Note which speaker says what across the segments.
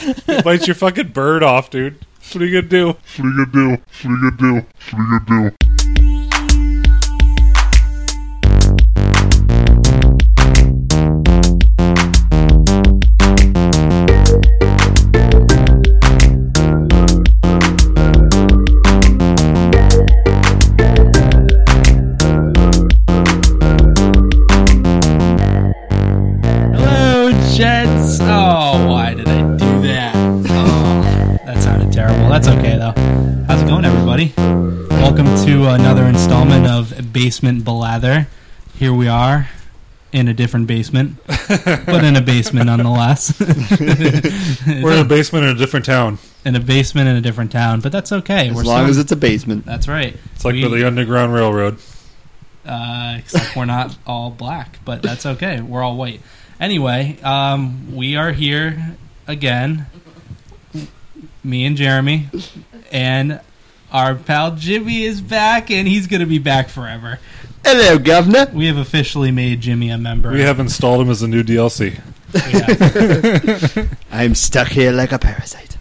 Speaker 1: It bites your fucking bird off, dude. What are you gonna do?
Speaker 2: What are you gonna do? What are you gonna do? What are you gonna do?
Speaker 3: Hello, gents. Oh, why did I do that? Oh, that sounded terrible. That's okay, though. How's it going, everybody? Welcome to another installment of Basement Blather. Here we are in a different basement, but in a basement nonetheless.
Speaker 1: We're in a basement in a different town.
Speaker 3: in a basement in a different town, but that's okay.
Speaker 4: As
Speaker 3: We're
Speaker 4: long
Speaker 3: still-
Speaker 4: as it's a basement.
Speaker 3: that's right.
Speaker 1: It's like
Speaker 3: We-
Speaker 1: the Underground Railroad.
Speaker 3: uh, except we're not all black, but that's okay. We're all white. Anyway, um, we are here again. Me and Jeremy, and our pal Jimmy is back, and he's going to be back forever.
Speaker 4: Hello, governor.
Speaker 3: We have officially made Jimmy a member.
Speaker 1: We have installed him as a new DLC.
Speaker 3: We have-
Speaker 4: I'm stuck here like a parasite.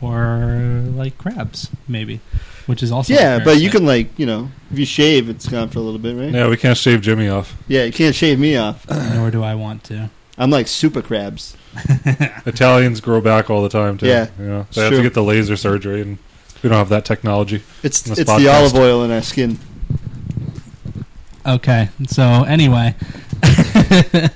Speaker 3: or like crabs, maybe, which is also
Speaker 4: Yeah, but you
Speaker 3: embarrassing.
Speaker 4: can like you know, if you shave, it's gone for a little bit, right?
Speaker 1: Yeah, we can't shave Jimmy off.
Speaker 4: Yeah, you can't shave me off.
Speaker 3: Nor do I want to.
Speaker 4: I'm like super crabs.
Speaker 1: Italians grow back all the time too.
Speaker 4: Yeah,
Speaker 1: you know,
Speaker 4: it's
Speaker 1: they have to
Speaker 4: true.
Speaker 1: get the laser surgery, and we don't have that technology.
Speaker 4: It's
Speaker 1: This
Speaker 4: it's the
Speaker 1: podcast.
Speaker 4: olive oil in our skin.
Speaker 3: Okay, so anyway,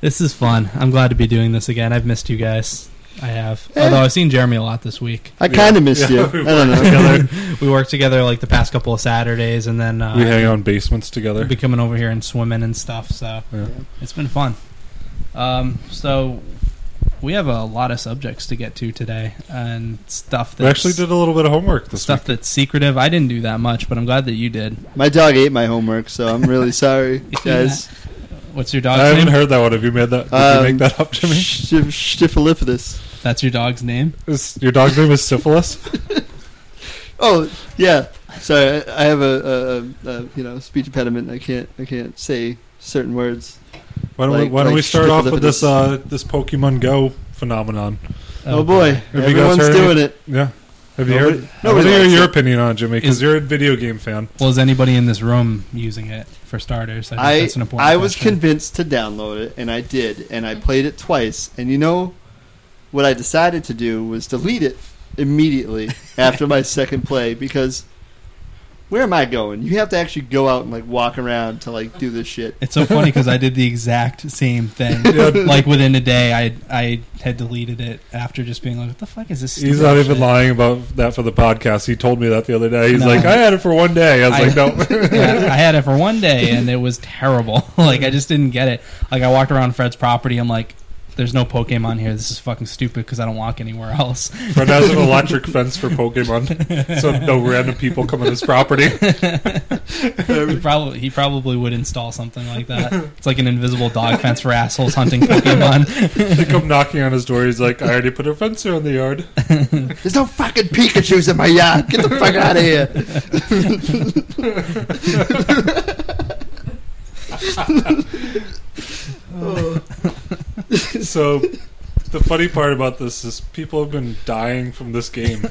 Speaker 3: this is fun. I'm glad to be doing this again. I've missed you guys. I have.
Speaker 4: Eh.
Speaker 3: Although I've seen Jeremy a lot this week.
Speaker 4: I
Speaker 1: Yeah.
Speaker 4: kind of missed
Speaker 1: Yeah, we
Speaker 4: you. I don't know.
Speaker 1: Together,
Speaker 3: We worked together like the past couple of Saturdays, and then uh,
Speaker 1: we hang out in basements together.
Speaker 3: be coming over here and swimming and stuff. So
Speaker 1: Yeah.
Speaker 3: it's been fun. Um, so we have a lot of subjects to get to today, and stuff
Speaker 1: We
Speaker 3: that's
Speaker 1: actually did a little bit of homework this
Speaker 3: stuff that's secretive. I didn't do that much, but I'm glad that you did.
Speaker 4: My dog ate my homework, so I'm really sorry, guys.
Speaker 3: What's your
Speaker 1: week.
Speaker 3: dog's
Speaker 1: I haven't
Speaker 3: name?
Speaker 1: heard that one. Have you made that? Did
Speaker 4: Um,
Speaker 1: you make that up, Jimmy?
Speaker 4: Stif- Stifilipidus.
Speaker 3: That's your dog's name.
Speaker 1: Is, your dog's name is syphilis.
Speaker 4: Oh yeah, sorry. I I have a, a, a, a you know speech impediment. I can't I can't say certain words.
Speaker 1: Why don't we,
Speaker 4: Like-
Speaker 1: why don't we
Speaker 4: like
Speaker 1: start off with this uh,
Speaker 4: syphilis.
Speaker 1: this Pokemon Go phenomenon?
Speaker 4: Oh, boy,
Speaker 1: you guys
Speaker 4: everyone's
Speaker 1: heard
Speaker 4: doing it.
Speaker 1: Yeah. Have you
Speaker 4: Nobody-
Speaker 1: heard? I want
Speaker 4: nobody
Speaker 1: to hear
Speaker 4: likes
Speaker 1: your
Speaker 4: it.
Speaker 1: opinion on it, Jimmy because
Speaker 3: Is-
Speaker 1: you're a video game fan.
Speaker 3: Well, is anybody in this room using it for starters? think
Speaker 4: I,
Speaker 3: that's an important
Speaker 4: I was
Speaker 3: question.
Speaker 4: convinced to download it, and I did, and I played it twice. And you know, what I decided to do was delete it immediately after my second play because where am I going? You have to actually go out and like walk around to like do this shit.
Speaker 3: It's so funny because I did the exact same thing.
Speaker 1: Yeah.
Speaker 3: like within a day, I I had deleted it after just being like, "What the fuck is this?"
Speaker 1: He's
Speaker 3: stupid
Speaker 1: not even
Speaker 3: shit?"
Speaker 1: lying about that for the podcast. He told me that the other day. He's
Speaker 3: No.
Speaker 1: like, I had it for one day. I was
Speaker 3: I-
Speaker 1: like, no.
Speaker 3: Yeah, I had it for one day and it was terrible. like I just didn't get it. Like I walked around Fred's property. I'm like, "There's no Pokemon here. This is fucking stupid because I don't walk anywhere else."
Speaker 1: Fred has an electric fence for Pokemon, so no random people come on his property.
Speaker 3: he probably he probably would install something like that. It's like an invisible dog fence for assholes hunting Pokemon.
Speaker 1: They come knocking on his door. He's like, I already put a fence here in the yard.
Speaker 4: There's no fucking Pikachu's in my yard. Get the fuck out of here.
Speaker 1: So the funny part about this is people have been dying from this game.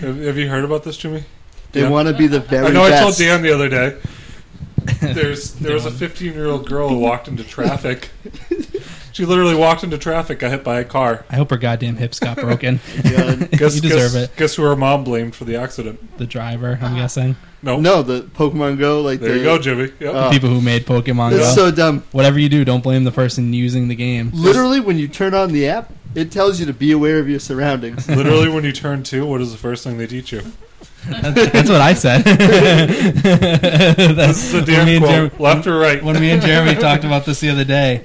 Speaker 1: Have, have you heard about this, Jimmy?
Speaker 4: They
Speaker 1: Yeah.
Speaker 4: want to be the very
Speaker 1: I know I told
Speaker 4: best.
Speaker 1: Dan the other day. There's there was a 15 year old girl who walked into traffic. She literally walked into traffic, got hit by a car.
Speaker 3: I hope her goddamn hips got broken.
Speaker 4: God.
Speaker 1: Guess,
Speaker 3: you deserve
Speaker 1: guess,
Speaker 3: it.
Speaker 1: Guess who her mom blamed for the accident?
Speaker 3: The driver, I'm guessing.
Speaker 1: No,
Speaker 4: No, the Pokemon Go like
Speaker 1: There
Speaker 4: the,
Speaker 1: you go, Jimmy. Yep.
Speaker 4: Oh.
Speaker 3: People who made Pokemon Go.
Speaker 4: It's so dumb.
Speaker 3: Whatever you do, don't blame the person using the game.
Speaker 4: Literally, when you turn on the app, it tells you to be aware of your surroundings.
Speaker 1: literally, when you turn two, what is the first thing they teach you?
Speaker 3: That's, that's what I said. That's-
Speaker 1: This is a
Speaker 3: when
Speaker 1: damn
Speaker 3: me and
Speaker 1: quote.
Speaker 3: Jeremy-
Speaker 1: Left or right?
Speaker 3: When me and Jeremy talked about this the other day,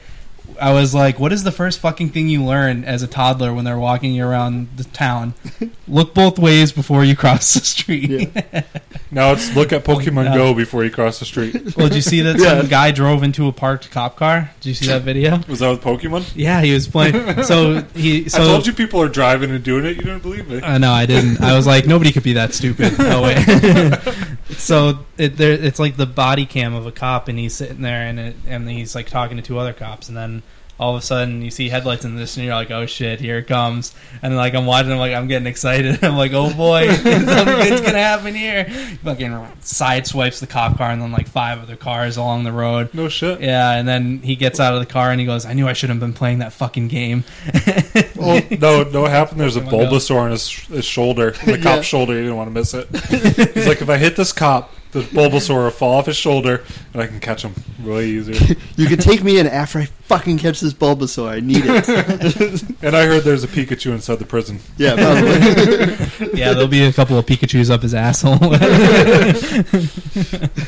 Speaker 3: I was like, "What is the first fucking thing you learn as a toddler when they're walking you around the town? Look both ways before you cross the street."
Speaker 4: Yeah.
Speaker 1: Now it's look at Pokemon
Speaker 3: No.
Speaker 1: Go before you cross the street.
Speaker 3: Well, did you see that
Speaker 4: Yeah.
Speaker 3: some guy drove into a parked cop car? Did you see that video?
Speaker 1: Was that with Pokemon?
Speaker 3: Yeah, he was playing. So he. So
Speaker 1: I told you people are driving and doing it. You didn't believe me.
Speaker 3: Uh, no, I didn't. I was like, nobody could be that stupid. No way. so it, there, it's like the body cam of a cop, and he's sitting there, and it, and he's like talking to two other cops, and then all of a sudden you see headlights in this, and you're like, "Oh shit, here it comes!" And then, like I'm watching, I'm like, I'm getting excited. I'm like, "Oh boy, something good's gonna happen here!" Fucking sideswipes the cop car and then like five other cars along the road.
Speaker 1: No shit.
Speaker 3: Yeah, and then he gets out of the car and he goes, "I knew I shouldn't have been playing that fucking game."
Speaker 1: Well, Oh, no, no. What happened? There's a
Speaker 3: Pokemon Go.
Speaker 1: Bulbasaur on his, his shoulder, on the
Speaker 4: Yeah.
Speaker 1: cop's shoulder. He didn't want to miss it. He's like, if I hit this cop, the Bulbasaur will fall off his shoulder, and I can catch him really easier.
Speaker 4: You can take me in after I fucking catch this Bulbasaur. I need it.
Speaker 1: And I heard there's a Pikachu inside the prison.
Speaker 4: yeah, probably.
Speaker 3: yeah, there'll be a couple of Pikachu's up his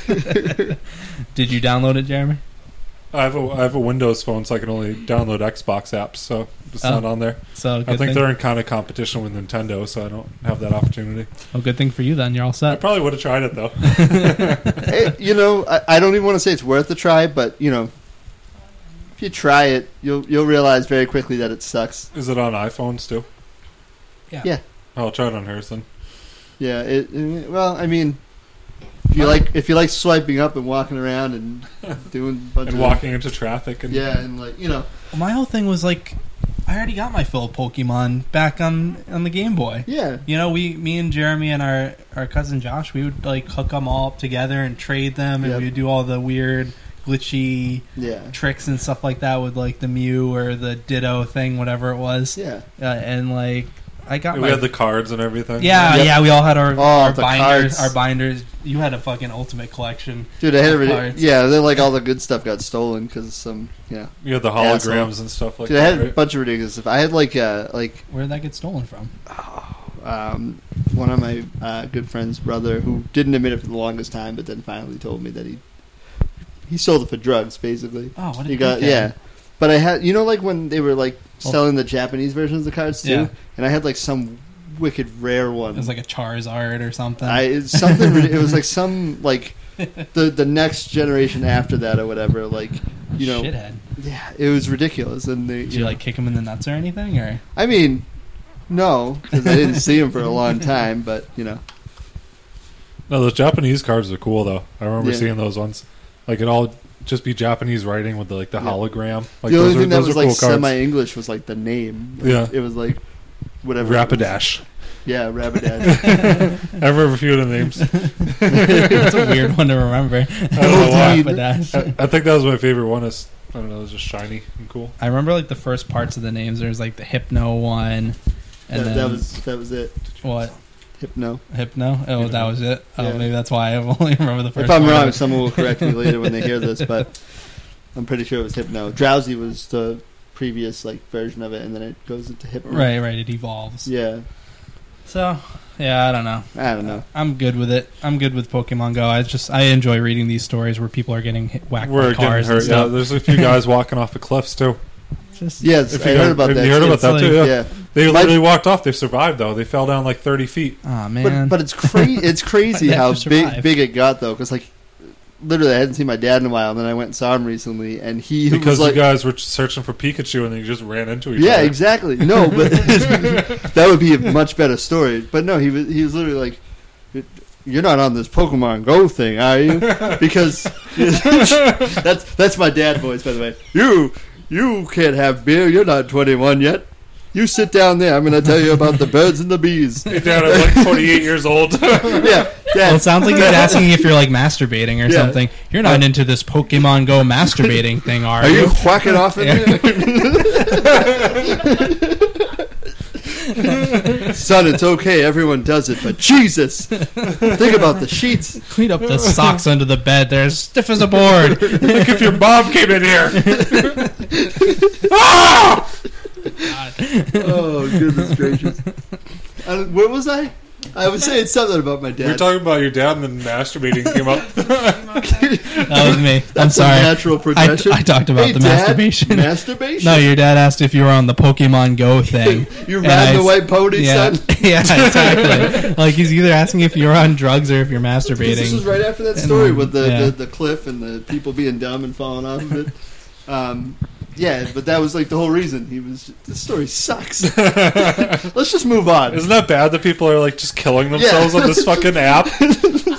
Speaker 3: asshole. Did you download it, Jeremy?
Speaker 1: I have a I have a Windows phone, so I can only download Xbox apps. So it's
Speaker 3: Oh,
Speaker 1: not on there.
Speaker 3: So
Speaker 1: I
Speaker 3: good
Speaker 1: think
Speaker 3: thing.
Speaker 1: they're in kind of competition with Nintendo, so I don't have that opportunity.
Speaker 3: Oh, good thing for you then. You're all
Speaker 1: I
Speaker 3: set.
Speaker 1: probably would have tried it though.
Speaker 4: Eh, you know, I, I don't even want to say it's worth a try, but you know, if you try it, you'll you'll realize very quickly that it sucks.
Speaker 1: Is it on iPhones too? Oh,
Speaker 3: Yeah.
Speaker 4: Yeah.
Speaker 1: I'll try it on hers then.
Speaker 4: Yeah. It, eh, well, I mean, if you like if you like swiping up and walking around and doing a bunch
Speaker 1: And
Speaker 4: of
Speaker 1: walking into traffic and
Speaker 4: Yeah, and like you know,
Speaker 3: My whole thing was like, I already got my full Pokemon back on on the Game Boy.
Speaker 4: yeah.
Speaker 3: You know, we, me and Jeremy and our, our cousin Josh, we would like hook them all up together and trade them, and
Speaker 4: Yep.
Speaker 3: we would do all the weird glitchy
Speaker 4: Yeah.
Speaker 3: tricks and stuff like that with like the Mew or the Ditto thing, whatever it was.
Speaker 4: Yeah.
Speaker 3: Uh, and like, I got
Speaker 1: we
Speaker 3: my
Speaker 1: had the cards and everything.
Speaker 3: Yeah,
Speaker 4: Yep.
Speaker 3: yeah, we all had our,
Speaker 4: Oh,
Speaker 3: our
Speaker 4: the
Speaker 3: binders.
Speaker 4: cards.
Speaker 3: Our binders. You had a fucking ultimate collection.
Speaker 4: Dude, I had a, rid-
Speaker 3: Cards.
Speaker 4: yeah. Then like all the good stuff got stolen because some yeah.
Speaker 1: You had the holograms and stuff like
Speaker 4: Dude, I
Speaker 1: that.
Speaker 4: had a
Speaker 1: right?
Speaker 4: bunch of ridiculous stuff. I had like uh like
Speaker 3: Where did that get stolen from?
Speaker 4: um, one of my uh, good friend's brother who didn't admit it for the longest time, but then finally told me that he he sold it for drugs, basically.
Speaker 3: Oh, what did
Speaker 4: He got yeah, but I had you know like when they were like selling the Japanese versions of the cards too,
Speaker 3: Oh. Yeah.
Speaker 4: and I had like some wicked rare one.
Speaker 3: It was like a Charizard or something.
Speaker 4: I it's something rid- it was like some like the the next generation after that or whatever like you know
Speaker 3: shithead.
Speaker 4: yeah it was ridiculous and they
Speaker 3: Did
Speaker 4: you
Speaker 3: you
Speaker 4: know,
Speaker 3: like kick him in the nuts or anything? Or
Speaker 4: I mean no because I didn't see him for a long time but you know
Speaker 1: No, those Japanese cards are cool though. I remember
Speaker 4: Yeah.
Speaker 1: seeing those ones. Like it all just be Japanese writing with the, like the
Speaker 4: Yeah.
Speaker 1: hologram. Like
Speaker 4: the only
Speaker 1: those are,
Speaker 4: thing that
Speaker 1: those
Speaker 4: was
Speaker 1: are
Speaker 4: like
Speaker 1: cool cards.
Speaker 4: semi-English was like the name. Like,
Speaker 1: Yeah.
Speaker 4: it was like whatever. it was.
Speaker 1: Rapidash.
Speaker 4: Yeah, Rapidash.
Speaker 1: I remember a few of the names.
Speaker 3: it's a weird one to remember.
Speaker 1: I don't know why.
Speaker 4: Dude.
Speaker 3: But that's-
Speaker 1: I, I think that was my favorite one. Is I don't know, it was just shiny and cool.
Speaker 3: I remember like the first parts of the names. There's like the Hypno one, and
Speaker 4: that,
Speaker 3: then
Speaker 4: that was that was it.
Speaker 3: what
Speaker 4: Hypno.
Speaker 3: Hypno? Oh, that was it. Oh,
Speaker 4: Yeah.
Speaker 3: maybe that's why I only remember the first.
Speaker 4: If I'm
Speaker 3: part of
Speaker 4: wrong,
Speaker 3: it.
Speaker 4: someone will correct me later when they hear this, but I'm pretty sure it was Hypno. Drowsy was the previous like version of it, and then it goes into Hypno.
Speaker 3: right, right, it evolves.
Speaker 4: Yeah.
Speaker 3: So yeah, I don't know.
Speaker 4: I don't know.
Speaker 3: I'm good with it. I'm good with Pokemon Go. I just I enjoy reading these stories where people are getting hit, whacked
Speaker 1: We're
Speaker 3: by
Speaker 1: getting
Speaker 3: cars and
Speaker 1: hurt. Yeah,
Speaker 3: stuff.
Speaker 1: there's a few guys walking off the cliffs too.
Speaker 3: Just-
Speaker 4: Yes,
Speaker 1: If
Speaker 4: I
Speaker 1: you
Speaker 4: heard about
Speaker 1: if
Speaker 4: that.
Speaker 1: You heard
Speaker 4: too.
Speaker 1: about that
Speaker 3: It's
Speaker 1: too.
Speaker 4: yeah.
Speaker 1: Yeah. They
Speaker 4: My-
Speaker 1: literally walked off. They survived though. They fell down like 30 feet.
Speaker 3: Aw,
Speaker 4: But
Speaker 3: man.
Speaker 4: but it's crazy. It's crazy
Speaker 3: They have
Speaker 4: how
Speaker 3: to
Speaker 4: big
Speaker 3: survive.
Speaker 4: big it got though, because like. Literally, I hadn't seen my dad in a while, and then I went and saw him recently, and he was
Speaker 1: Because
Speaker 4: like,
Speaker 1: you guys were searching for Pikachu and they just ran into each
Speaker 4: Yeah,
Speaker 1: other.
Speaker 4: exactly. No, but that would be a much better story. But no, he was he was literally like, "You're not on this Pokemon Go thing, are you?" Because that's that's my dad voice, by the way. You you can't have beer. You're not 21 yet. You sit down there. I'm going to tell you about the birds and the bees.
Speaker 1: Hey, Dad, I'm like 48 years old.
Speaker 4: Yeah,
Speaker 3: well, it
Speaker 4: Dad.
Speaker 3: sounds like he's asking if you're like masturbating or
Speaker 4: Yeah.
Speaker 3: something. You're not into this Pokemon Go masturbating thing, are,
Speaker 4: Are you quacking off in there? Son, it's okay. Everyone does it, but Jesus, think about the sheets.
Speaker 3: Clean up the socks under the bed. They're as stiff as a board.
Speaker 1: Look if your mom came in here.
Speaker 4: Oh goodness gracious! I, where Uh, was I? I was saying something about my
Speaker 1: We're
Speaker 4: dad.
Speaker 1: talking about your dad and then masturbating came up.
Speaker 3: That was me. I'm
Speaker 4: That's a
Speaker 3: sorry.
Speaker 4: natural progression.
Speaker 3: I talked about
Speaker 4: Hey,
Speaker 3: the
Speaker 4: Dad,
Speaker 3: masturbation.
Speaker 4: Masturbation.
Speaker 3: No, your dad asked if you were on the Pokemon Go thing.
Speaker 4: you're
Speaker 3: And I-
Speaker 4: riding the white pony,
Speaker 3: yeah,
Speaker 4: son.
Speaker 3: yeah, exactly. like he's either asking if you're on drugs or if you're masturbating.
Speaker 4: This was right after that
Speaker 3: And,
Speaker 4: story
Speaker 3: um,
Speaker 4: with the,
Speaker 3: yeah.
Speaker 4: the, the cliff and the people being dumb and falling off of it. Um, yeah, but that was like the whole reason. He was. The story sucks. Let's just move on.
Speaker 1: Isn't that bad that people are like just killing themselves
Speaker 4: Yeah.
Speaker 1: on this fucking app?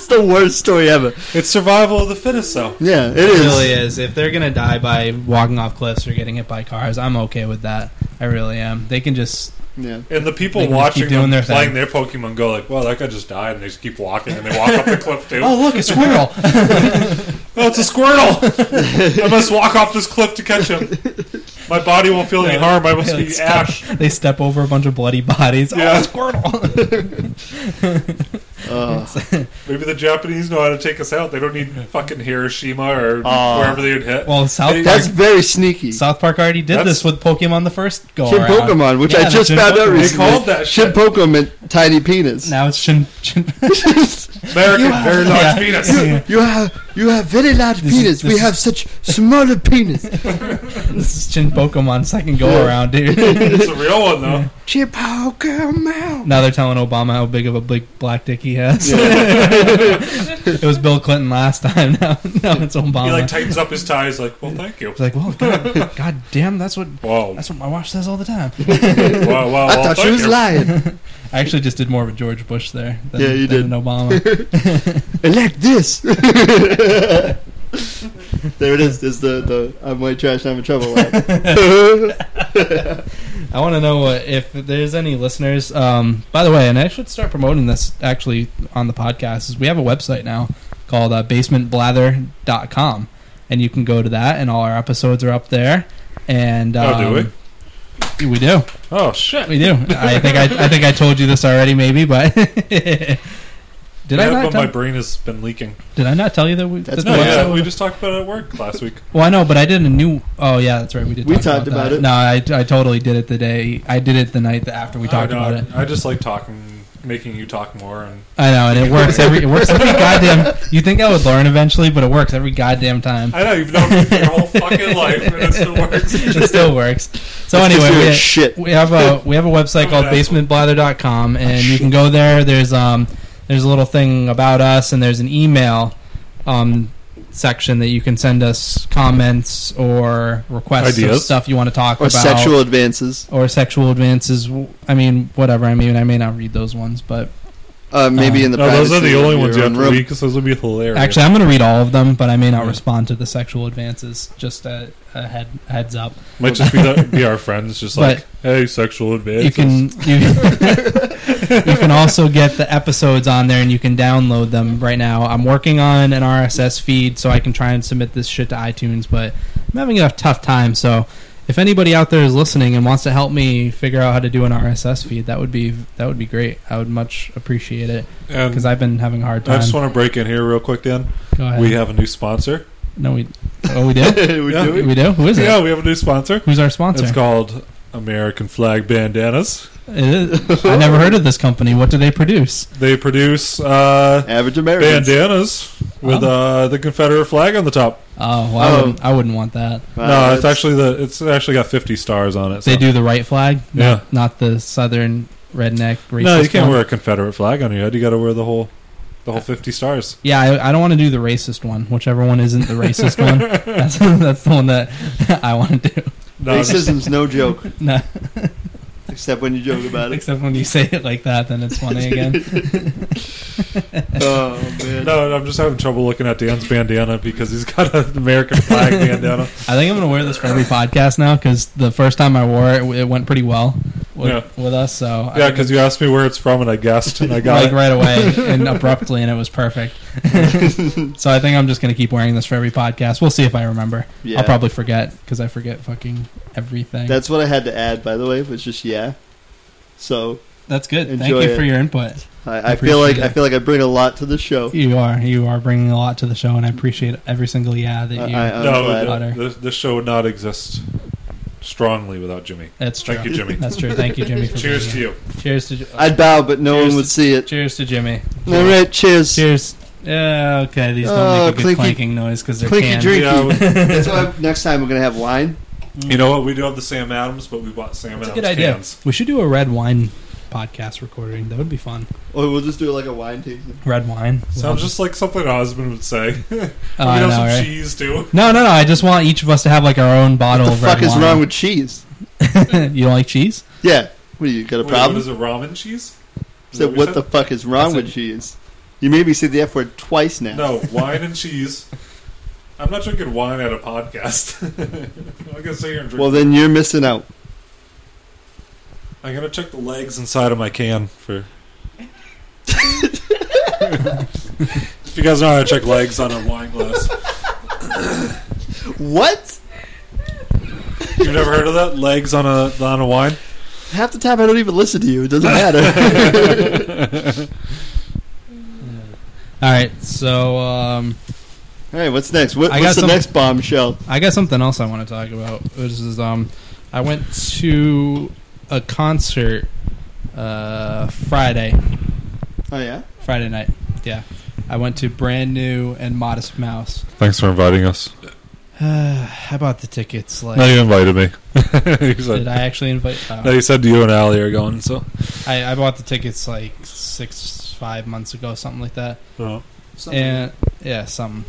Speaker 4: the worst story ever.
Speaker 1: It's survival of the fittest, though.
Speaker 4: Yeah, it
Speaker 3: It
Speaker 4: is.
Speaker 3: really is. If they're gonna die by walking off cliffs or getting hit by cars, I'm okay with that. I really am. They can just
Speaker 4: Yeah.
Speaker 1: And the people
Speaker 3: They can just
Speaker 1: watching
Speaker 3: keep doing
Speaker 1: them
Speaker 3: their
Speaker 1: playing
Speaker 3: thing.
Speaker 1: their Pokemon go like, "Well, that guy just died," and they just keep walking, and they walk up the cliff too.
Speaker 3: oh look a squirrel.
Speaker 1: Oh, it's a Squirtle! I must walk off this cliff to catch him. My body won't feel any
Speaker 3: Yeah.
Speaker 1: harm. I must
Speaker 3: Yeah,
Speaker 1: be
Speaker 3: it's
Speaker 1: ash.
Speaker 3: they step over a bunch of bloody bodies.
Speaker 1: Yeah.
Speaker 3: Oh, squirtle.
Speaker 4: Ugh.
Speaker 1: Maybe the Japanese know how to take us out. They don't need fucking Hiroshima or
Speaker 4: Aw.
Speaker 1: wherever they would hit.
Speaker 3: Uh, well, South Park.
Speaker 4: That's very sneaky.
Speaker 3: South Park already did
Speaker 1: That's-
Speaker 3: this with Pokemon the first go
Speaker 4: Shin
Speaker 3: around.
Speaker 4: Pokemon, which
Speaker 3: Yeah,
Speaker 4: I
Speaker 3: the
Speaker 4: just
Speaker 3: Shin
Speaker 4: found out
Speaker 3: Pokemon. They
Speaker 4: recently.
Speaker 1: called that
Speaker 4: Shin
Speaker 1: shit.
Speaker 4: Pokemon, tiny penis.
Speaker 3: Now it's Shin. Shin
Speaker 1: American, very large
Speaker 3: Yeah.
Speaker 1: penis.
Speaker 3: Yeah.
Speaker 4: You have you have very large
Speaker 3: This is-
Speaker 4: penis.
Speaker 3: this
Speaker 4: we
Speaker 3: is-
Speaker 4: have such smaller penis.
Speaker 3: This is Shin Pokemon second go
Speaker 4: Yeah.
Speaker 3: around, dude.
Speaker 1: It's a real one, though.
Speaker 4: Chip Pokemon.
Speaker 3: now they're telling Obama how big of a big black dick he has. it was Bill Clinton last time. Now, now it's Obama.
Speaker 1: He like tightens up his ties, like, "Well, thank you."
Speaker 3: It's like, well, god, god damn, that's what
Speaker 1: Wow, wow,
Speaker 3: that's what my wife says all the time.
Speaker 1: wow.
Speaker 4: I
Speaker 1: well,
Speaker 4: thought she
Speaker 1: thank
Speaker 4: was
Speaker 1: you.
Speaker 4: lying.
Speaker 3: I actually just did more of a George Bush there than,
Speaker 4: Yeah, you
Speaker 3: than
Speaker 4: did.
Speaker 3: an Obama.
Speaker 4: Elect this. there it is. There's the, the I'm white trash. I'm in trouble. line.
Speaker 3: I want to know what, if there's any listeners. Um, by the way, and I should start promoting this actually on the podcast. Is we have a website now called uh, basementblather.com, and you can go to that, and all our episodes are up there. And um,
Speaker 1: Oh, do
Speaker 3: we? We do.
Speaker 1: Oh shit!
Speaker 3: We do. I think I, I think I told you this already, maybe, but did I
Speaker 1: Yeah,
Speaker 3: not?
Speaker 1: but
Speaker 3: Tell,
Speaker 1: my brain has been leaking.
Speaker 3: did I not tell you that we?
Speaker 4: That's
Speaker 3: that
Speaker 1: No,
Speaker 4: Well,
Speaker 1: yeah,
Speaker 4: so-
Speaker 1: we just talked about it at work last week.
Speaker 3: Well, I know, but I did a new. Oh yeah, that's right. We did.
Speaker 4: We
Speaker 3: talk
Speaker 4: talked about
Speaker 3: that.
Speaker 4: it.
Speaker 3: No, I, I totally did it the day. I did it the night that after we talked
Speaker 1: I know,
Speaker 3: about it.
Speaker 1: I just like talking, making you talk more, and
Speaker 3: I know, and it works every. It works every goddamn. You think I would learn eventually, but it works every goddamn time.
Speaker 1: I know you've known me for your whole fucking life, and it still works.
Speaker 3: it still works. So
Speaker 4: That's 'cause
Speaker 3: anyway,
Speaker 4: you're a
Speaker 3: we,
Speaker 4: shit. Oh,
Speaker 3: we have a we have a website
Speaker 1: I'm
Speaker 3: called
Speaker 1: an asshole.
Speaker 3: basementblather.com and you can go there. There's um there's a little thing about us and there's an email um section that you can send us comments or requests of
Speaker 1: Ideas.
Speaker 3: stuff you want to talk
Speaker 4: or
Speaker 3: about
Speaker 4: sexual advances.
Speaker 3: or sexual advances. W- I mean, whatever. I mean, I may not read those ones, but
Speaker 4: Uh, maybe
Speaker 3: No.
Speaker 4: in the
Speaker 1: no, those are
Speaker 4: privacy
Speaker 1: the
Speaker 4: of
Speaker 1: only
Speaker 4: your
Speaker 1: ones you
Speaker 4: own
Speaker 1: have to
Speaker 4: room.
Speaker 1: read because those would be hilarious.
Speaker 3: actually, I'm going to read all of them, but I may not
Speaker 1: Yeah.
Speaker 3: respond to the sexual advances. Just a, a head heads up.
Speaker 1: might just be, the, be our friends, just like hey, sexual advances.
Speaker 3: you can you, you can also get the episodes on there and you can download them right now i'm working on an rss feed so i can try and submit this shit to itunes but i'm having a tough time so if anybody out there is listening and wants to help me figure out how to do an rss feed that would be that would be great i would much appreciate it
Speaker 1: and
Speaker 3: because i've been having a hard
Speaker 1: I
Speaker 3: time
Speaker 1: just want to break in here real quick, Dan.
Speaker 3: go ahead
Speaker 1: We have a new sponsor.
Speaker 3: no we oh we do
Speaker 4: we
Speaker 1: Yeah.
Speaker 4: do it.
Speaker 3: we do who is it
Speaker 1: Yeah, we have a new sponsor.
Speaker 3: who's our sponsor
Speaker 1: It's called American Flag Bandanas.
Speaker 3: It is- i never heard of this company what do they produce
Speaker 1: They produce uh,
Speaker 4: Average Americans.
Speaker 1: bandanas with
Speaker 3: Oh.
Speaker 1: uh, the Confederate flag on the top.
Speaker 3: oh well, I,
Speaker 4: Um,
Speaker 3: wouldn't, I wouldn't want that
Speaker 4: Wow,
Speaker 1: no, it's
Speaker 4: that's-
Speaker 1: actually the it's actually got 50 stars on it.
Speaker 3: They
Speaker 1: so-
Speaker 3: do the right flag, not,
Speaker 1: Yeah.
Speaker 3: not the southern redneck. Racist
Speaker 1: No, you can't
Speaker 3: one.
Speaker 1: wear a Confederate flag on your head. You got to wear the whole the whole 50 stars.
Speaker 3: Yeah, I, I don't want to do the racist one. Whichever one isn't the racist one, that's that's the one that I want to do.
Speaker 1: No,
Speaker 4: Racism's no joke,
Speaker 3: No,
Speaker 4: except when you joke about it.
Speaker 3: except when you say it like that, then it's funny again.
Speaker 4: Oh man!
Speaker 1: no, I'm just having trouble looking at Dan's bandana because he's got an American flag bandana.
Speaker 3: I think I'm gonna wear this for every podcast now because the first time I wore it, it went pretty well with,
Speaker 1: Yeah.
Speaker 3: with us. So
Speaker 1: Yeah,
Speaker 3: I-
Speaker 1: because you asked me where it's from and I guessed and I got
Speaker 3: like
Speaker 1: it.
Speaker 3: right away and abruptly, and it was perfect. so I think I'm just gonna keep wearing this for every podcast. We'll see if I remember.
Speaker 4: Yeah.
Speaker 3: I'll probably forget because I forget fucking everything.
Speaker 4: That's what I had to add, by the way. Was just yeah. So
Speaker 3: That's good.
Speaker 4: Enjoy
Speaker 3: Thank you
Speaker 4: it.
Speaker 3: for your input.
Speaker 4: I, I feel like
Speaker 3: Appreciate
Speaker 4: I
Speaker 3: it.
Speaker 4: feel like I bring a lot to the show.
Speaker 3: You are you are bringing a lot to the show, and I appreciate every single yeah that you.
Speaker 4: Uh, I- I- I'm
Speaker 1: No,
Speaker 4: glad.
Speaker 1: th- this, this show would not exist strongly without Jimmy.
Speaker 3: that's true.
Speaker 1: Thank you, Jimmy.
Speaker 3: That's true. Thank you, Jimmy. For
Speaker 1: Cheers
Speaker 3: being
Speaker 1: to
Speaker 3: here.
Speaker 1: you.
Speaker 3: Cheers to. Ju-
Speaker 4: I'd bow, but no
Speaker 3: Cheers
Speaker 4: one would
Speaker 3: to-
Speaker 4: see it.
Speaker 3: cheers to Jimmy.
Speaker 4: All right, cheers.
Speaker 3: Cheers. Yeah, okay, these don't
Speaker 4: Oh,
Speaker 3: make a good
Speaker 4: clinky-
Speaker 3: clanking noise because they're
Speaker 4: clinky
Speaker 3: canned.
Speaker 4: drink.
Speaker 1: Yeah, we-
Speaker 4: That's why next time we're gonna have wine.
Speaker 1: you know what? We do have the Sam Adams, but we bought Sam
Speaker 3: That's a
Speaker 1: Adams
Speaker 3: good idea.
Speaker 1: cans.
Speaker 3: We should do a red wine podcast recording. That would be fun.
Speaker 4: Or we'll just do it like a wine tasting.
Speaker 3: Red wine.
Speaker 1: Sounds just like something a husband would say. we
Speaker 3: Oh,
Speaker 1: can
Speaker 3: I
Speaker 1: have
Speaker 3: know,
Speaker 1: some
Speaker 3: right?
Speaker 1: cheese too.
Speaker 3: No, no, no. I just want each of us to have like our own bottle
Speaker 4: What the
Speaker 3: of red
Speaker 4: fuck is
Speaker 3: wine.
Speaker 4: wrong with cheese?
Speaker 3: you don't like cheese?
Speaker 4: Yeah. What do you got a
Speaker 1: Wait,
Speaker 4: problem?
Speaker 1: What is it, ramen cheese? Is
Speaker 4: So
Speaker 1: that
Speaker 4: what
Speaker 1: you
Speaker 4: the
Speaker 1: said?
Speaker 4: fuck is wrong
Speaker 3: That's
Speaker 4: with
Speaker 3: a-
Speaker 4: cheese? You made me say the F word twice now.
Speaker 1: No, wine and cheese. I'm not drinking wine at a podcast. I'm not gonna sit here and drink.
Speaker 4: Well, then you're missing out.
Speaker 1: I'm gonna check the legs inside of my can for. if you guys know how to check legs on a wine glass,
Speaker 4: What?
Speaker 1: you've never heard of that? Legs on a on a wine.
Speaker 4: Half the time I don't even listen to you. It doesn't matter.
Speaker 3: All right, so um,
Speaker 4: All right, what's next? What,
Speaker 3: I
Speaker 4: what's
Speaker 3: got
Speaker 4: the
Speaker 3: some-
Speaker 4: next bombshell?
Speaker 3: I got something else I want to talk about. Which is um, I went to a concert uh, Friday,
Speaker 4: Oh yeah.
Speaker 3: Friday night. Yeah, I went to brand new and Modest Mouse.
Speaker 1: Thanks for inviting us.
Speaker 3: I bought the tickets. Like,
Speaker 1: No, you invited me. He's like-
Speaker 3: did I actually invite? oh.
Speaker 1: No, you said you and Allie are going, so.
Speaker 3: I, I bought the tickets like six, five months ago, something like that.
Speaker 1: Oh.
Speaker 4: Something,
Speaker 3: And yeah, something,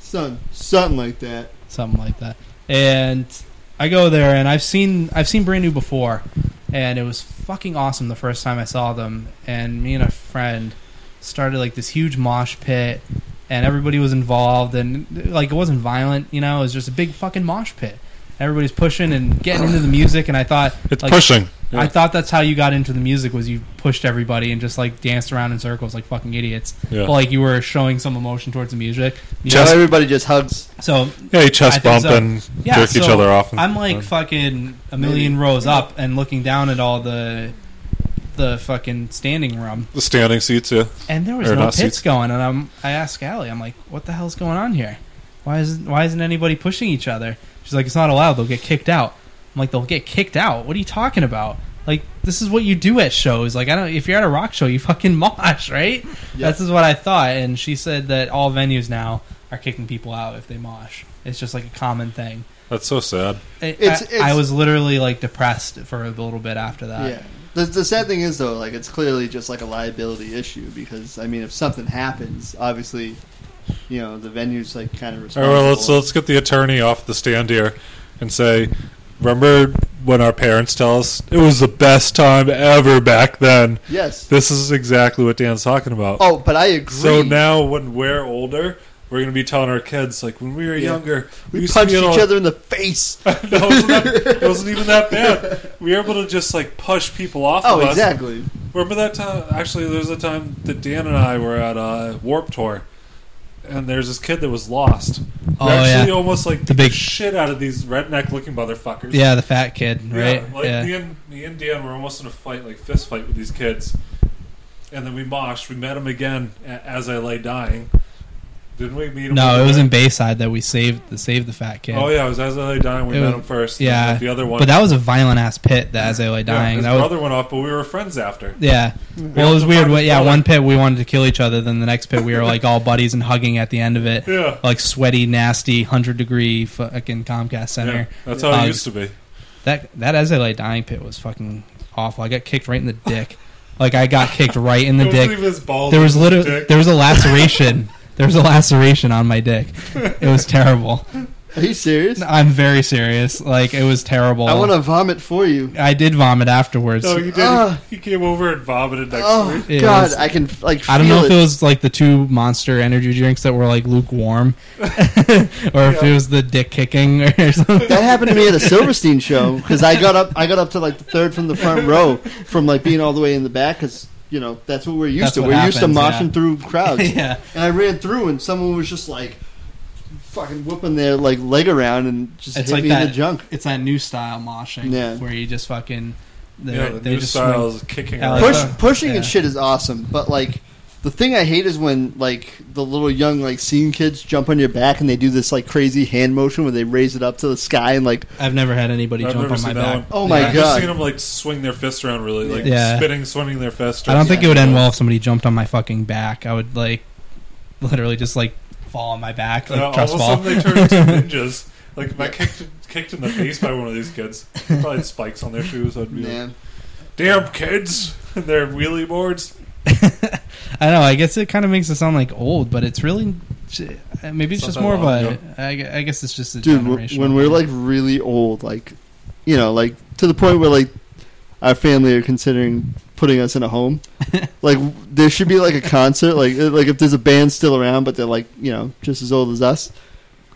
Speaker 4: some- something like that.
Speaker 3: something like that. And I go there, and I've seen, I've seen Brand New before, and it was fucking awesome the first time I saw them. And me and a friend started like this huge mosh pit, and everybody was involved, and like it wasn't violent, you know, it was just a big fucking mosh pit. Everybody's pushing and getting into the music, and I thought
Speaker 1: It's
Speaker 3: like,
Speaker 1: pushing. Yeah.
Speaker 3: I thought that's how you got into the music was you pushed everybody and just like danced around in circles like fucking idiots.
Speaker 1: Yeah.
Speaker 3: But like you were showing some emotion towards the music. You
Speaker 4: Now
Speaker 1: Just-
Speaker 4: everybody just hugs.
Speaker 3: know? So
Speaker 1: yeah, you
Speaker 3: I
Speaker 1: chest bump
Speaker 3: think so.
Speaker 1: and
Speaker 3: yeah,
Speaker 1: jerk each
Speaker 3: so
Speaker 1: other off. And,
Speaker 3: I'm like fucking a million rows up and looking down at all the the fucking standing room,
Speaker 1: the standing seats, yeah.
Speaker 3: and there was
Speaker 1: Or
Speaker 3: no
Speaker 1: not
Speaker 3: pits
Speaker 1: seats.
Speaker 3: going. And I'm I ask Allie, I'm like, what the hell's going on here? Why is why isn't anybody pushing each other? She's like, it's not allowed. They'll get kicked out. I'm like, they'll get kicked out. What are you talking about? Like, this is what you do at shows. Like, I don't. If you're at a rock show, you fucking mosh, right?
Speaker 4: Yeah.
Speaker 3: This is what I thought. And she said that all venues now are kicking people out if they mosh. It's just like a common thing.
Speaker 1: That's so sad.
Speaker 3: I-
Speaker 4: It's-
Speaker 3: I,
Speaker 4: it's-
Speaker 3: I was literally like depressed for a little bit after that.
Speaker 4: yeah. Uh, The, the sad thing is though, like it's clearly just like a liability issue because I mean, if something happens, obviously, you know, the venue's like kind of
Speaker 1: All
Speaker 4: responsible.
Speaker 1: right, well, let's, let's get the attorney off the stand here and say, remember when our parents tell us it was the best time ever back then?
Speaker 4: yes.
Speaker 1: This is exactly what Dan's talking about.
Speaker 4: Oh, but I agree.
Speaker 1: so now when we're older, we're going to be telling our kids, like, when we were
Speaker 4: Yeah.
Speaker 1: younger,
Speaker 4: we,
Speaker 1: used to
Speaker 4: punched
Speaker 1: be
Speaker 4: each
Speaker 1: able-
Speaker 4: other in the face.
Speaker 1: no, it wasn't, that, it wasn't even that bad. We were able to just like push people off.
Speaker 4: Oh,
Speaker 1: of us.
Speaker 4: exactly.
Speaker 1: Remember that time? Actually, there was a time that Dan and I were at a Warp Tour, and there's this kid that was lost. We
Speaker 3: Oh,
Speaker 1: actually
Speaker 3: yeah.
Speaker 1: almost like
Speaker 3: The
Speaker 1: the
Speaker 3: big-
Speaker 1: big shit out of these redneck-looking motherfuckers.
Speaker 3: Yeah, the fat kid,
Speaker 1: Yeah,
Speaker 3: right?
Speaker 1: Like
Speaker 3: yeah.
Speaker 1: Me, and, me and Dan were almost in a fight, like fist fight with these kids, and then we moshed. We met him again a- as I lay dying. Didn't we meet him?
Speaker 3: no,
Speaker 1: over
Speaker 3: it was
Speaker 1: there?
Speaker 3: in Bayside that we saved the saved the fat kid.
Speaker 1: Oh yeah, it was as I lay dying. We
Speaker 3: It
Speaker 1: met
Speaker 3: was-
Speaker 1: him first. and
Speaker 3: yeah.
Speaker 1: the other one.
Speaker 3: But that was a violent ass pit that as they lay
Speaker 1: Yeah,
Speaker 3: dying.
Speaker 1: his
Speaker 3: that was,
Speaker 1: brother went off, but we were friends after.
Speaker 3: yeah. Well, it was
Speaker 1: also
Speaker 3: weird.
Speaker 1: found
Speaker 3: What,
Speaker 1: his
Speaker 3: yeah,
Speaker 1: brother.
Speaker 3: one pit we wanted to kill each other. Then the next pit we were like all buddies and hugging at the end of it.
Speaker 1: Yeah.
Speaker 3: Like sweaty, nasty, hundred degree fucking Comcast
Speaker 1: Yeah,
Speaker 3: Center. Oh,
Speaker 1: that's how
Speaker 3: Hugs.
Speaker 1: it used to be.
Speaker 3: That that as I lay dying pit was fucking awful. I got kicked right in the dick. like I got kicked right in the
Speaker 1: It wasn't
Speaker 3: dick.
Speaker 1: even his balls,
Speaker 3: There was
Speaker 1: it his
Speaker 3: literally
Speaker 1: dick.
Speaker 3: there was a laceration. there was a laceration on my dick. It was terrible.
Speaker 4: Are you serious?
Speaker 3: I'm very serious. Like it was terrible.
Speaker 4: I want to vomit for you.
Speaker 3: I did vomit afterwards.
Speaker 1: No, he did.
Speaker 4: Ah.
Speaker 1: he came over and vomited next to
Speaker 4: Oh
Speaker 1: me.
Speaker 3: It
Speaker 4: God,
Speaker 3: was-
Speaker 4: I can like.
Speaker 3: I don't
Speaker 4: feel
Speaker 3: know if it was like the two monster energy drinks that were like lukewarm, or if it was the dick kicking or something.
Speaker 4: That happened to me at a Silverstein show because I got up. I got up to like the third from the front row from like being all the way in the back because you know that's what we're used
Speaker 3: That's
Speaker 4: to.
Speaker 3: what
Speaker 4: We're used to moshing
Speaker 3: happens,
Speaker 4: through crowds.
Speaker 3: yeah,
Speaker 4: And I ran through and someone was just like fucking whipping their like leg around and just
Speaker 3: It's
Speaker 4: hit
Speaker 3: like
Speaker 4: me in
Speaker 3: that-
Speaker 4: the junk.
Speaker 3: it's that new style moshing
Speaker 4: Yeah.
Speaker 3: where you just fucking they
Speaker 1: Yeah, the
Speaker 3: they
Speaker 1: new
Speaker 3: just
Speaker 1: style
Speaker 3: swing.
Speaker 1: is kicking.
Speaker 3: Yeah,
Speaker 1: around.
Speaker 3: like
Speaker 4: Push,
Speaker 3: that.
Speaker 4: pushing and
Speaker 3: Yeah.
Speaker 4: shit is awesome, but like the thing I hate is when like the little young like scene kids jump on your back and they do this like crazy hand motion where they raise it up to the sky and like
Speaker 3: I've never had anybody
Speaker 1: I've
Speaker 3: jump
Speaker 1: never
Speaker 3: on my
Speaker 1: seen
Speaker 3: back.
Speaker 1: that one.
Speaker 4: Oh my
Speaker 3: Yeah.
Speaker 1: I've just
Speaker 4: God.
Speaker 1: seen him like swing their fist around, really, like
Speaker 3: Yeah.
Speaker 1: spinning, swinging their fist.
Speaker 3: I don't think it would end
Speaker 1: Yeah.
Speaker 3: well if somebody jumped on my fucking back. I would like literally just like fall on my back, like
Speaker 1: Uh, all of
Speaker 3: trust
Speaker 1: a
Speaker 3: fall.
Speaker 1: sudden, they turned into ninjas. Like if I kicked kicked in the face by one of these kids, probably had spikes on their shoes. I'd be like,
Speaker 4: man.
Speaker 1: damn kids, and their wheelie boards.
Speaker 3: I know. I guess it kind of makes it sound like old, but it's really maybe it's
Speaker 1: It's not
Speaker 3: just
Speaker 1: that
Speaker 3: more of
Speaker 1: long
Speaker 3: a.
Speaker 1: ago.
Speaker 3: I gue- I guess it's just a
Speaker 4: dude
Speaker 3: generation.
Speaker 4: w- when we're like really old like you know like to the point where like our family are considering putting us in a home Like there should be like a concert, like uh, like if there's a band still around, but they're like you know just as old as us,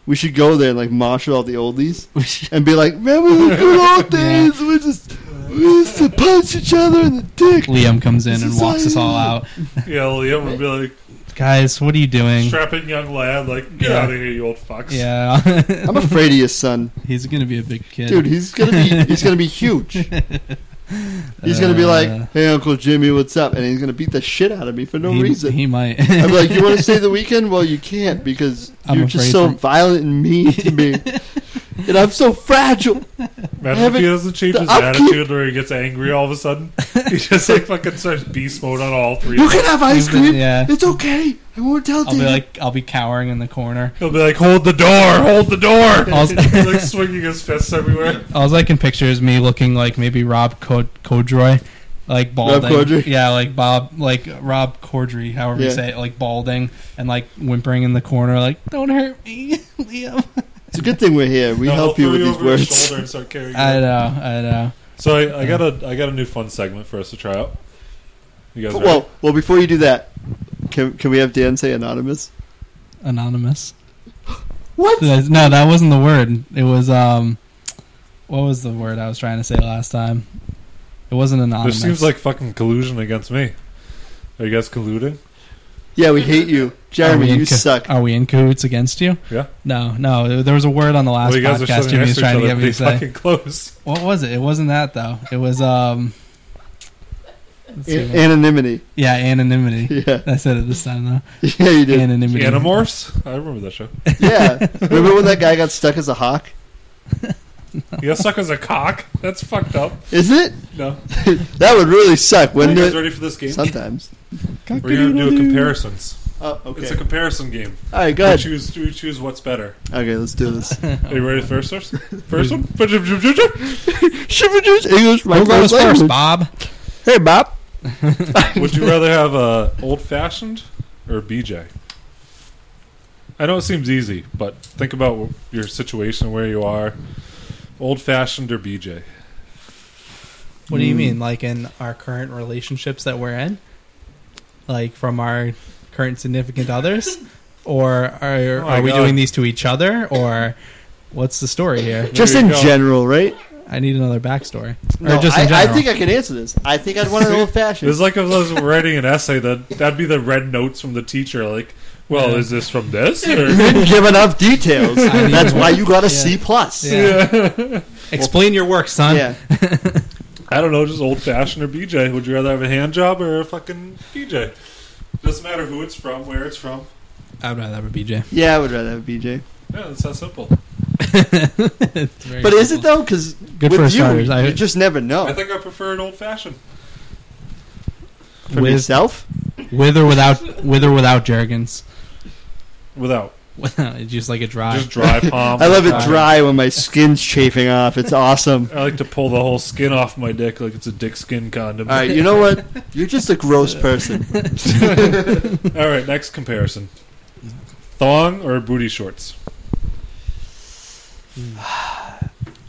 Speaker 4: we should go there and like marshal all the oldies and be like, remember the good old
Speaker 3: Yeah.
Speaker 4: days? We just we used to punch each other in the dick.
Speaker 3: Liam comes in and
Speaker 4: This is
Speaker 3: walks us all
Speaker 4: all
Speaker 3: out.
Speaker 1: Yeah, Liam would be like,
Speaker 3: Guys, what are you doing?
Speaker 1: strapping young lad, like, get
Speaker 3: Yeah.
Speaker 1: out of here, you old fucks.
Speaker 3: Yeah,
Speaker 4: I'm afraid of your son,
Speaker 3: he's gonna be a big kid,
Speaker 4: dude. He's gonna be he's gonna be huge. He's gonna be
Speaker 3: Uh,
Speaker 4: like, "Hey, Uncle Jimmy, what's up?" And he's gonna beat the shit out of me for no
Speaker 3: he,
Speaker 4: reason.
Speaker 3: He might.
Speaker 4: I'm like, "You want to stay the weekend? Well, you can't because
Speaker 3: I'm
Speaker 4: you're just
Speaker 3: afraid
Speaker 4: so
Speaker 3: to-
Speaker 4: violent and mean to me, and I'm so fragile." I
Speaker 1: Imagine if
Speaker 4: haven't-
Speaker 1: he doesn't change
Speaker 4: the
Speaker 1: his
Speaker 4: upkeep-
Speaker 1: attitude where he gets angry all of a sudden. He just like fucking starts beast mode on all three.
Speaker 4: You
Speaker 1: of them.
Speaker 4: can have ice
Speaker 3: He's been-
Speaker 4: cream.
Speaker 3: yeah.
Speaker 4: It's okay. I won't tell
Speaker 3: I'll be
Speaker 4: Dave.
Speaker 3: like, I'll be cowering in the corner.
Speaker 1: He'll be like, "Hold the door! Hold the door!"
Speaker 3: Also-
Speaker 1: He's like swinging his fists everywhere.
Speaker 3: All I can picture is me looking like maybe Rob Co- Codroy, like balding.
Speaker 4: Corddry?
Speaker 3: Yeah, like Bob, like Rob Cordry, however you
Speaker 4: Yeah.
Speaker 3: say it, like balding and like whimpering in the corner, like "Don't hurt me, Liam."
Speaker 4: it's a good thing we're here. We
Speaker 1: Now he'll
Speaker 4: help you
Speaker 1: throw
Speaker 4: with these
Speaker 1: over his
Speaker 4: words.
Speaker 1: shoulder and start carrying.
Speaker 3: I
Speaker 1: you.
Speaker 3: know, I know.
Speaker 1: So I, I got a I got a new fun segment for us to try out. You guys, ready?
Speaker 4: Well, well, before you do that, can can we have Dan say anonymous?
Speaker 3: Anonymous.
Speaker 4: What?
Speaker 3: That's- No, that wasn't the word. It was um, what was the word I was trying to say last time? It wasn't
Speaker 1: this
Speaker 3: anonymous.
Speaker 1: seems like fucking collusion against me. Are you guys colluding?
Speaker 4: Yeah, we hate you,
Speaker 3: Are
Speaker 4: Jeremy.
Speaker 3: we in
Speaker 4: You
Speaker 3: co-
Speaker 4: suck.
Speaker 3: Are we in cahoots against you?
Speaker 1: Yeah.
Speaker 3: No, no. There was a word on the last
Speaker 1: well, you guys are
Speaker 3: podcast
Speaker 1: sitting
Speaker 3: Jimmy was
Speaker 1: next to each
Speaker 3: trying to
Speaker 1: other.
Speaker 3: get me
Speaker 1: pretty
Speaker 3: to say.
Speaker 1: fucking close.
Speaker 3: What was it? It wasn't that though. It was um. let's see
Speaker 4: An-
Speaker 3: what-
Speaker 4: anonymity.
Speaker 3: yeah, anonymity.
Speaker 4: Yeah,
Speaker 3: I said it this time though.
Speaker 4: yeah, you did.
Speaker 3: Anonymity.
Speaker 1: Animorphs. I remember that show.
Speaker 4: yeah, remember when that guy got stuck as a hawk?
Speaker 1: You guys suck as a cock. That's fucked up.
Speaker 4: Is it?
Speaker 1: No.
Speaker 4: that would really suck,
Speaker 1: Are you
Speaker 4: wouldn't
Speaker 1: guys
Speaker 4: it?
Speaker 1: ready for this game?
Speaker 4: Sometimes.
Speaker 1: We're gonna do comparisons.
Speaker 4: Oh, okay.
Speaker 1: It's a comparison game.
Speaker 4: All right,
Speaker 1: We
Speaker 4: good.
Speaker 1: choose, we choose what's better.
Speaker 4: Okay, let's do this.
Speaker 1: Are you ready for first? First, first one? Would
Speaker 4: Shiver juice, English, my
Speaker 3: Who goes
Speaker 4: first
Speaker 3: first,
Speaker 4: language.
Speaker 3: Bob?
Speaker 4: Hey, Bob.
Speaker 1: you rather have a old fashioned or a BJ? I know it seems easy, but think about wh- your situation, where you are. Old fashioned or BJ?
Speaker 3: What do you
Speaker 4: Mm.
Speaker 3: mean, like in our current relationships that we're in, like from our current significant others, or are
Speaker 1: Oh,
Speaker 3: are we
Speaker 1: God.
Speaker 3: doing these to each other, or what's the story here?
Speaker 4: Just
Speaker 1: you
Speaker 4: in
Speaker 1: go.
Speaker 4: general, right?
Speaker 3: I need another backstory,
Speaker 4: No,
Speaker 3: or just in
Speaker 4: I, I
Speaker 3: general.
Speaker 4: think I can answer this. I think I'd want an old
Speaker 1: It was
Speaker 4: fashioned.
Speaker 1: like if I was writing an essay. That that'd be the red notes from the teacher. Like, well,
Speaker 3: Yeah.
Speaker 1: is this from this? Or?
Speaker 4: You didn't give enough details.
Speaker 3: I mean-
Speaker 4: That's why you got a
Speaker 3: Yeah.
Speaker 4: C plus.
Speaker 3: Yeah. Explain your work, son.
Speaker 4: Yeah.
Speaker 1: I don't know, just old fashioned or BJ. Would you rather have a hand job or a fucking BJ? Doesn't matter who it's from, where it's from.
Speaker 3: I'd rather have a BJ.
Speaker 4: Yeah, I would rather have BJ.
Speaker 1: Yeah, it's that simple.
Speaker 3: It's very
Speaker 4: But is it
Speaker 3: simple.
Speaker 4: though? Because
Speaker 3: Good
Speaker 4: with
Speaker 3: for
Speaker 4: you,
Speaker 3: starters.
Speaker 4: you
Speaker 3: I-
Speaker 4: just never
Speaker 1: I
Speaker 4: know.
Speaker 1: think I prefer an old fashioned.
Speaker 4: For
Speaker 3: With-
Speaker 4: yourself,
Speaker 3: with or without with or without jergens?
Speaker 1: Without.
Speaker 3: it's just like a dry.
Speaker 1: Just dry palm.
Speaker 4: I love it
Speaker 3: God.
Speaker 4: dry when my skin's chafing off. It's awesome.
Speaker 1: I like to pull the whole skin off my dick like it's a dick skin condom.
Speaker 4: All right, you know what? You're just a gross person.
Speaker 1: All right, next comparison. Thong or booty shorts?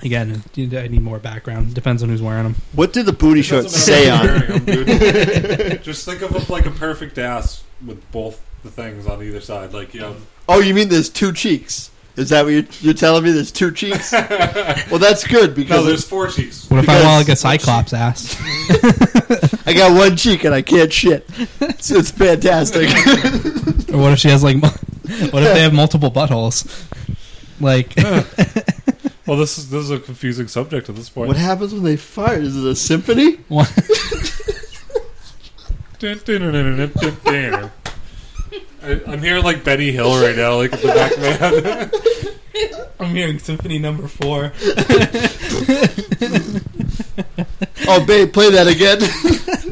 Speaker 3: Again, I need more background. Depends on who's wearing them.
Speaker 4: What do the booty shorts say on it?
Speaker 1: on. Just think of like a perfect ass with both the things on either side. Like you have
Speaker 4: Oh, you mean there's two cheeks? Is that what you're, you're telling me? There's two cheeks? well, that's good
Speaker 1: no,
Speaker 4: because
Speaker 1: there's four cheeks.
Speaker 3: What if I
Speaker 4: Because-
Speaker 3: want like a cyclops ass?
Speaker 4: I got one cheek and I can't shit. So it's fantastic.
Speaker 3: or what if she has like? mul- What if they have multiple buttholes? Like
Speaker 1: Well, this is this is a confusing subject at this point.
Speaker 4: what happens when they fart? Is it a symphony?
Speaker 3: one-
Speaker 1: I, I'm hearing like Benny Hill right now, like at the back of my head.
Speaker 3: I'm hearing symphony number four.
Speaker 4: Oh, babe, play that again.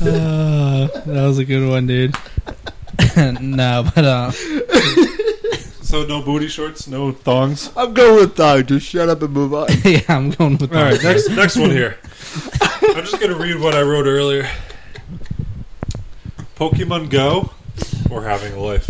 Speaker 3: Uh, that was a good one, dude. no, but uh,
Speaker 1: So no booty shorts, no thongs.
Speaker 4: I'm going with dog. Just shut up and move on.
Speaker 3: yeah, I'm going with.
Speaker 1: All right,
Speaker 3: that.
Speaker 1: next next one here. I'm just gonna read what I wrote earlier. Pokemon Go or having a life.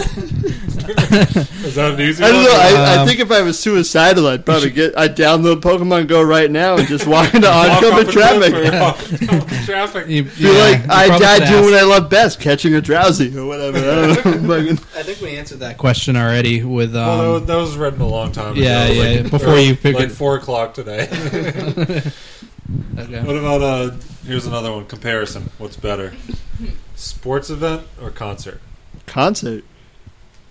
Speaker 1: Is that an easy
Speaker 4: I don't
Speaker 1: one?
Speaker 4: know. I, I
Speaker 3: Um,
Speaker 4: think if I was suicidal, I'd probably get. I'd download Pokemon Go right now and just walk into
Speaker 1: Walk
Speaker 4: oncoming
Speaker 1: off a
Speaker 4: traffic.
Speaker 1: cliff or walk off a traffic.
Speaker 3: You-
Speaker 4: Be
Speaker 3: yeah,
Speaker 4: like,
Speaker 3: you
Speaker 4: I
Speaker 3: probably
Speaker 4: died
Speaker 3: should
Speaker 4: doing what
Speaker 3: ask.
Speaker 4: I love best, catching a drowsy or whatever. I don't know. Fucking-
Speaker 3: I think we answered that question already with um,
Speaker 1: well, that was, that was written a long time
Speaker 3: Yeah,
Speaker 1: ago.
Speaker 3: yeah, before
Speaker 1: or
Speaker 3: you pick
Speaker 1: Like
Speaker 3: it.
Speaker 1: 4 o'clock today.
Speaker 3: okay.
Speaker 1: what about, uh, here's another one comparison. What's better? Sports event or concert?
Speaker 4: concert.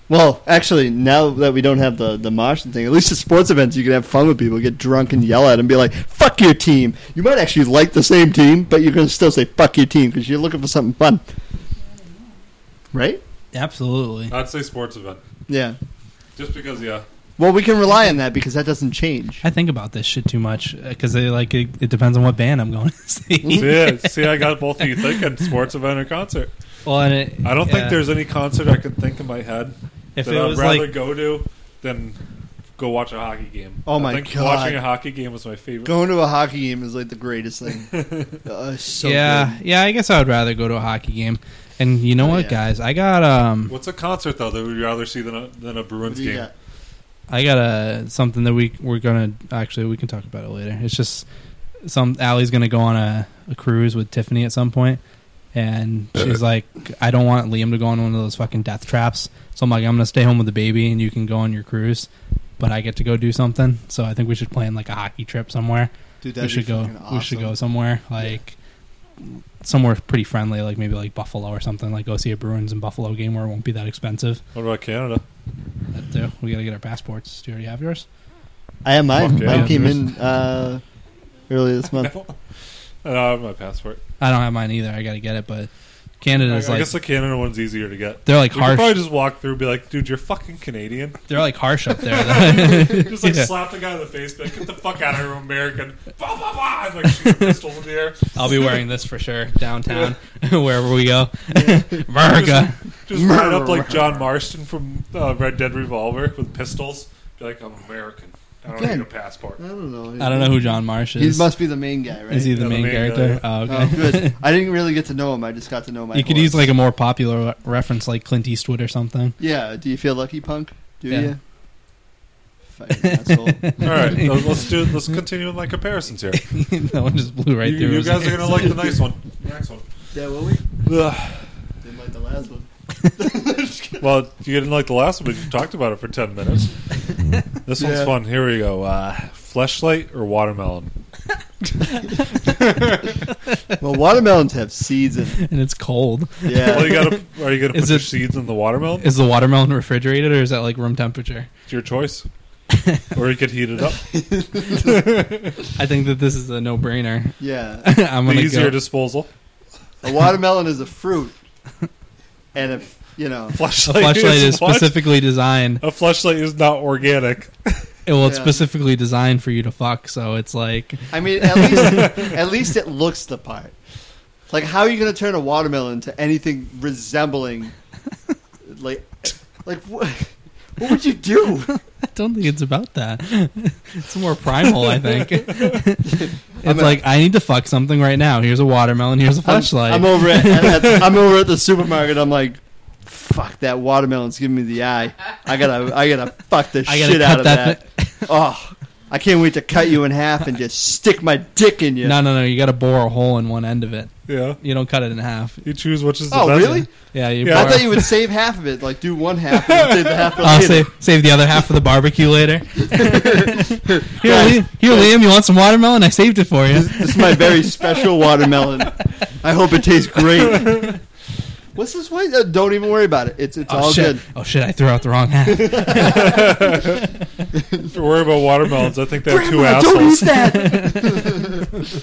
Speaker 4: Well, actually, now that we don't have the the Martian thing, at least at sports events you can have fun with people, get drunk and yell at them, be like, "Fuck your team." You might actually like the same team, but you're gonna still say "fuck your team" because you're looking for something fun, right?
Speaker 3: Absolutely.
Speaker 1: I'd say sports event.
Speaker 4: Yeah.
Speaker 1: Just because, yeah.
Speaker 4: Well, we can rely on that because that doesn't change.
Speaker 3: I think about this shit too much because like it, it depends on what band I'm going to see.
Speaker 1: See, see, I got both of you thinking sports event or concert.
Speaker 3: well, and it,
Speaker 1: I don't
Speaker 3: yeah.
Speaker 1: think there's any concert I can think in my head
Speaker 3: if
Speaker 1: that
Speaker 3: it
Speaker 1: I'd
Speaker 3: was
Speaker 1: rather
Speaker 3: like
Speaker 1: go to than go watch a hockey game.
Speaker 4: Oh
Speaker 1: I
Speaker 4: my
Speaker 1: think
Speaker 4: God.
Speaker 1: Watching a hockey game was my favorite.
Speaker 4: Going to a hockey game is like the greatest thing. Uh, it's so
Speaker 3: yeah yeah I guess I would rather go to a hockey game. And you know
Speaker 4: Oh,
Speaker 3: what,
Speaker 4: yeah.
Speaker 3: guys? I got um
Speaker 1: What's a concert though that we'd rather see than a, than a
Speaker 4: good. What
Speaker 1: Bruins
Speaker 4: do you
Speaker 1: game?
Speaker 4: got?
Speaker 3: I got a something that we we're gonna actually we can talk about it later. It's just some Allie's gonna go on a, a cruise with Tiffany at some point, and she's like, I don't want Liam to go on one of those fucking death traps. So I'm like, I'm gonna stay home with the baby, and you can go on your cruise, but I get to go do something. So I think we should plan like a hockey trip somewhere.
Speaker 4: Dude,
Speaker 3: we
Speaker 4: that'd
Speaker 3: should
Speaker 4: be
Speaker 3: go.
Speaker 4: fucking
Speaker 3: We should
Speaker 4: awesome.
Speaker 3: go somewhere like. Somewhere pretty friendly, like maybe like Buffalo or something. Like go see a Bruins and Buffalo game where it won't be that expensive.
Speaker 1: What about Canada?
Speaker 3: That too. We gotta get our passports. Do you already have yours?
Speaker 4: I have mine.
Speaker 1: Fuck yeah.
Speaker 4: mine came in uh, earlier this month.
Speaker 1: Uh, I don't have my passport.
Speaker 3: I don't have mine either. I got to get it, but
Speaker 1: I,
Speaker 3: Canada's
Speaker 1: I
Speaker 3: like
Speaker 1: guess the Canada one's easier to get.
Speaker 3: they're like
Speaker 1: You could
Speaker 3: harsh.
Speaker 1: probably just walk through and be like, dude, you're fucking Canadian.
Speaker 3: They're like harsh up there.
Speaker 1: just like
Speaker 3: Yeah.
Speaker 1: slap the guy in the face, be like, get the fuck out of here, American. Blah, blah, blah. And, like shoot a pistol in the air.
Speaker 3: I'll be wearing this for sure downtown wherever we go. America.
Speaker 1: Just line up like John Marston from uh, Red Dead Revolver with pistols. Be like, I'm American. I don't
Speaker 4: Again.
Speaker 1: need a passport.
Speaker 4: I don't know.
Speaker 3: I don't know who John Marsh
Speaker 4: He
Speaker 3: is.
Speaker 4: must be the main guy, right?
Speaker 3: is he
Speaker 1: No,
Speaker 3: the
Speaker 1: the
Speaker 3: main,
Speaker 1: main
Speaker 3: character?
Speaker 1: guy,
Speaker 3: Oh,
Speaker 4: Oh,
Speaker 3: okay.
Speaker 4: good. I didn't really get to know him. I just got to know my.
Speaker 3: you could
Speaker 4: horse.
Speaker 3: use like a more popular reference, like Clint Eastwood or something.
Speaker 4: Yeah. Do you feel lucky, punk? Do
Speaker 3: Yeah.
Speaker 4: you? Fucking asshole.
Speaker 1: All right, let's- let's do. Let's continue with my comparisons here.
Speaker 3: that one just blew right
Speaker 1: you,
Speaker 3: through.
Speaker 1: you
Speaker 3: his
Speaker 1: guys are gonna
Speaker 3: hands.
Speaker 1: like the nice one. The next one.
Speaker 4: Yeah, will we?
Speaker 1: Ugh.
Speaker 4: Didn't like the last one.
Speaker 1: Well, you didn't like the last one, but you talked about it for ten minutes. This one's
Speaker 4: Yeah.
Speaker 1: fun. Here we go. Uh, fleshlight or watermelon?
Speaker 4: Well, watermelons have seeds in.
Speaker 3: and it's cold.
Speaker 4: Yeah.
Speaker 1: Well, you gotta, are you gonna put
Speaker 3: Is
Speaker 1: your
Speaker 3: it-
Speaker 1: seeds in the watermelon?
Speaker 3: Is the watermelon refrigerated or is that like room temperature?
Speaker 1: It's your choice. or you could heat it up.
Speaker 3: I think that this is a no-brainer.
Speaker 4: Yeah.
Speaker 3: I'm
Speaker 1: The
Speaker 3: gonna
Speaker 1: easier
Speaker 3: go.
Speaker 1: disposal.
Speaker 4: A watermelon is a fruit, and if you know,
Speaker 1: Fleshlight,
Speaker 3: Flashlight is
Speaker 1: what?
Speaker 3: specifically designed
Speaker 1: A fleshlight is not organic.
Speaker 3: It- well, it's
Speaker 4: Yeah.
Speaker 3: specifically designed for you to fuck, so it's like
Speaker 4: I mean, at least at least it looks the part. Like, how are you going to turn a watermelon to anything resembling, like, like what? What would you do?
Speaker 3: I don't think it's about that. It's more primal, I think. it's like I need to fuck something right now. Here's a watermelon. Here's a
Speaker 4: I'm-
Speaker 3: flashlight.
Speaker 4: I'm, over at, at- at- I'm over at the supermarket. I'm like, fuck that watermelon's giving me the eye. I gotta I gotta fuck the
Speaker 3: I gotta
Speaker 4: shit
Speaker 3: cut
Speaker 4: out of that.
Speaker 3: that
Speaker 4: Oh, I can't wait to cut you in half and just stick my dick in you.
Speaker 3: No, no, no. You got to bore a hole in one end of it.
Speaker 1: Yeah.
Speaker 3: You don't cut it in half.
Speaker 1: You choose which is the
Speaker 4: oh
Speaker 1: best.
Speaker 4: really?
Speaker 3: Yeah, you.
Speaker 1: Yeah.
Speaker 4: I
Speaker 3: bore-
Speaker 4: thought you would save half of it. Like do one half and save the half for
Speaker 3: I'll
Speaker 4: later.
Speaker 3: save, save the other half for the barbecue later. here, Liam, here, Liam, you want some watermelon? I saved it for you.
Speaker 4: This, this is my very special watermelon. I hope it tastes great. What's this white? Uh, don't even worry about it. It's it's
Speaker 3: oh
Speaker 4: all
Speaker 3: shit!
Speaker 4: good.
Speaker 3: Oh shit! I threw out the wrong half.
Speaker 1: If you worry about watermelons, I think they have two
Speaker 4: Grandma, don't eat
Speaker 1: assholes.
Speaker 4: that.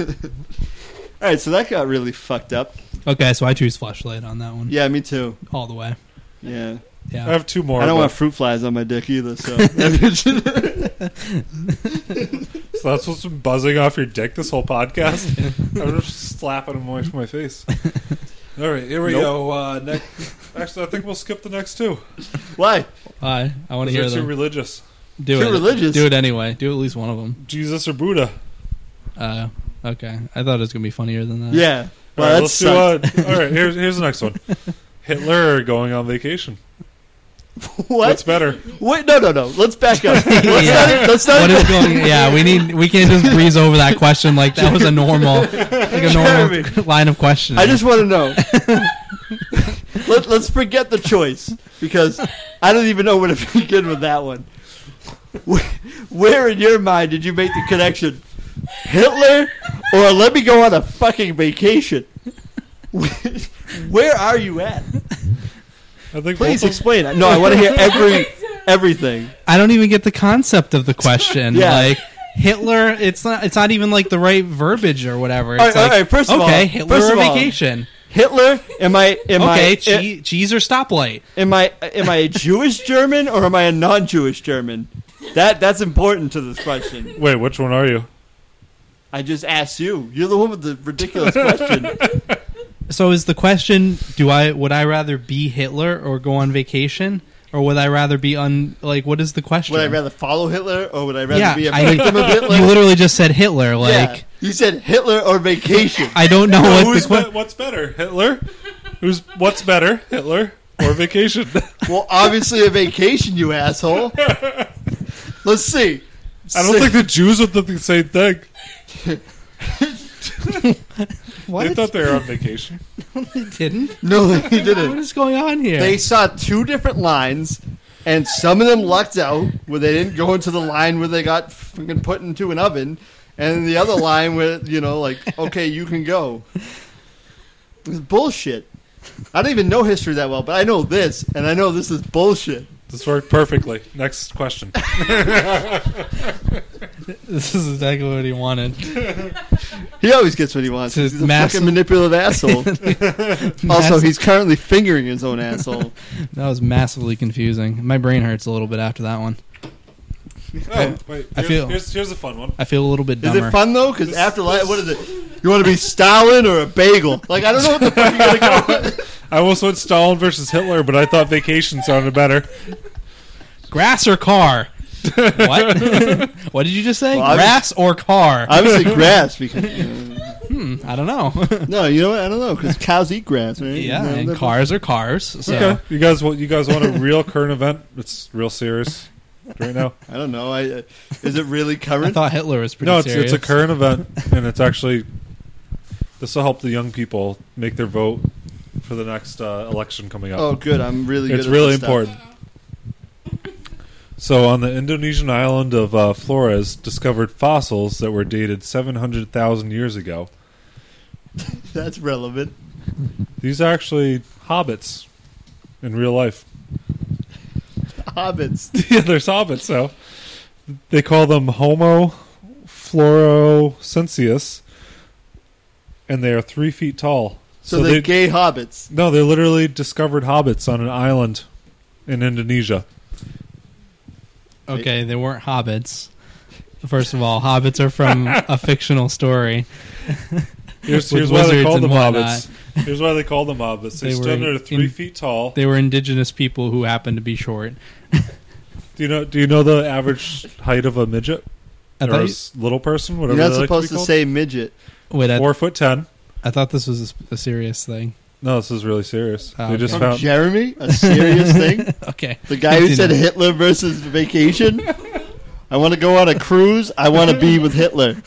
Speaker 4: All right, so that got really fucked up.
Speaker 3: okay, so I choose flashlight on that one.
Speaker 4: Yeah, me too.
Speaker 3: all the way.
Speaker 4: Yeah,
Speaker 3: Yeah.
Speaker 1: I have two more.
Speaker 4: I don't
Speaker 1: but-
Speaker 4: want fruit flies on my dick either. So
Speaker 1: So that's what's been buzzing off your dick this whole podcast. I'm just slapping them away from my face. All right, here we
Speaker 4: Nope.
Speaker 1: go. Uh, next, actually, I think we'll skip the next two.
Speaker 4: why?
Speaker 3: Why? I want to hear
Speaker 1: They're too
Speaker 3: them.
Speaker 1: religious.
Speaker 3: do
Speaker 4: too
Speaker 3: it.
Speaker 4: religious.
Speaker 3: Do it anyway. Do at least one of them.
Speaker 1: Jesus or Buddha?
Speaker 3: Uh, okay. I thought it was gonna be funnier than that.
Speaker 4: Yeah.
Speaker 1: All
Speaker 4: Well,
Speaker 1: right,
Speaker 4: that
Speaker 1: let's do.
Speaker 4: sucked.
Speaker 1: Uh, all right, here's here's the next one. Hitler or going on vacation? What's
Speaker 4: what?
Speaker 1: better?
Speaker 4: Wait, no, no, no. Let's back up. Let's
Speaker 3: Yeah.
Speaker 4: not, e- let's not
Speaker 3: What is going? Yeah, we need. We can't just breeze over that question like that was a normal, like a normal
Speaker 4: Jeremy.
Speaker 3: line of questioning.
Speaker 4: I just want to know. Let, let's forget the choice because I don't even know where to begin with that one. Where, where in your mind did you make the connection? Hitler or let me go on a fucking vacation? Where are you at?
Speaker 1: I think
Speaker 4: Please
Speaker 1: both of-
Speaker 4: explain. No, I want to hear every everything.
Speaker 3: I don't even get the concept of the question.
Speaker 4: Yeah.
Speaker 3: Like Hitler, it's not. It's not even like the right verbiage or whatever. It's
Speaker 4: All right, all
Speaker 3: like,
Speaker 4: right, first of all-
Speaker 3: okay, Hitler
Speaker 4: first
Speaker 3: or
Speaker 4: of all,
Speaker 3: vacation.
Speaker 4: Hitler? Am I am
Speaker 3: okay,
Speaker 4: I
Speaker 3: chee- cheese or stoplight.
Speaker 4: am I am I a Jewish German or am I a non-Jewish German? That that's important to this question.
Speaker 1: Wait, which one are you?
Speaker 4: I just asked you. You're the one with the ridiculous question.
Speaker 3: So is the question: Do I would I rather be Hitler or go on vacation, or would I rather be un like what is the question?
Speaker 4: Would I rather follow Hitler or would I rather
Speaker 3: Yeah,
Speaker 4: be a
Speaker 3: I-
Speaker 4: victim of Hitler?
Speaker 3: You literally just said Hitler. Like
Speaker 4: yeah. you said Hitler or vacation.
Speaker 3: I don't know what
Speaker 1: Who's
Speaker 3: the que-
Speaker 1: be- what's better, Hitler? Who's what's better, Hitler or vacation?
Speaker 4: well, obviously a vacation, you asshole. Let's see.
Speaker 1: I don't think the Jews would think the same thing. They thought they were on vacation.
Speaker 3: didn't.
Speaker 4: no, he
Speaker 3: What
Speaker 4: didn't.
Speaker 3: is going on here?
Speaker 4: They saw two different lines, and some of them lucked out where they didn't go into the line where they got fucking put into an oven, and the other line where you know, like, okay, you can go. It's bullshit. I don't even know history that well, but I know this, and I know this is bullshit.
Speaker 1: This worked perfectly. Next question.
Speaker 3: this is exactly what he wanted.
Speaker 4: He always gets what he wants.
Speaker 3: It's
Speaker 4: He's a
Speaker 3: mass-
Speaker 4: fucking manipulative asshole. also, he's currently fingering his own asshole.
Speaker 3: that was massively confusing. My brain hurts a little bit after that one.
Speaker 1: Oh, wait.
Speaker 3: I
Speaker 1: Here's,
Speaker 3: feel-
Speaker 1: here's, here's a fun one.
Speaker 3: I feel a little bit
Speaker 4: Is
Speaker 3: dumber.
Speaker 4: it fun though? Because after life, what is it? You want to be Stalin or a bagel? Like I don't know what the fuck you're gonna go. With.
Speaker 1: I almost went Stalin versus Hitler, but I thought vacation sounded better.
Speaker 3: Grass or car? what? what did you just say?
Speaker 4: Well, I was-
Speaker 3: Grass or car?
Speaker 4: Obviously, grass because uh,
Speaker 3: hmm, I don't know.
Speaker 4: no, you know what? I don't know because cows eat grass, right?
Speaker 3: yeah,
Speaker 4: No,
Speaker 3: and
Speaker 4: they're-
Speaker 3: cars are cars. So
Speaker 1: Okay, you guys, want you guys want a real current event? It's real serious right now.
Speaker 4: I don't know. I, uh, is it really
Speaker 3: I
Speaker 4: current?
Speaker 3: thought Hitler was pretty
Speaker 1: no, it's,
Speaker 3: serious.
Speaker 1: it's a current event, and it's actually this will help the young people make their vote for the next uh, election coming up.
Speaker 4: oh, good. I'm really. good
Speaker 1: it's
Speaker 4: at
Speaker 1: really
Speaker 4: this stuff.
Speaker 1: important. So, on the Indonesian island of uh, Flores, discovered fossils that were dated 700,000 years ago.
Speaker 4: That's relevant.
Speaker 1: These are actually hobbits in real life.
Speaker 4: Hobbits.
Speaker 1: yeah, there's hobbits, so they call them Homo florosensis, and they are three feet tall.
Speaker 4: So, they're gay hobbits.
Speaker 1: No, they literally discovered hobbits on an island in Indonesia.
Speaker 3: okay, they weren't hobbits. First of all, hobbits are from a fictional story.
Speaker 1: Here's,
Speaker 3: With
Speaker 1: here's why they
Speaker 3: wizards
Speaker 1: called
Speaker 3: and
Speaker 1: them
Speaker 3: whatnot.
Speaker 1: hobbits. Here's why they called them hobbits. They,
Speaker 3: They were
Speaker 1: stood there three
Speaker 3: in-
Speaker 1: feet tall.
Speaker 3: They were indigenous people who happened to be short.
Speaker 1: do you know? Do you know the average height of a midget
Speaker 3: I
Speaker 1: or a
Speaker 3: thought you-
Speaker 1: s- little person?
Speaker 4: You're
Speaker 1: Whatever.
Speaker 4: not
Speaker 1: they like to,
Speaker 4: supposed to,
Speaker 1: be called?
Speaker 4: say midget.
Speaker 3: Wait, I,
Speaker 1: four foot ten.
Speaker 3: I thought this was a, s- a serious thing.
Speaker 1: No, this is really serious.
Speaker 3: Oh,
Speaker 1: they just
Speaker 4: From
Speaker 1: found.
Speaker 4: Jeremy, a serious thing.
Speaker 3: Okay.
Speaker 4: The guy who said
Speaker 3: Continue.
Speaker 4: Hitler versus vacation. I want to go on a cruise. I want to be with Hitler.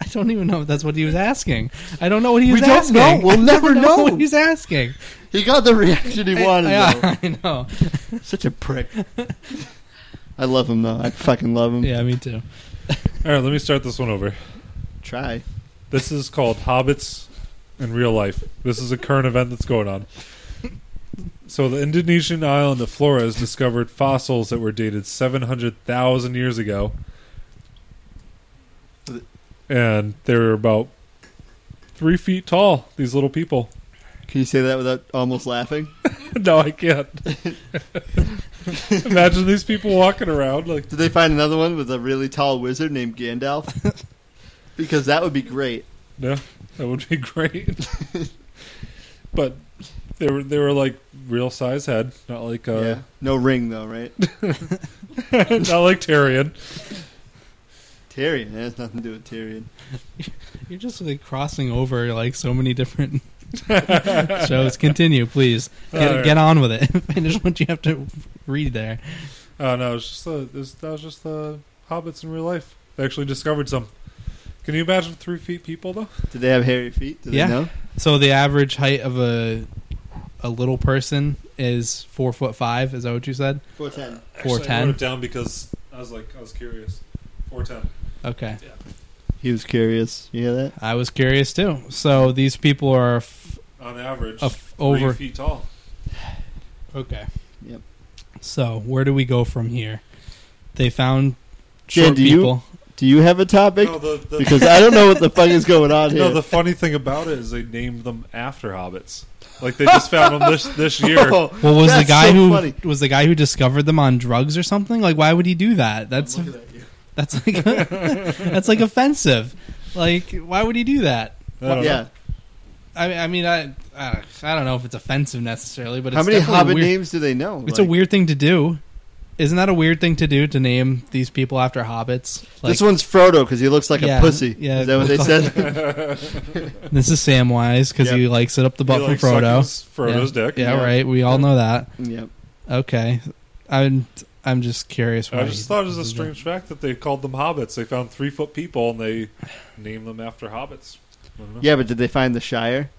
Speaker 3: I don't even know if that's what he was asking. I don't know what he was
Speaker 4: We don't
Speaker 3: asking.
Speaker 4: know. We'll
Speaker 3: I don't
Speaker 4: never know.
Speaker 3: what he's asking.
Speaker 4: He got the reaction he wanted. though.
Speaker 3: I, I know.
Speaker 4: Such a prick. I love him though. I fucking love him.
Speaker 3: Yeah, me too.
Speaker 1: All right, let me start this one over.
Speaker 4: Try.
Speaker 1: This is called Hobbits in real life. This is a current event that's going on. So the Indonesian island of Flores discovered fossils that were dated 700,000 years ago. And they were about three feet tall, these little people.
Speaker 4: Can you say that without almost laughing?
Speaker 1: no, I can't. Imagine these people walking around like,
Speaker 4: Did they find another one with a really tall wizard named Gandalf? because that would be great.
Speaker 1: no, that would be great. but they were they were like real size head, not like
Speaker 3: Oh,
Speaker 1: uh,
Speaker 4: yeah. No ring though, right?
Speaker 1: not like Tyrion.
Speaker 4: Tyrion. That has nothing to do with Tyrion.
Speaker 3: You're just like crossing over like so many different Shows continue, please. Get,
Speaker 1: All right.
Speaker 3: get on with it. Finish what you have to read there.
Speaker 1: Oh no, it's just the this, that was just the hobbits in real life. They actually discovered some. Can you imagine three feet people though?
Speaker 4: Do they have hairy feet? Do
Speaker 3: Yeah.
Speaker 4: they know?
Speaker 3: So the average height of a a little person is four foot five. Is that what you said?
Speaker 4: 410.
Speaker 1: Actually, I
Speaker 3: 410.
Speaker 1: wrote it down because I was like I was curious. Four ten.
Speaker 3: Okay,
Speaker 4: He was curious. You hear that?
Speaker 3: I was curious too. So these people are f-
Speaker 1: On average,
Speaker 3: a f-
Speaker 1: three
Speaker 3: over.
Speaker 1: feet tall.
Speaker 3: Okay.
Speaker 4: Yep.
Speaker 3: So where do we go from here? They found short
Speaker 4: do you-
Speaker 3: people.
Speaker 4: Do you have a topic?
Speaker 1: No, the, the,
Speaker 4: Because I don't know what the fuck is going on here.
Speaker 1: no, the funny thing about it is they named them after hobbits. Like they just found them this this year.
Speaker 4: Oh,
Speaker 3: Well, was the
Speaker 4: that's
Speaker 3: guy
Speaker 4: so
Speaker 3: who
Speaker 4: funny.
Speaker 3: was the guy who discovered them on drugs or something? Like, why would he do that? That's
Speaker 4: I'm looking at you.
Speaker 3: that's like that's like offensive. Like, why would he do that?
Speaker 1: I don't know.
Speaker 4: yeah.
Speaker 3: I, I mean, I uh, I don't know if it's offensive necessarily, but
Speaker 4: How
Speaker 3: it's
Speaker 4: many
Speaker 3: definitely
Speaker 4: Hobbit
Speaker 3: weird.
Speaker 4: names do they know?
Speaker 3: It's a
Speaker 4: Like,
Speaker 3: weird thing to do. Isn't that a weird thing to do to name these people after hobbits? Like,
Speaker 4: this one's Frodo because he looks like
Speaker 3: Yeah,
Speaker 4: a pussy.
Speaker 3: yeah.
Speaker 4: is that what they said?
Speaker 3: this is Samwise because he likes it up the
Speaker 1: He,
Speaker 3: butt
Speaker 1: like,
Speaker 3: for Frodo.
Speaker 1: sucks Frodo's
Speaker 3: yeah.
Speaker 1: dick.
Speaker 3: Yeah,
Speaker 4: Yeah.
Speaker 3: right. We all know that.
Speaker 4: yep.
Speaker 3: Okay, I'm I'm just curious. Why
Speaker 1: I just
Speaker 3: he-
Speaker 1: thought it was a strange fact that they called them hobbits. They found three foot people and they named them after hobbits. I don't know.
Speaker 4: Yeah, but did they find the Shire?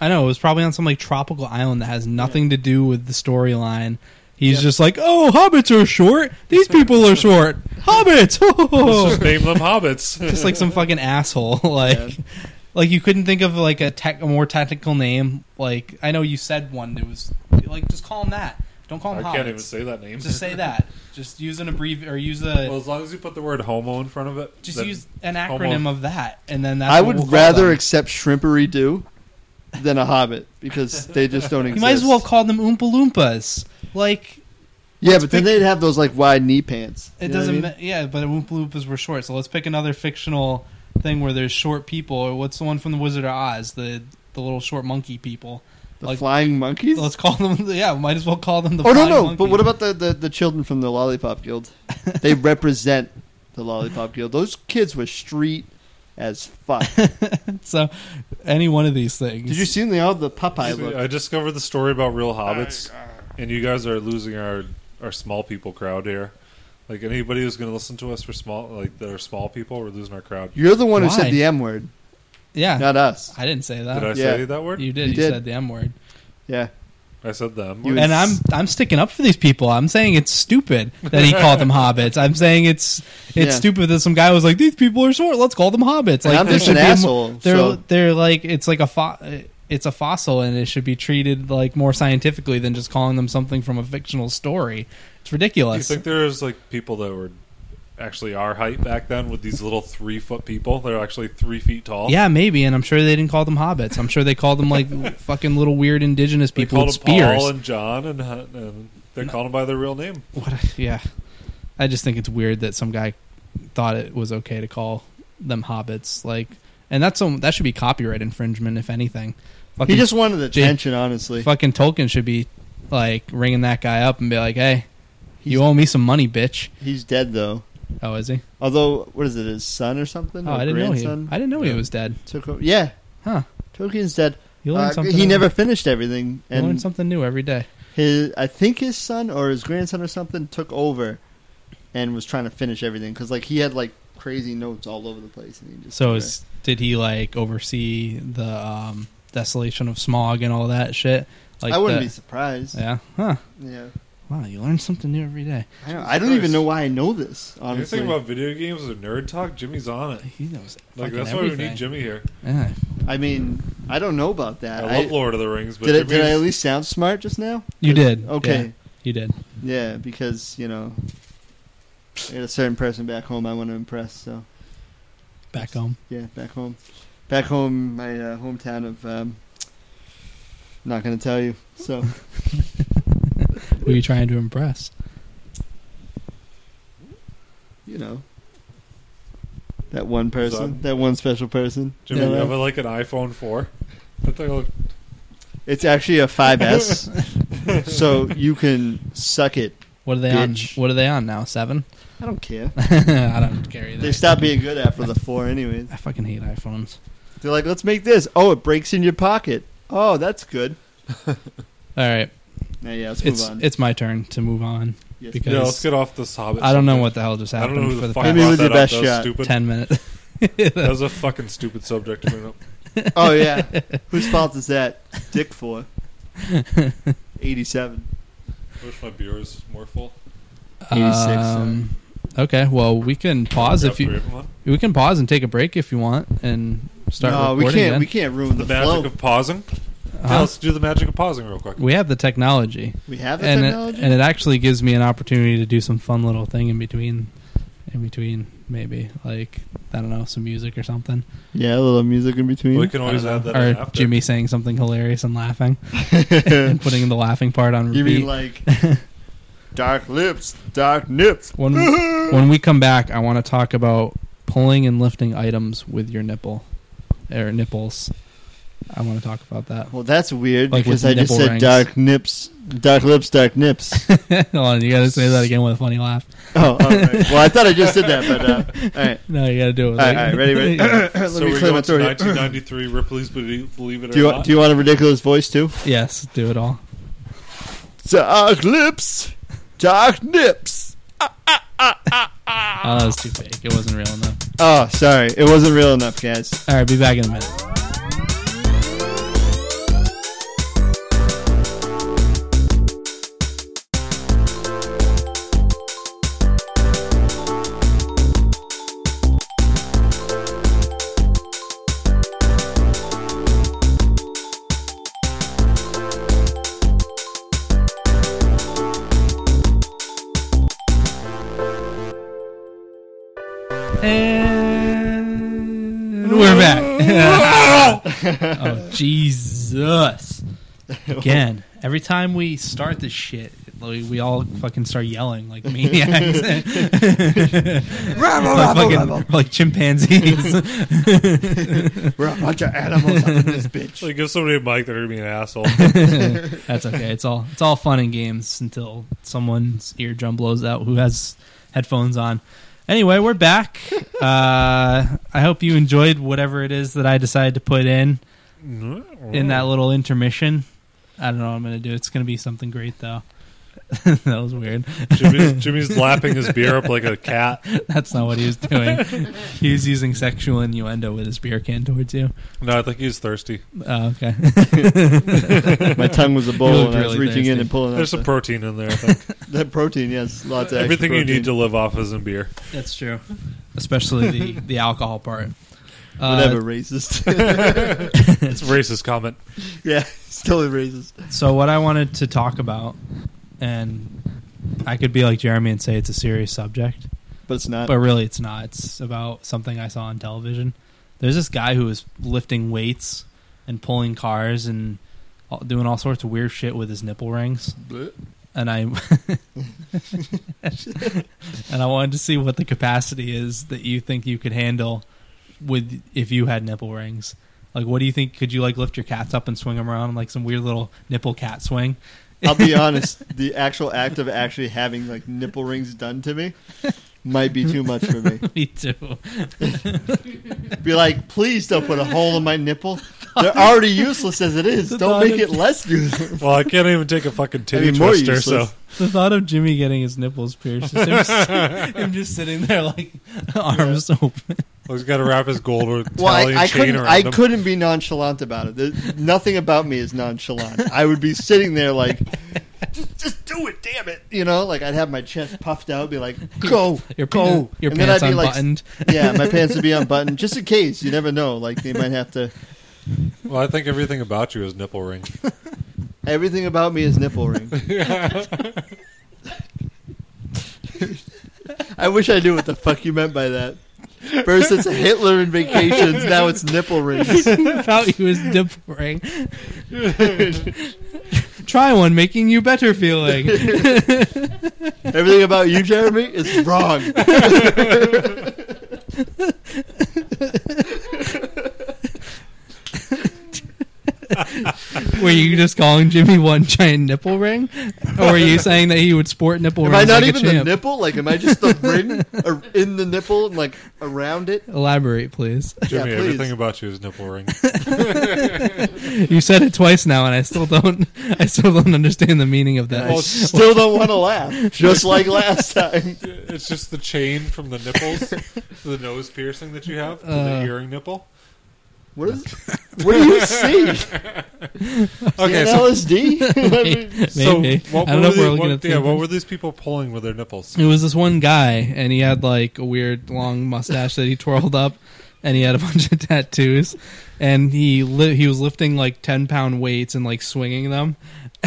Speaker 3: I know it was probably on some like tropical island that has nothing to do with the storyline. He's
Speaker 1: Yeah.
Speaker 3: just like, oh, hobbits are short. These people are short. Hobbits.
Speaker 1: Let's just name them hobbits.
Speaker 3: just like some fucking asshole. like,
Speaker 4: Yeah.
Speaker 3: like you couldn't think of like a tech a more technical name. Like I know you said one that was like just call him that. Don't call
Speaker 1: I
Speaker 3: him
Speaker 1: can't even
Speaker 3: hobbits.
Speaker 1: say that name.
Speaker 3: Just say that. Just use an abbrev or use a
Speaker 1: Well, as long as you put the word homo in front of it,
Speaker 3: just
Speaker 1: then-
Speaker 3: use an acronym of that, and then that's
Speaker 4: I
Speaker 3: what
Speaker 4: would
Speaker 3: we'll call
Speaker 4: rather
Speaker 3: them.
Speaker 4: accept Shrimpery Do than a Hobbit because they just don't exist.
Speaker 3: you might as well call them Oompa Loompas. Like
Speaker 4: Yeah, but then
Speaker 3: pick-
Speaker 4: they'd have those like wide knee pants.
Speaker 3: It
Speaker 4: You know what I
Speaker 3: doesn't.
Speaker 4: mean?
Speaker 3: ma- yeah, but Oompa Loompas were short. So let's pick another fictional thing where there's short people. Or what's the one from the Wizard of Oz? The the little short monkey people.
Speaker 4: the
Speaker 3: like-
Speaker 4: flying monkeys.
Speaker 3: Let's call them. Yeah, might as well call them the.
Speaker 4: oh no
Speaker 3: flying
Speaker 4: no!
Speaker 3: monkey.
Speaker 4: But what about the, the the children from the Lollipop Guild? They represent the Lollipop Guild. Those kids were street as fuck.
Speaker 3: so any one of these things?
Speaker 4: Did you see the all the Popeye
Speaker 1: Excuse me, I
Speaker 4: look?
Speaker 1: discovered the story about real hobbits, and you guys are losing our our small people crowd here. Like anybody who's going to listen to us for small, like that are small people, we're losing our crowd.
Speaker 4: You're the one who
Speaker 3: Why?
Speaker 4: said the M word,
Speaker 3: Yeah,
Speaker 4: not us.
Speaker 3: I didn't say
Speaker 1: Did I
Speaker 3: that.
Speaker 1: say
Speaker 4: yeah.
Speaker 1: that word?
Speaker 3: You did. You,
Speaker 4: You did.
Speaker 3: said the M word.
Speaker 4: Yeah,
Speaker 1: I said them.
Speaker 4: You-
Speaker 3: And I'm I'm sticking up for these people. I'm saying it's stupid that he called them hobbits. I'm saying it's it's
Speaker 4: Yeah.
Speaker 3: stupid that some guy was like these people are short. Let's call them hobbits. Like
Speaker 4: and I'm
Speaker 3: there
Speaker 4: just
Speaker 3: should
Speaker 4: an
Speaker 3: be a mo-
Speaker 4: asshole.
Speaker 3: they're
Speaker 4: so
Speaker 3: they're like it's like a fo- it's a fossil and it should be treated like more scientifically than just calling them something from a fictional story. It's
Speaker 1: Do you
Speaker 3: ridiculous.
Speaker 1: think there's like people that were actually our height back then with these little three foot people? They're actually three feet tall.
Speaker 3: Yeah, maybe, and I'm sure they didn't call them hobbits. I'm sure they called them like fucking little weird indigenous
Speaker 1: They
Speaker 3: people
Speaker 1: called
Speaker 3: with
Speaker 1: them Paul
Speaker 3: spears.
Speaker 1: and John, and, and they called them by their real name.
Speaker 3: What a- yeah, I just think it's weird that some guy thought it was okay to call them hobbits. Like, and that's some that should be copyright infringement if anything. Fucking,
Speaker 4: he just wanted the
Speaker 3: Jay-
Speaker 4: attention, honestly.
Speaker 3: fucking Tolkien should be like ringing that guy up and be like, hey.
Speaker 4: He's-
Speaker 3: you owe me some money, bitch.
Speaker 4: He's dead though.
Speaker 3: Oh, is he?
Speaker 4: Although, what is it? His son or something?
Speaker 3: Oh,
Speaker 4: Or
Speaker 3: I didn't know he.
Speaker 4: grandson?
Speaker 3: I didn't know he
Speaker 1: Yeah.
Speaker 3: was dead.
Speaker 4: Took over. Yeah.
Speaker 3: Huh.
Speaker 4: Tolkien's dead.
Speaker 3: You learn
Speaker 4: Uh,
Speaker 3: something.
Speaker 4: he
Speaker 3: every-
Speaker 4: never finished everything,
Speaker 3: You learn
Speaker 4: and
Speaker 3: something new every day.
Speaker 4: his I think his son or his grandson or something took over, and was trying to finish everything because like he had like crazy notes all over the place, and he just
Speaker 3: So, is, did he like oversee the um, desolation of smog and all that shit? Like
Speaker 4: I wouldn't be
Speaker 3: the-
Speaker 4: surprised. Yeah,
Speaker 3: Yeah. Huh. Wow. You learn something new every day.
Speaker 4: I don't, I don't even know why I know this. Honestly,
Speaker 1: Anything about video games or nerd talk, Jimmy's on it.
Speaker 3: He knows
Speaker 1: Like
Speaker 3: fucking
Speaker 1: that's
Speaker 3: everything.
Speaker 1: why we need Jimmy here.
Speaker 3: Yeah.
Speaker 4: I mean, I don't know about
Speaker 1: I,
Speaker 4: that.
Speaker 1: love
Speaker 4: I,
Speaker 1: Lord of the Rings, but
Speaker 4: did, I, did I
Speaker 1: Jimmy's-
Speaker 4: at least sound smart just now?
Speaker 3: You did.
Speaker 4: Okay,
Speaker 3: Yeah, you did.
Speaker 4: yeah, because you know, I got a certain person back home I want to impress, so.
Speaker 3: Back home.
Speaker 4: Yeah, back home. Back home, my uh, hometown of. Um, not going to tell you. So
Speaker 3: Who are you trying to impress?
Speaker 4: you know, that one person,
Speaker 1: Son.
Speaker 4: that one special person.
Speaker 1: Jimmy,
Speaker 4: you
Speaker 1: you
Speaker 4: know?
Speaker 1: have like an iPhone four. That thing look-
Speaker 4: it's actually a 5S, so you can suck it.
Speaker 3: What are they
Speaker 4: Bitch.
Speaker 3: on? What are they on now? Seven.
Speaker 4: I don't care.
Speaker 3: I don't care either.
Speaker 4: They stopped being good after the four, anyways.
Speaker 3: I fucking hate iPhones.
Speaker 4: They're like, let's make this. Oh, it breaks in your pocket. Oh, that's good.
Speaker 3: All right,
Speaker 4: Now, yeah, let's
Speaker 3: it's
Speaker 4: move on.
Speaker 3: it's my turn to move on
Speaker 4: Yes.
Speaker 3: because
Speaker 1: Yeah, let's get off this Hobbit.
Speaker 3: I don't know
Speaker 1: subject.
Speaker 3: what the hell just
Speaker 1: I don't know
Speaker 3: happened
Speaker 1: who
Speaker 3: for the
Speaker 1: the fuck
Speaker 4: Maybe
Speaker 1: brought
Speaker 4: with
Speaker 1: that
Speaker 4: your
Speaker 1: up.
Speaker 4: best
Speaker 1: that was
Speaker 4: shot.
Speaker 1: Stupid.
Speaker 3: past ten minutes.
Speaker 1: That was a fucking stupid subject to bring up.
Speaker 4: oh yeah, whose fault is that? Dick for eighty-seven.
Speaker 1: I wish my beer was more full.
Speaker 4: 86,
Speaker 3: Um, okay, well we can pause
Speaker 1: Got
Speaker 3: if
Speaker 1: three
Speaker 3: you
Speaker 1: of them left.
Speaker 3: we can pause and take a break if you want and start
Speaker 4: no, we
Speaker 3: recording.
Speaker 4: can't.
Speaker 3: then.
Speaker 4: We can't ruin
Speaker 1: The
Speaker 4: the,
Speaker 1: magic
Speaker 4: flow.
Speaker 1: of pausing. Yeah,
Speaker 3: Huh?
Speaker 1: let's do the magic of pausing real quick.
Speaker 3: we have the technology.
Speaker 4: we have the
Speaker 3: and it,
Speaker 4: technology.
Speaker 3: and it actually gives me an opportunity to do some fun little thing in between, in between maybe like I don't know some music or something.
Speaker 4: yeah, a little music in between.
Speaker 1: We can always
Speaker 3: I
Speaker 1: add
Speaker 3: don't know.
Speaker 1: that in
Speaker 3: or
Speaker 1: after.
Speaker 3: Jimmy saying something hilarious and laughing and putting the laughing part on
Speaker 4: you
Speaker 3: repeat.
Speaker 4: mean like dark lips, dark nips?
Speaker 3: when when we come back, I want to talk about pulling and lifting items with your nipple or nipples. I want to talk about that.
Speaker 4: Well, that's weird
Speaker 3: Like
Speaker 4: because
Speaker 3: with
Speaker 4: I just
Speaker 3: nipple
Speaker 4: said
Speaker 3: rings.
Speaker 4: dark nips, dark lips, dark nips.
Speaker 3: Hold on, you got to say that again with a funny laugh.
Speaker 4: oh, all right. well, I thought I just did that, but uh, all right.
Speaker 3: No, you got to do it. With
Speaker 4: All right, all right, ready, ready.
Speaker 3: Yeah.
Speaker 4: Let
Speaker 1: so
Speaker 4: me
Speaker 1: we're
Speaker 4: clear
Speaker 1: going
Speaker 4: my
Speaker 1: to
Speaker 4: throat. here.
Speaker 1: 1993 Ripley's Believe, Believe It or
Speaker 4: Do you,
Speaker 1: Not.
Speaker 4: want, do you want a ridiculous voice too?
Speaker 3: yes, do it all.
Speaker 4: Dark lips, dark nips.
Speaker 3: Oh, that was too fake. It wasn't real enough.
Speaker 4: Oh, sorry, it wasn't real enough, guys.
Speaker 3: All right, be back in a minute. And we're back. oh Jesus! Again, every time we start this shit, like, we all fucking start yelling like maniacs, like, fucking, like chimpanzees.
Speaker 4: We're a bunch of animals up in this bitch.
Speaker 1: Like, give somebody a mic, they're going to be an asshole.
Speaker 3: That's okay. It's all it's all fun and games until someone's eardrum blows out who has headphones on. Anyway, we're back. Uh, I hope you enjoyed whatever it is that I decided to put in in that little intermission. I don't know what I'm going to do. It's going to be something great, though. that was weird.
Speaker 1: Jimmy's, Jimmy's lapping his beer up like a cat.
Speaker 3: That's not what he was doing. he was using sexual innuendo with his beer can towards you.
Speaker 1: No, I think he's thirsty.
Speaker 3: Oh, okay.
Speaker 4: My tongue was a
Speaker 3: You
Speaker 4: bowl,
Speaker 3: look
Speaker 4: and I
Speaker 3: really
Speaker 4: was reaching in
Speaker 3: thirsty.
Speaker 4: and pulling out
Speaker 1: There's some
Speaker 4: the,
Speaker 1: protein in there, I think.
Speaker 4: that protein. Yes, lots of extra
Speaker 1: Everything you need
Speaker 4: protein.
Speaker 1: to live off is in beer.
Speaker 3: That's true. Especially the, the alcohol part. Uh,
Speaker 4: Whatever, racist.
Speaker 1: It's a racist comment.
Speaker 4: yeah, it's totally racist.
Speaker 3: So what I wanted to talk about, and I could be like Jeremy and say it's a serious subject,
Speaker 4: But it's not.
Speaker 3: but really it's not. It's about something I saw on television. There's this guy who was lifting weights and pulling cars and all, doing all sorts of weird shit with his nipple rings. And I and I wanted to see what the capacity is that you think you could handle with if you had nipple rings. Like, what do you think? Could you like lift your cats up and swing them around like some weird little nipple cat swing?
Speaker 4: I'll be honest. The actual act of actually having like nipple rings done to me might be too much for me.
Speaker 3: Me too.
Speaker 4: Be like, please don't put a hole in my nipple. They're already useless as it is.
Speaker 3: The
Speaker 4: Don't
Speaker 3: thought
Speaker 4: make
Speaker 3: of-
Speaker 4: it less useless.
Speaker 1: Well, I can't even take a fucking titty
Speaker 4: mean, more
Speaker 1: twister, so.
Speaker 4: useless.
Speaker 3: The thought of Jimmy getting his nipples pierced, just him, him just sitting there like arms open.
Speaker 1: Well, he's got to wrap his gold or
Speaker 4: Well,
Speaker 1: Italian
Speaker 4: I, I
Speaker 1: chain
Speaker 4: couldn't.
Speaker 1: around
Speaker 4: I
Speaker 1: him.
Speaker 4: couldn't be nonchalant about it. There- nothing about me is nonchalant. I would be sitting there like, just, just do it, damn it. You know, like I'd have my chest puffed out, be like, go,
Speaker 3: Your,
Speaker 4: go.
Speaker 3: pants- your
Speaker 4: And then
Speaker 3: pants
Speaker 4: I'd be like-
Speaker 3: unbuttoned.
Speaker 4: yeah, my pants would be unbuttoned just in case. You never know. Like they might have to.
Speaker 1: Well, I think everything about you is nipple ring.
Speaker 4: Everything about me is nipple ring. I wish I knew what the fuck you meant by that. First, it's Hitler and vacations. Now it's nipple rings.
Speaker 3: About you is nipple ring. Try one, making you better feeling.
Speaker 4: Everything about you, Jeremy, is wrong.
Speaker 3: Were you just calling Jimmy one giant nipple ring? Or were you saying that he would sport nipple
Speaker 4: Am
Speaker 3: rings
Speaker 4: I not
Speaker 3: like
Speaker 4: even
Speaker 3: a
Speaker 4: the
Speaker 3: champ?
Speaker 4: nipple? Like, am I just the ring ar- in the nipple and like around it?
Speaker 3: Elaborate, please.
Speaker 1: Jimmy,
Speaker 4: please.
Speaker 1: everything about you is nipple ring.
Speaker 3: You said it twice now, and I still don't. I still don't understand the meaning of that.
Speaker 4: I still don't want to laugh, just like last time.
Speaker 1: it's just the chain from the nipples to the nose piercing that you have, to
Speaker 3: Uh.
Speaker 1: the earring nipple.
Speaker 4: What is? What do you see?
Speaker 1: Okay,
Speaker 4: An
Speaker 1: so,
Speaker 4: LSD? I mean,
Speaker 1: so
Speaker 3: Maybe.
Speaker 1: what,
Speaker 3: I don't know
Speaker 1: were
Speaker 3: if we're
Speaker 1: the-
Speaker 3: looking
Speaker 1: what-
Speaker 3: at the
Speaker 1: yeah,
Speaker 3: same
Speaker 1: what
Speaker 3: thing.
Speaker 1: were these people pulling with their nipples?
Speaker 3: It was this one guy, and he had like a weird long mustache that he twirled up, and he had a bunch of tattoos, and he li- he was lifting like ten pound weights and like swinging them,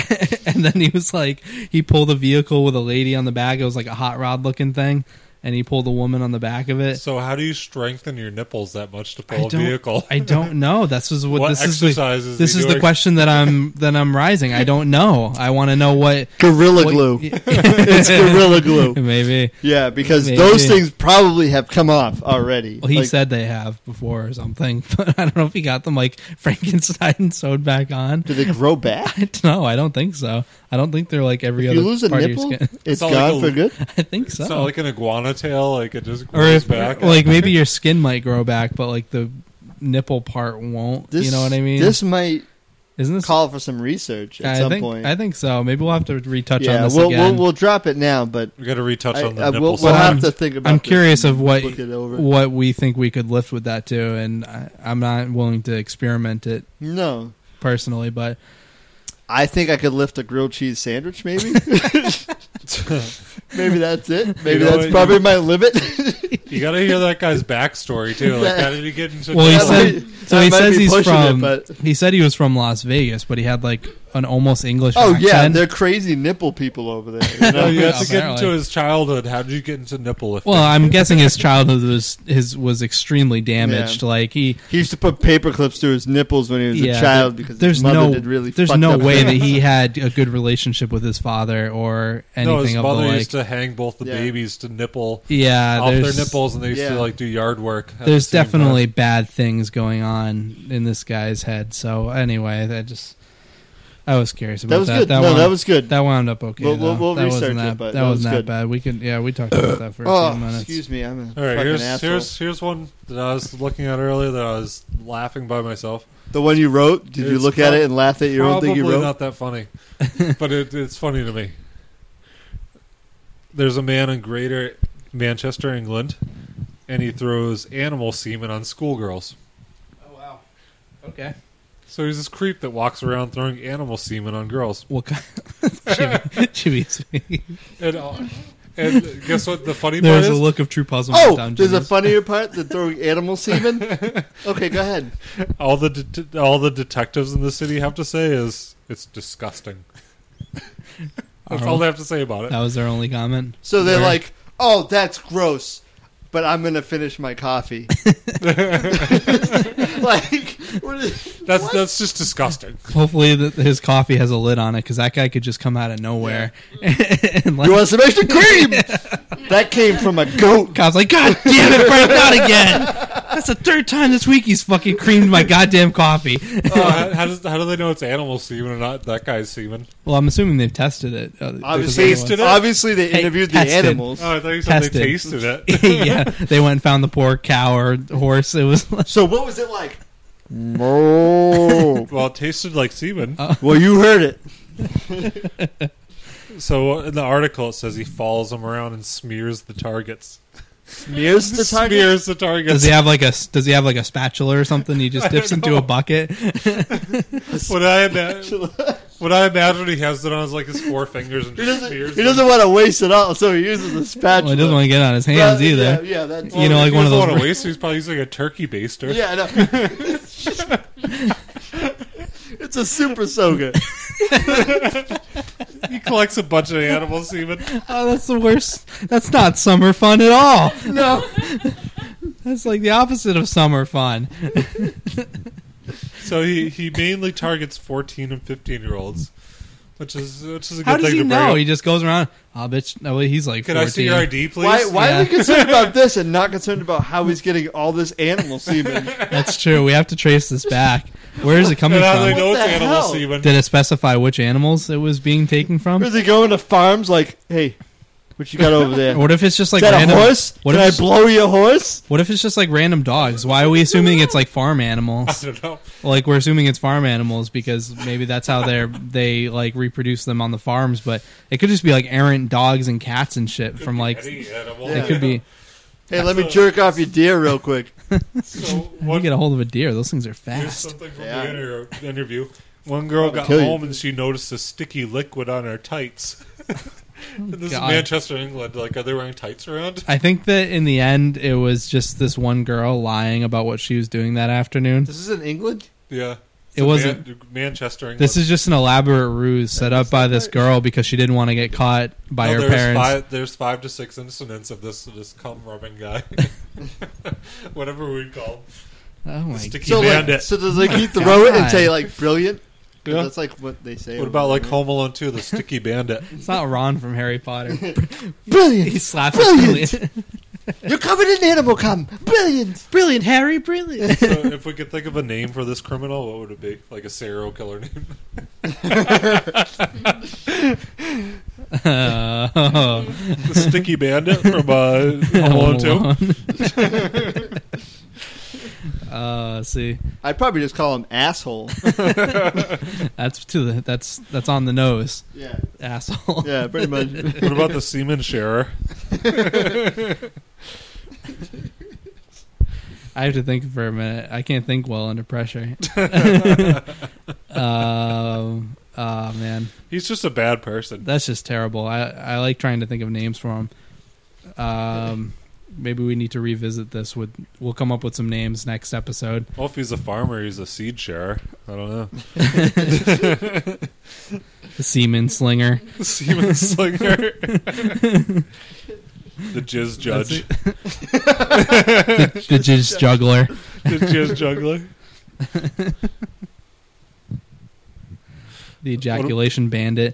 Speaker 3: and then he was like he pulled a vehicle with a lady on the back. It was like a hot rod looking thing, and he pulled a woman on the back of it.
Speaker 1: So how do you strengthen your nipples that much to
Speaker 3: I
Speaker 1: pull a
Speaker 3: don't-
Speaker 1: vehicle?
Speaker 3: I don't know. This is what,
Speaker 1: What
Speaker 3: this is. The,
Speaker 1: exercises?
Speaker 3: this
Speaker 1: he
Speaker 3: is the
Speaker 1: doing?
Speaker 3: question that I'm that I'm rising. I don't know. I want to know what.
Speaker 4: Gorilla
Speaker 3: what-
Speaker 4: glue. it's gorilla glue.
Speaker 3: Maybe.
Speaker 4: Yeah, because
Speaker 3: Maybe.
Speaker 4: those things probably have come off already.
Speaker 3: Well, he
Speaker 4: Like,
Speaker 3: said they have before or something, but I don't know if he got them like Frankenstein sewed back on.
Speaker 4: "Do they grow back?
Speaker 3: No, I don't think so. I don't think they're like every
Speaker 4: If
Speaker 3: other
Speaker 4: you lose a
Speaker 3: part of your
Speaker 4: nipple,
Speaker 3: skin.
Speaker 4: it's
Speaker 1: not
Speaker 4: gone
Speaker 1: like a-
Speaker 4: for good."
Speaker 3: I think so.
Speaker 1: It's not like an iguana tail, like it just
Speaker 3: Oh. or
Speaker 1: grows
Speaker 3: if
Speaker 1: back.
Speaker 3: like maybe your skin might grow back, but like the nipple part won't.
Speaker 4: This,
Speaker 3: you know what I mean?
Speaker 4: This might
Speaker 3: Isn't this?
Speaker 4: call for some research at
Speaker 3: I
Speaker 4: some
Speaker 3: think
Speaker 4: point.
Speaker 3: I think so. Maybe we'll have to retouch on
Speaker 4: yeah,
Speaker 3: this
Speaker 4: we'll,
Speaker 3: again.
Speaker 4: we'll we'll drop it now, but
Speaker 1: we got to retouch
Speaker 4: I,
Speaker 1: on the
Speaker 4: I-
Speaker 1: nipple.
Speaker 4: we'll,
Speaker 1: side.
Speaker 4: we'll have
Speaker 3: I'm-
Speaker 4: to think about.
Speaker 3: I'm
Speaker 4: this
Speaker 3: curious of what
Speaker 4: and Look it over.
Speaker 3: what we think we could lift with that too, and I, I'm not willing to experiment it
Speaker 4: No,
Speaker 3: personally, but
Speaker 4: I think I could lift a grilled cheese sandwich, maybe. maybe that's it. Maybe
Speaker 1: know
Speaker 4: that's
Speaker 1: what?
Speaker 4: probably my limit.
Speaker 1: You got to hear that guy's backstory too. Like,
Speaker 4: Yeah.
Speaker 1: how did he get into?
Speaker 3: Well, he
Speaker 1: trouble?
Speaker 3: said- so
Speaker 4: I
Speaker 3: he
Speaker 4: might
Speaker 3: says
Speaker 4: be
Speaker 3: he's
Speaker 4: pushing it,
Speaker 3: from-
Speaker 4: but-
Speaker 3: He said he was from Las Vegas, but he had like an almost English.
Speaker 4: oh yeah,
Speaker 3: accent.
Speaker 4: they're crazy nipple people over there. you
Speaker 1: No,
Speaker 4: know?
Speaker 1: you have to get
Speaker 3: Apparently.
Speaker 1: into his childhood. How did you get into nipple lifting?
Speaker 3: Well, I'm guessing his childhood was his was extremely damaged. Like he,
Speaker 4: he used to put paper clips through his nipples when he was
Speaker 3: Yeah,
Speaker 4: a child because
Speaker 3: there's
Speaker 4: his mother
Speaker 3: no,
Speaker 4: did really.
Speaker 3: there's
Speaker 4: fucked
Speaker 3: no
Speaker 4: up
Speaker 3: way
Speaker 4: things.
Speaker 3: that he had a good relationship with his father or anything
Speaker 1: no, his
Speaker 3: of
Speaker 1: mother
Speaker 3: the like.
Speaker 1: used to hang both the
Speaker 4: Yeah.
Speaker 1: babies to nipple
Speaker 3: yeah,
Speaker 1: off their
Speaker 3: there's
Speaker 1: nipples, and they used
Speaker 4: Yeah.
Speaker 1: to like do yard work. at
Speaker 3: there's
Speaker 1: the same
Speaker 3: definitely bad things going on in this guy's head. So anyway, that just I was curious about
Speaker 4: That
Speaker 3: that.
Speaker 4: was good.
Speaker 3: That,
Speaker 4: no,
Speaker 3: wound,
Speaker 4: that was good.
Speaker 3: that wound up okay.
Speaker 4: We'll- we'll-
Speaker 3: though.
Speaker 4: we'll
Speaker 3: that wasn't
Speaker 4: research it,
Speaker 3: that,
Speaker 4: but
Speaker 3: that
Speaker 4: that was
Speaker 3: wasn't that
Speaker 4: good.
Speaker 3: bad. We could yeah, we talked about that for a few
Speaker 4: oh,
Speaker 3: minutes.
Speaker 4: excuse me, I'm a
Speaker 1: All right,
Speaker 4: fucking
Speaker 1: here's,
Speaker 4: asshole.
Speaker 1: here's here's one that I was looking at earlier that I was laughing by myself.
Speaker 4: the one you wrote. Did you
Speaker 1: It's
Speaker 4: look at it and laugh at your own
Speaker 1: Probably
Speaker 4: thing you wrote?
Speaker 1: not that funny, but it, it's funny to me. There's a man in Greater Manchester, England, and he throws animal semen on schoolgirls.
Speaker 3: Oh wow. Okay.
Speaker 1: So he's this creep that walks around throwing animal semen on girls.
Speaker 3: What kind? Jimmy, Jimmy's face.
Speaker 1: And, uh, and guess what? The funny part
Speaker 3: There's a
Speaker 1: is,
Speaker 3: look of true puzzlement.
Speaker 4: Oh,
Speaker 3: down
Speaker 4: there's a
Speaker 3: Jimmy's-
Speaker 4: funnier part than throwing animal semen. Okay, go ahead.
Speaker 1: all the det- all the detectives in the city have to say is it's disgusting. That's all they have to say about
Speaker 3: That
Speaker 1: it.
Speaker 3: was their only comment.
Speaker 4: So they're
Speaker 3: Where-
Speaker 4: like, "Oh, that's gross," but I'm gonna finish my coffee. like, what is,
Speaker 1: That's that's just disgusting.
Speaker 3: Hopefully, that his coffee has a lid on it because that guy could just come out of nowhere. and like,
Speaker 4: you want some extra cream? that came from a goat.
Speaker 3: cops like, God damn it, Frank, not again! That's the third time this week he's fucking creamed my goddamn coffee.
Speaker 1: Uh, how, how does how do they know it's animal semen or not that guy's semen?
Speaker 3: well, I'm assuming they've tested it. uh, because
Speaker 4: Obviously,
Speaker 3: otherwise-
Speaker 1: tasted it?
Speaker 4: obviously they
Speaker 3: Hey,
Speaker 4: interviewed the
Speaker 3: tested.
Speaker 4: animals.
Speaker 1: Oh, I thought you said
Speaker 3: Tested.
Speaker 1: they tasted it.
Speaker 3: yeah, they went and found the poor cow or horse. It was like,
Speaker 4: So what was it like? No.
Speaker 1: Well, it tasted like semen.
Speaker 3: Uh.
Speaker 4: well, you heard it.
Speaker 1: So uh, in the article, it says he follows them around and smears the targets.
Speaker 4: Smears the target.
Speaker 1: Smears the
Speaker 3: does
Speaker 1: targets.
Speaker 3: he have like a does he have like a spatula or something? He just dips into a bucket.
Speaker 1: When I ima- when I imagine he has it on is like his four fingers and
Speaker 4: He
Speaker 1: just
Speaker 4: doesn't,
Speaker 1: smears.
Speaker 4: he doesn't want to waste it all, so he uses a spatula.
Speaker 3: Well, he doesn't want to get on his hands
Speaker 4: Well,
Speaker 3: either.
Speaker 4: Yeah, yeah, that's,
Speaker 1: Well,
Speaker 3: you know,
Speaker 1: if
Speaker 3: like
Speaker 1: he
Speaker 3: one of
Speaker 1: doesn't
Speaker 3: those-
Speaker 1: wanna Waste, he's probably using a turkey baster.
Speaker 4: Yeah, I know. it's a super soaker.
Speaker 1: He collects a bunch of animal semen.
Speaker 3: Oh, that's the worst. That's not summer fun at all.
Speaker 4: No.
Speaker 3: That's like the opposite of summer fun.
Speaker 1: So he, he mainly targets 14 and 15 year olds. which is which is a good
Speaker 3: How
Speaker 1: thing
Speaker 3: does he
Speaker 1: to
Speaker 3: know?
Speaker 1: bring
Speaker 3: He
Speaker 1: up.
Speaker 3: just goes around. Oh, bitch. No, wait, he's like.
Speaker 1: Can I see your
Speaker 3: 14.
Speaker 1: ID, please?
Speaker 4: Why, why are we
Speaker 3: Yeah.
Speaker 4: concerned about this and not concerned about how he's getting all this animal semen?
Speaker 3: That's true. We have to trace this back. Where is it coming
Speaker 1: and how do
Speaker 3: from?
Speaker 1: they know
Speaker 4: What
Speaker 1: it's
Speaker 4: the
Speaker 1: animal
Speaker 4: hell?
Speaker 1: semen?
Speaker 3: Did it specify which animals it was being taken from?
Speaker 4: Or is he going to farms like, hey, what you got over there?
Speaker 3: Or What if it's just like
Speaker 4: Is that
Speaker 3: random?
Speaker 4: a horse?
Speaker 3: What
Speaker 4: Did
Speaker 3: if
Speaker 4: I
Speaker 3: it's-
Speaker 4: blow you a horse?
Speaker 3: What if it's just like random dogs? Why are we assuming it's like farm animals?
Speaker 1: I don't know.
Speaker 3: Like we're assuming it's farm animals because maybe that's how they're they like reproduce them on the farms. But it could just be like errant dogs and cats and shit from like.
Speaker 1: Any animal.
Speaker 4: Yeah.
Speaker 3: It could be.
Speaker 4: Hey, let me jerk off your deer real quick.
Speaker 1: So
Speaker 3: You
Speaker 1: what,
Speaker 3: get a hold of a deer. Those things are
Speaker 1: Here's
Speaker 3: fast.
Speaker 1: something from
Speaker 4: Yeah.
Speaker 1: the inter- interview. One girl got
Speaker 4: kill you.
Speaker 1: home and she noticed a sticky liquid on her tights. and this
Speaker 3: God.
Speaker 1: is Manchester, England. Like, are they wearing tights around?
Speaker 3: I think that in the end, it was just this one girl lying about what she was doing that afternoon.
Speaker 4: This is in England?
Speaker 1: Yeah.
Speaker 3: It wasn't-
Speaker 1: Man- Manchester, England.
Speaker 3: This is just an elaborate ruse set up by this girl because she didn't want to get caught by
Speaker 1: No,
Speaker 3: her
Speaker 1: Oh, there's
Speaker 3: parents.
Speaker 1: Five, there's five to six incidents of this this cum rubbing guy, whatever we call.
Speaker 3: Oh my
Speaker 1: Sticky
Speaker 4: So, like,
Speaker 1: bandit.
Speaker 4: so does like he throw it and
Speaker 3: Oh God.
Speaker 4: say like brilliant? 'Cause
Speaker 1: Yeah.
Speaker 4: That's like what they say.
Speaker 1: What
Speaker 4: over
Speaker 1: about like
Speaker 4: there.
Speaker 1: Home Alone 2, the sticky bandit?
Speaker 3: It's not Ron from Harry Potter. he
Speaker 4: Brilliant!
Speaker 3: slaps
Speaker 4: Brilliant.
Speaker 3: brilliant.
Speaker 4: You're covered in animal cum. Brilliant!
Speaker 3: brilliant, Harry, brilliant.
Speaker 1: So if we could think of a name for this criminal, what would it be? Like a serial killer name?
Speaker 3: Uh,
Speaker 1: the sticky bandit from uh, Home Alone 2?
Speaker 3: uh, see,
Speaker 4: I'd probably just call him asshole.
Speaker 3: that's to the that's that's on the nose,
Speaker 4: yeah,
Speaker 3: asshole.
Speaker 4: yeah, pretty much.
Speaker 1: What about the semen sharer?
Speaker 3: I have to think for a minute. I can't think well under pressure. um, oh man,
Speaker 1: He's just a bad person.
Speaker 3: that's just terrible. I I like trying to think of names for them. Um, maybe we need to revisit this. With we'll come up with some names next episode.
Speaker 1: Well, if he's a farmer, he's a seed sharer. I don't know.
Speaker 3: The semen slinger.
Speaker 1: Semen slinger. the jizz judge.
Speaker 3: the jizz juggler.
Speaker 1: the jizz juggler.
Speaker 3: The ejaculation bandit.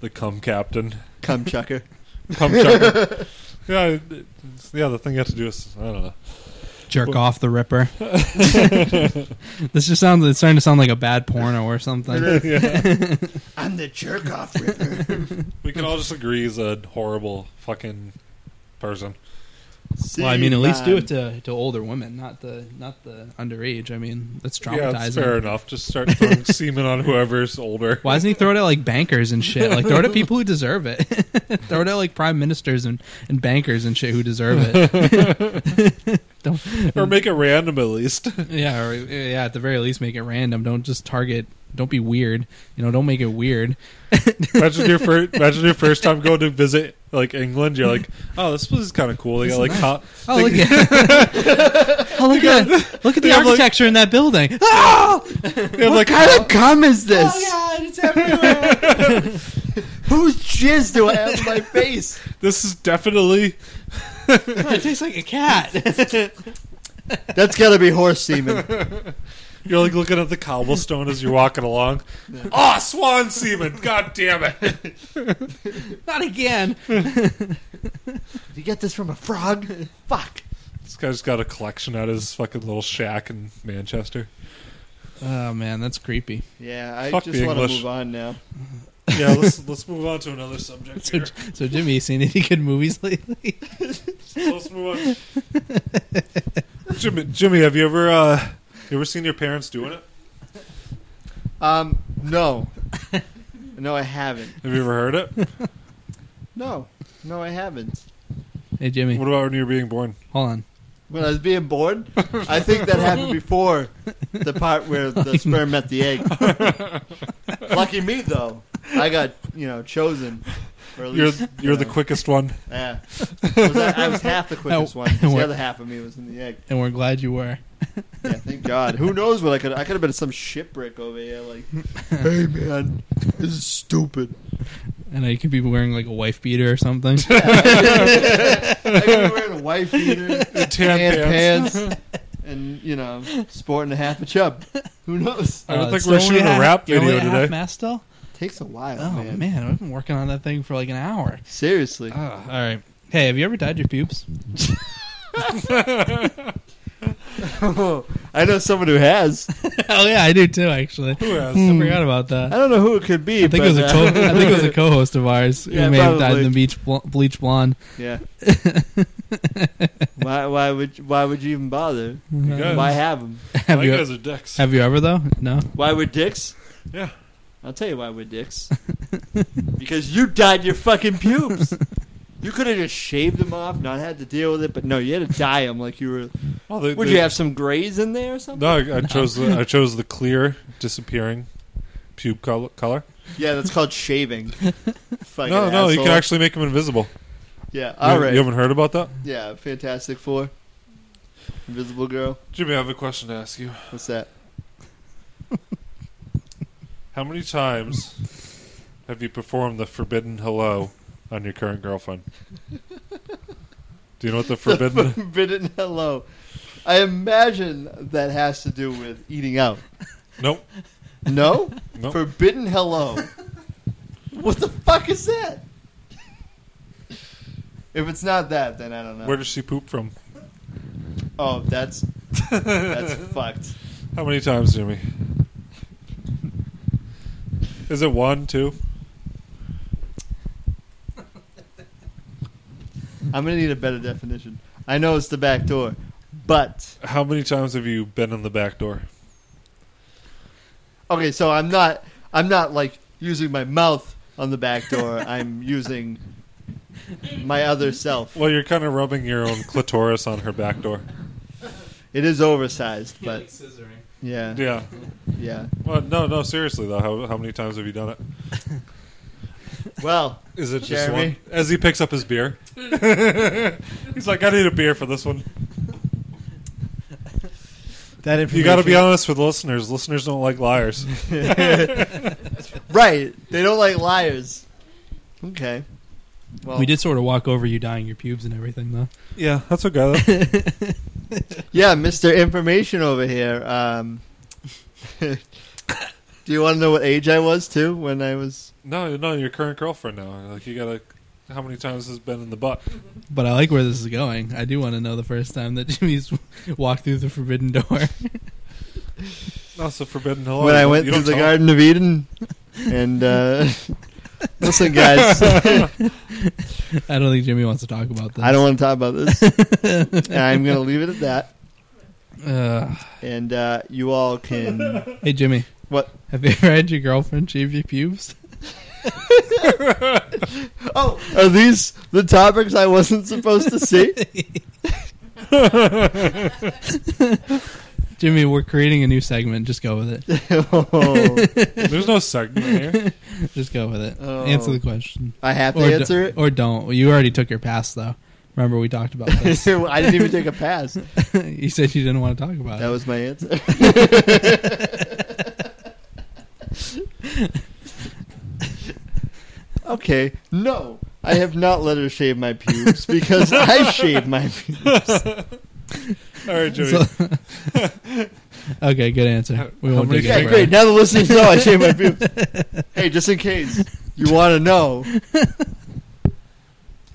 Speaker 1: The cum captain.
Speaker 4: Cum chucker.
Speaker 1: Cum chucker. yeah, it- it's- yeah, the thing you have to do is, I don't know.
Speaker 3: Jerk off the ripper. this just sounds it's starting to sound like a bad porno or something.
Speaker 1: Yeah.
Speaker 4: I'm the jerk off ripper.
Speaker 1: We can all just agree he's a horrible fucking person.
Speaker 3: Well, I mean at least do it to, to older women, not the not the underage. I mean, that's
Speaker 1: Yeah, that's
Speaker 3: traumatizing.
Speaker 1: fair enough. Just start throwing semen on whoever's older.
Speaker 3: Why doesn't he throw it at like bankers and shit? Like throw it at people who deserve it. throw it at like prime ministers and, and bankers and shit who deserve it. Don't
Speaker 1: Or make it random at least.
Speaker 3: Yeah, or, yeah. At the very least, make it random. Don't just target. Don't be weird. You know, don't make it weird.
Speaker 1: Imagine your first. Imagine your first time going to visit like England. You're like, oh, this place is kind of cool. They got like hot.
Speaker 3: Oh look at oh, look at look at the
Speaker 1: Yeah, look-
Speaker 3: architecture in that building. Ah,
Speaker 1: They have like
Speaker 4: What kind of Oh, cum is this?
Speaker 3: God, it's everywhere.
Speaker 4: Whose jizz do I have in my face?
Speaker 1: this is definitely
Speaker 3: it tastes like a cat.
Speaker 4: That's gotta be horse semen.
Speaker 1: You're like looking at the cobblestone as you're walking along. Oh, swan semen! God damn it!
Speaker 3: Not again.
Speaker 4: Did you get this from a frog? Fuck.
Speaker 1: This guy's got a collection at his fucking little shack in Manchester.
Speaker 3: Oh man, that's creepy.
Speaker 4: Yeah, I
Speaker 1: Fuck
Speaker 4: just
Speaker 1: the
Speaker 4: want to
Speaker 1: English.
Speaker 4: move on now.
Speaker 1: Yeah, let's let's move on to another subject
Speaker 3: So,
Speaker 1: here.
Speaker 3: so Jimmy, you seen any good movies lately?
Speaker 1: Let's move on. Jimmy, Jimmy, have you ever uh, you ever seen your parents doing it?
Speaker 4: Um, no, no, I haven't.
Speaker 1: Have you ever heard it?
Speaker 4: No, no, I haven't.
Speaker 3: Hey Jimmy,
Speaker 1: What about when you were being born?
Speaker 3: hold on.
Speaker 4: When I was being bored, I think that happened before the part where the sperm met the egg. Lucky me, though. I got you know chosen. Or at
Speaker 1: You're
Speaker 4: least, you
Speaker 1: you're the
Speaker 4: know,
Speaker 1: quickest one.
Speaker 4: Yeah, I was, I was half the quickest
Speaker 3: Oh,
Speaker 4: one. 'cause The
Speaker 3: what-
Speaker 4: other half of me was in the egg.
Speaker 3: And we're glad you were.
Speaker 4: Yeah, thank God. Who knows what I could? I could have been some shipwreck over here. Like, hey man, this is stupid.
Speaker 3: And I could be wearing like a wife beater or something.
Speaker 4: I could be wearing a wife beater, tan
Speaker 1: pants.
Speaker 4: pants, and you know, sporting a half a chub. Who knows?
Speaker 1: I don't
Speaker 3: Uh,
Speaker 1: think
Speaker 3: it's
Speaker 1: we're
Speaker 3: still only
Speaker 1: shooting a
Speaker 3: half-
Speaker 1: rap
Speaker 3: you're only
Speaker 1: video
Speaker 3: at half
Speaker 1: today.
Speaker 3: mast still?
Speaker 4: Takes a while,
Speaker 3: Oh man.
Speaker 4: man.
Speaker 3: I've been working on that thing for like an hour.
Speaker 4: Seriously.
Speaker 3: all right. Hey, have you ever dyed your pubes?
Speaker 4: I know someone who has.
Speaker 3: oh yeah, I do too. Actually,
Speaker 1: Who has?
Speaker 3: I forgot about
Speaker 4: I
Speaker 3: that.
Speaker 4: don't know who it could be.
Speaker 3: I think it
Speaker 4: but,
Speaker 3: was a
Speaker 4: uh,
Speaker 3: co- I think it was a co-host of ours
Speaker 4: Yeah,
Speaker 3: who may have
Speaker 4: probably.
Speaker 3: dyed the beach bl- bleach blonde.
Speaker 4: yeah. why? Why would? Why would you even bother?
Speaker 1: guys-
Speaker 4: Why have them?
Speaker 3: have
Speaker 1: My
Speaker 3: you
Speaker 1: guys are dicks.
Speaker 3: have you ever though? No.
Speaker 4: Why would dicks?
Speaker 1: yeah.
Speaker 4: I'll tell you why we're dicks. because you dyed your fucking pubes. You could have just shaved them off, not had to deal with it, but no, you had to dye them like you were.
Speaker 1: Well, Oh, they,
Speaker 4: Would
Speaker 1: they-
Speaker 4: you have some grays in there or something?
Speaker 1: No, I, I chose the, I chose the clear disappearing pube col- color.
Speaker 4: Yeah, that's called shaving. Fucking
Speaker 1: no, no, you can
Speaker 4: asshole.
Speaker 1: actually make them invisible.
Speaker 4: Yeah,
Speaker 1: You-
Speaker 4: all right.
Speaker 1: You haven't heard about that?
Speaker 4: Yeah, Fantastic Four. Invisible Girl.
Speaker 1: Jimmy, I have a question to ask you.
Speaker 4: What's that?
Speaker 1: How many times have you performed the forbidden hello on your current girlfriend? Do you know what the forbidden?
Speaker 4: Forbidden Hello. I imagine that has to do with eating out.
Speaker 1: nope.
Speaker 4: No?
Speaker 1: Nope.
Speaker 4: Forbidden Hello. what the fuck is that? If it's not that, then I don't know.
Speaker 1: Where does she poop from?
Speaker 4: oh, that's that's fucked.
Speaker 1: How many times, Jimmy? Is it one, two?
Speaker 4: I'm gonna need a better definition. I know it's the back door, but
Speaker 1: How many times have you been in the back door?
Speaker 4: Okay, so I'm not I'm not like using my mouth on the back door. I'm using my other self.
Speaker 1: Well, you're kind of rubbing your own clitoris on her back door.
Speaker 4: It is oversized, but yeah,
Speaker 1: Yeah.
Speaker 4: yeah.
Speaker 1: Well, no, no, seriously though. How, how many times have you done it?
Speaker 4: Well,
Speaker 1: Is it just
Speaker 4: Jeremy?
Speaker 1: one? As he picks up his beer, he's like, "I need a beer for this one."
Speaker 4: that
Speaker 1: You got to be honest with listeners. Listeners don't like liars.
Speaker 4: right. They don't like liars. Okay. Well,
Speaker 3: We did sort of walk over you dyeing your pubes and everything though.
Speaker 1: Yeah, that's okay. Though.
Speaker 4: yeah, Mr. Information over here. Um, do you want to know what age I was too when I was?
Speaker 1: no, no, your current girlfriend now. Like, you gotta. How many times has it been in the butt?
Speaker 3: But I like where this is going. I do want to know the first time that Jimmy's walked through the forbidden door.
Speaker 1: Not so forbidden. Hello.
Speaker 4: when
Speaker 1: Oh, You
Speaker 4: I
Speaker 1: don't-
Speaker 4: went
Speaker 1: you
Speaker 4: through
Speaker 1: don't
Speaker 4: the
Speaker 1: tell-
Speaker 4: Garden of Eden. And uh, listen, guys,
Speaker 3: I don't think Jimmy wants to talk about this.
Speaker 4: I don't want to talk about this. And I'm going to leave it at that.
Speaker 3: Uh,
Speaker 4: And uh, you all can.
Speaker 3: hey Jimmy,
Speaker 4: What?
Speaker 3: have you ever had your girlfriend shave your pubes?
Speaker 4: Oh, are these the topics I wasn't supposed to see?
Speaker 3: Jimmy, we're creating a new segment. Just go with it.
Speaker 4: oh,
Speaker 1: There's no segment here.
Speaker 3: Just go with it.
Speaker 4: Oh.
Speaker 3: Answer the question.
Speaker 4: I have to
Speaker 3: Or
Speaker 4: answer
Speaker 3: do- or don't. You already took your pass though. Remember we talked about this.
Speaker 4: it. I didn't even take a pass.
Speaker 3: you said you didn't want to talk about
Speaker 4: That
Speaker 3: it.
Speaker 4: was my answer. okay, no, I have not let her shave my pubes because I shave my pubes.
Speaker 1: All right, Jimmy.
Speaker 3: So- okay, good answer. We
Speaker 1: How
Speaker 3: won't
Speaker 1: many-
Speaker 3: take
Speaker 4: Yeah,
Speaker 3: it
Speaker 4: great. Now the listeners know I shave my pubes. Hey, just in case you want to know,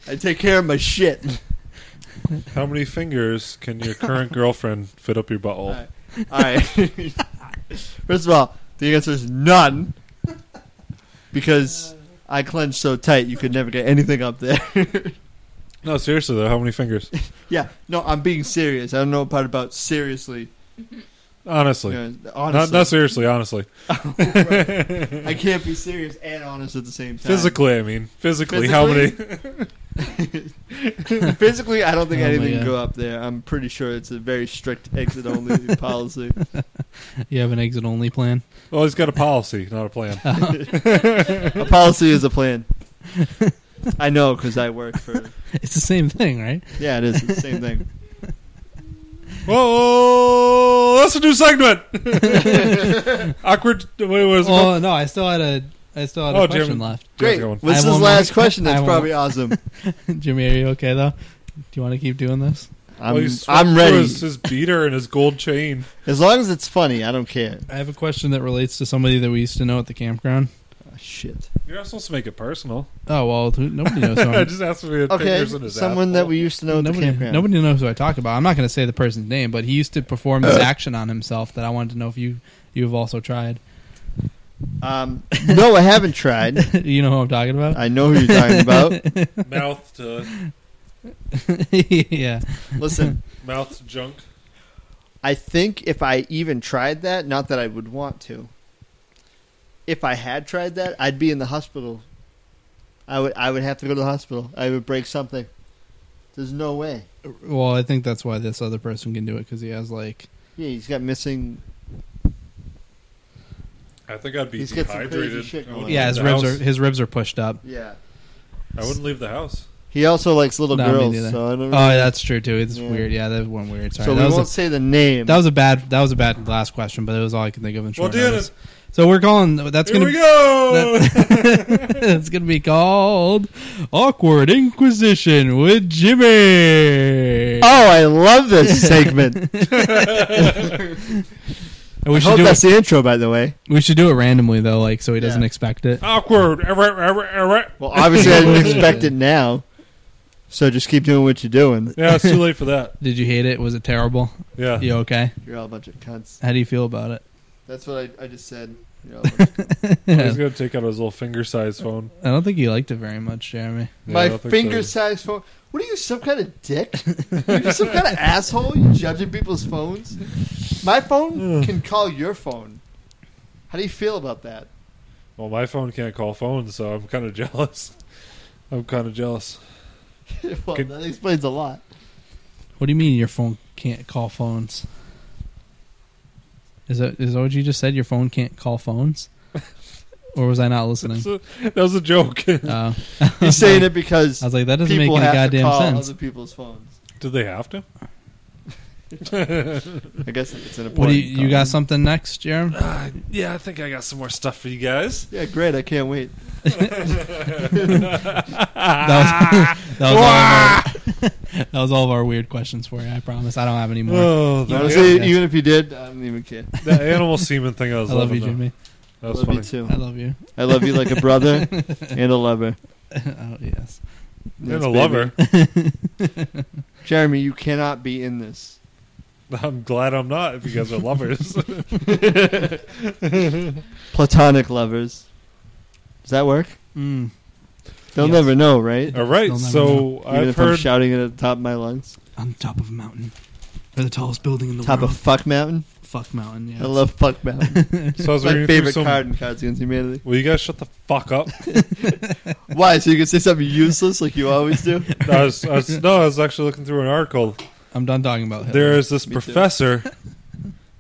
Speaker 4: I take care of my shit.
Speaker 1: How many fingers can your current girlfriend fit up your butthole?
Speaker 4: Alright. All right. First of all, the answer is none because I clench so tight you could never get anything up there.
Speaker 1: No, seriously though, how many fingers?
Speaker 4: yeah, no, I'm being serious. I don't know a part about seriously. You
Speaker 1: Honestly,
Speaker 4: know,
Speaker 1: not,
Speaker 4: honestly, Oh,
Speaker 1: not seriously. Honestly,
Speaker 4: I can't be serious and honest at the same time.
Speaker 1: physically, I mean, physically, how many?
Speaker 4: Physically, I don't think
Speaker 3: Oh my
Speaker 4: anything can
Speaker 3: God.
Speaker 4: go up there. I'm pretty sure it's a very strict exit only policy.
Speaker 3: You have an exit only plan.
Speaker 1: Well, he's got a policy, not a plan.
Speaker 4: A policy is a plan. I know because I work for.
Speaker 3: It's the same thing, right?
Speaker 4: Yeah, it is it's the same thing.
Speaker 1: Whoa, that's a new segment. Awkward. Wait, what is it
Speaker 3: Oh
Speaker 1: called?
Speaker 3: no, I still had a I still had a
Speaker 1: Oh,
Speaker 3: question
Speaker 1: Jim.
Speaker 3: left.
Speaker 1: How's
Speaker 4: Great.
Speaker 1: it going?
Speaker 4: This is
Speaker 3: I
Speaker 4: the
Speaker 3: won't
Speaker 4: last
Speaker 3: make-
Speaker 4: question.
Speaker 3: I
Speaker 4: That's
Speaker 3: won't-
Speaker 4: probably awesome.
Speaker 3: Jimmy, are you okay though? Do you want to keep doing this?
Speaker 4: I'm,
Speaker 1: Well, he swept
Speaker 4: I'm
Speaker 1: through
Speaker 4: ready.
Speaker 1: His, his beater and his gold chain.
Speaker 4: As long as it's funny, I don't care.
Speaker 3: I have a question that relates to somebody that we used to know at the campground.
Speaker 4: Ah, shit.
Speaker 1: You're not supposed to make it personal.
Speaker 3: Oh well, who- nobody knows. Who
Speaker 1: I
Speaker 3: I'm,
Speaker 1: just asked for your
Speaker 4: Okay,
Speaker 1: fingers in his
Speaker 4: someone
Speaker 1: apple.
Speaker 4: that we used to know at the
Speaker 3: nobody,
Speaker 4: campground.
Speaker 3: nobody knows who I talk about. I'm not going to say the person's name, but he used to perform
Speaker 4: Uh.
Speaker 3: this action on himself that I wanted to know if you you have also tried.
Speaker 4: Um, no, I haven't tried.
Speaker 3: you know who I'm talking about?
Speaker 4: I know who you're talking about.
Speaker 1: mouth to
Speaker 3: yeah.
Speaker 4: Listen,
Speaker 1: mouth to junk.
Speaker 4: I think if I even tried that, not that I would want to. If I had tried that, I'd be in the hospital. I would I would have to go to the hospital. I would break something. There's no way.
Speaker 3: Well, I think that's why this other person can do it because he has like
Speaker 4: Yeah, he's got missing.
Speaker 1: I think I'd be
Speaker 4: He's got some crazy
Speaker 1: dehydrated.
Speaker 4: shit
Speaker 1: I
Speaker 4: going
Speaker 1: wouldn't
Speaker 4: on.
Speaker 3: yeah
Speaker 1: leave
Speaker 3: his
Speaker 1: the
Speaker 3: ribs
Speaker 1: house.
Speaker 3: are his ribs are pushed up.
Speaker 4: Yeah.
Speaker 1: I wouldn't leave the house.
Speaker 4: He also likes little
Speaker 3: No, me
Speaker 4: girls,
Speaker 3: neither.
Speaker 4: so I don't.
Speaker 3: Oh,
Speaker 4: Really,
Speaker 3: yeah, that's true too. It's
Speaker 4: Yeah.
Speaker 3: weird. Yeah, that one weird. Sorry,
Speaker 4: so we
Speaker 3: that was
Speaker 4: won't
Speaker 3: a,
Speaker 4: say the name.
Speaker 3: that was a bad that was a bad last question, but it was all I could think of in
Speaker 1: Well,
Speaker 3: short
Speaker 1: Dan,
Speaker 3: notice. So we're calling. That's
Speaker 1: here
Speaker 3: gonna
Speaker 1: we go.
Speaker 3: That- it's gonna be called Awkward Inquisition with Jimmy.
Speaker 4: oh, I love this segment.
Speaker 3: And we
Speaker 4: I
Speaker 3: should
Speaker 4: hope
Speaker 3: do
Speaker 4: that's
Speaker 3: it.
Speaker 4: the intro, by the way.
Speaker 3: We should do it randomly though, like so he doesn't
Speaker 4: Yeah.
Speaker 3: expect it.
Speaker 1: Awkward. Err, err, err, err.
Speaker 4: Well, obviously, I didn't expect it now. So just keep doing what you're doing.
Speaker 1: Yeah, it's too late for that.
Speaker 3: Did you hate it? Was it terrible?
Speaker 1: Yeah.
Speaker 4: Uh-huh.
Speaker 3: You okay?
Speaker 4: You're all a bunch of cunts.
Speaker 3: How do you feel about it?
Speaker 4: That's what I, I just said. You're all a bunch of cunts.
Speaker 1: He's gonna take out his little finger-sized phone.
Speaker 3: I don't think he liked it very much, Jeremy.
Speaker 1: Yeah, I
Speaker 4: My
Speaker 1: don't think so.
Speaker 4: finger-sized phone. What are you, some kind of dick? You're just some kind of asshole. You judging people's phones. My phone can call your phone. How do you feel about that?
Speaker 1: Well, my phone can't call phones, so I'm kind of jealous. I'm kind of jealous.
Speaker 4: well,
Speaker 1: Can-
Speaker 4: that explains a lot.
Speaker 3: What do you mean your phone can't call phones? Is that is that what you just said? Your phone can't call phones? or was I not listening?
Speaker 1: So, that was a joke.
Speaker 3: Oh.
Speaker 4: He's saying it because
Speaker 3: I was like, that doesn't make
Speaker 4: people
Speaker 3: any
Speaker 4: have
Speaker 3: goddamn
Speaker 4: to call
Speaker 3: sense.
Speaker 4: other people's phones.
Speaker 1: Did they have to?
Speaker 4: I guess it's an important.
Speaker 3: What do you, you got
Speaker 4: comment.
Speaker 3: something next, Jeremy?
Speaker 1: Uh, yeah, I think I got some more stuff for you guys.
Speaker 4: Yeah, great. I can't wait.
Speaker 1: Ah.
Speaker 3: That was, that, was all of our, that was all of our weird questions for you. I promise. I don't have any more.
Speaker 1: Oh, that,
Speaker 4: Honestly,
Speaker 3: Yeah.
Speaker 4: even if you did, I don't even care.
Speaker 1: that animal semen thing I was
Speaker 3: I love
Speaker 1: loving,
Speaker 3: you,
Speaker 1: though.
Speaker 3: Jimmy.
Speaker 1: That
Speaker 4: I
Speaker 1: was
Speaker 4: love
Speaker 1: funny.
Speaker 4: you too.
Speaker 3: I love you.
Speaker 4: I love you like a brother and a lover.
Speaker 3: oh yes.
Speaker 1: And
Speaker 4: Yes,
Speaker 1: a
Speaker 4: baby.
Speaker 1: lover.
Speaker 4: Jeremy, you cannot be in this.
Speaker 1: I'm glad I'm not if you guys are lovers.
Speaker 4: Platonic lovers. Does that work? Hmm.
Speaker 3: Mm.
Speaker 4: They'll
Speaker 3: Yes.
Speaker 4: never know, right?
Speaker 1: All right,
Speaker 3: They'll never
Speaker 1: so
Speaker 4: Even
Speaker 1: I've
Speaker 4: if I'm
Speaker 1: heard
Speaker 4: shouting it at the top of my lungs.
Speaker 3: On top of a mountain, or the tallest building in the
Speaker 4: Top
Speaker 3: world.
Speaker 4: of Fuck Mountain.
Speaker 3: Fuck mountain. Yeah.
Speaker 4: I love Fuck Mountain.
Speaker 1: so I was
Speaker 4: It's my
Speaker 1: reading through
Speaker 4: favorite
Speaker 1: some.
Speaker 4: card in Cards Against Humanity.
Speaker 1: Will you guys shut the fuck up?
Speaker 4: Why? So you can say something useless like you always do?
Speaker 1: I was, I was, no, I was actually looking through an article.
Speaker 3: I'm done talking about Hitler.
Speaker 1: There is this
Speaker 4: Me too.
Speaker 1: professor.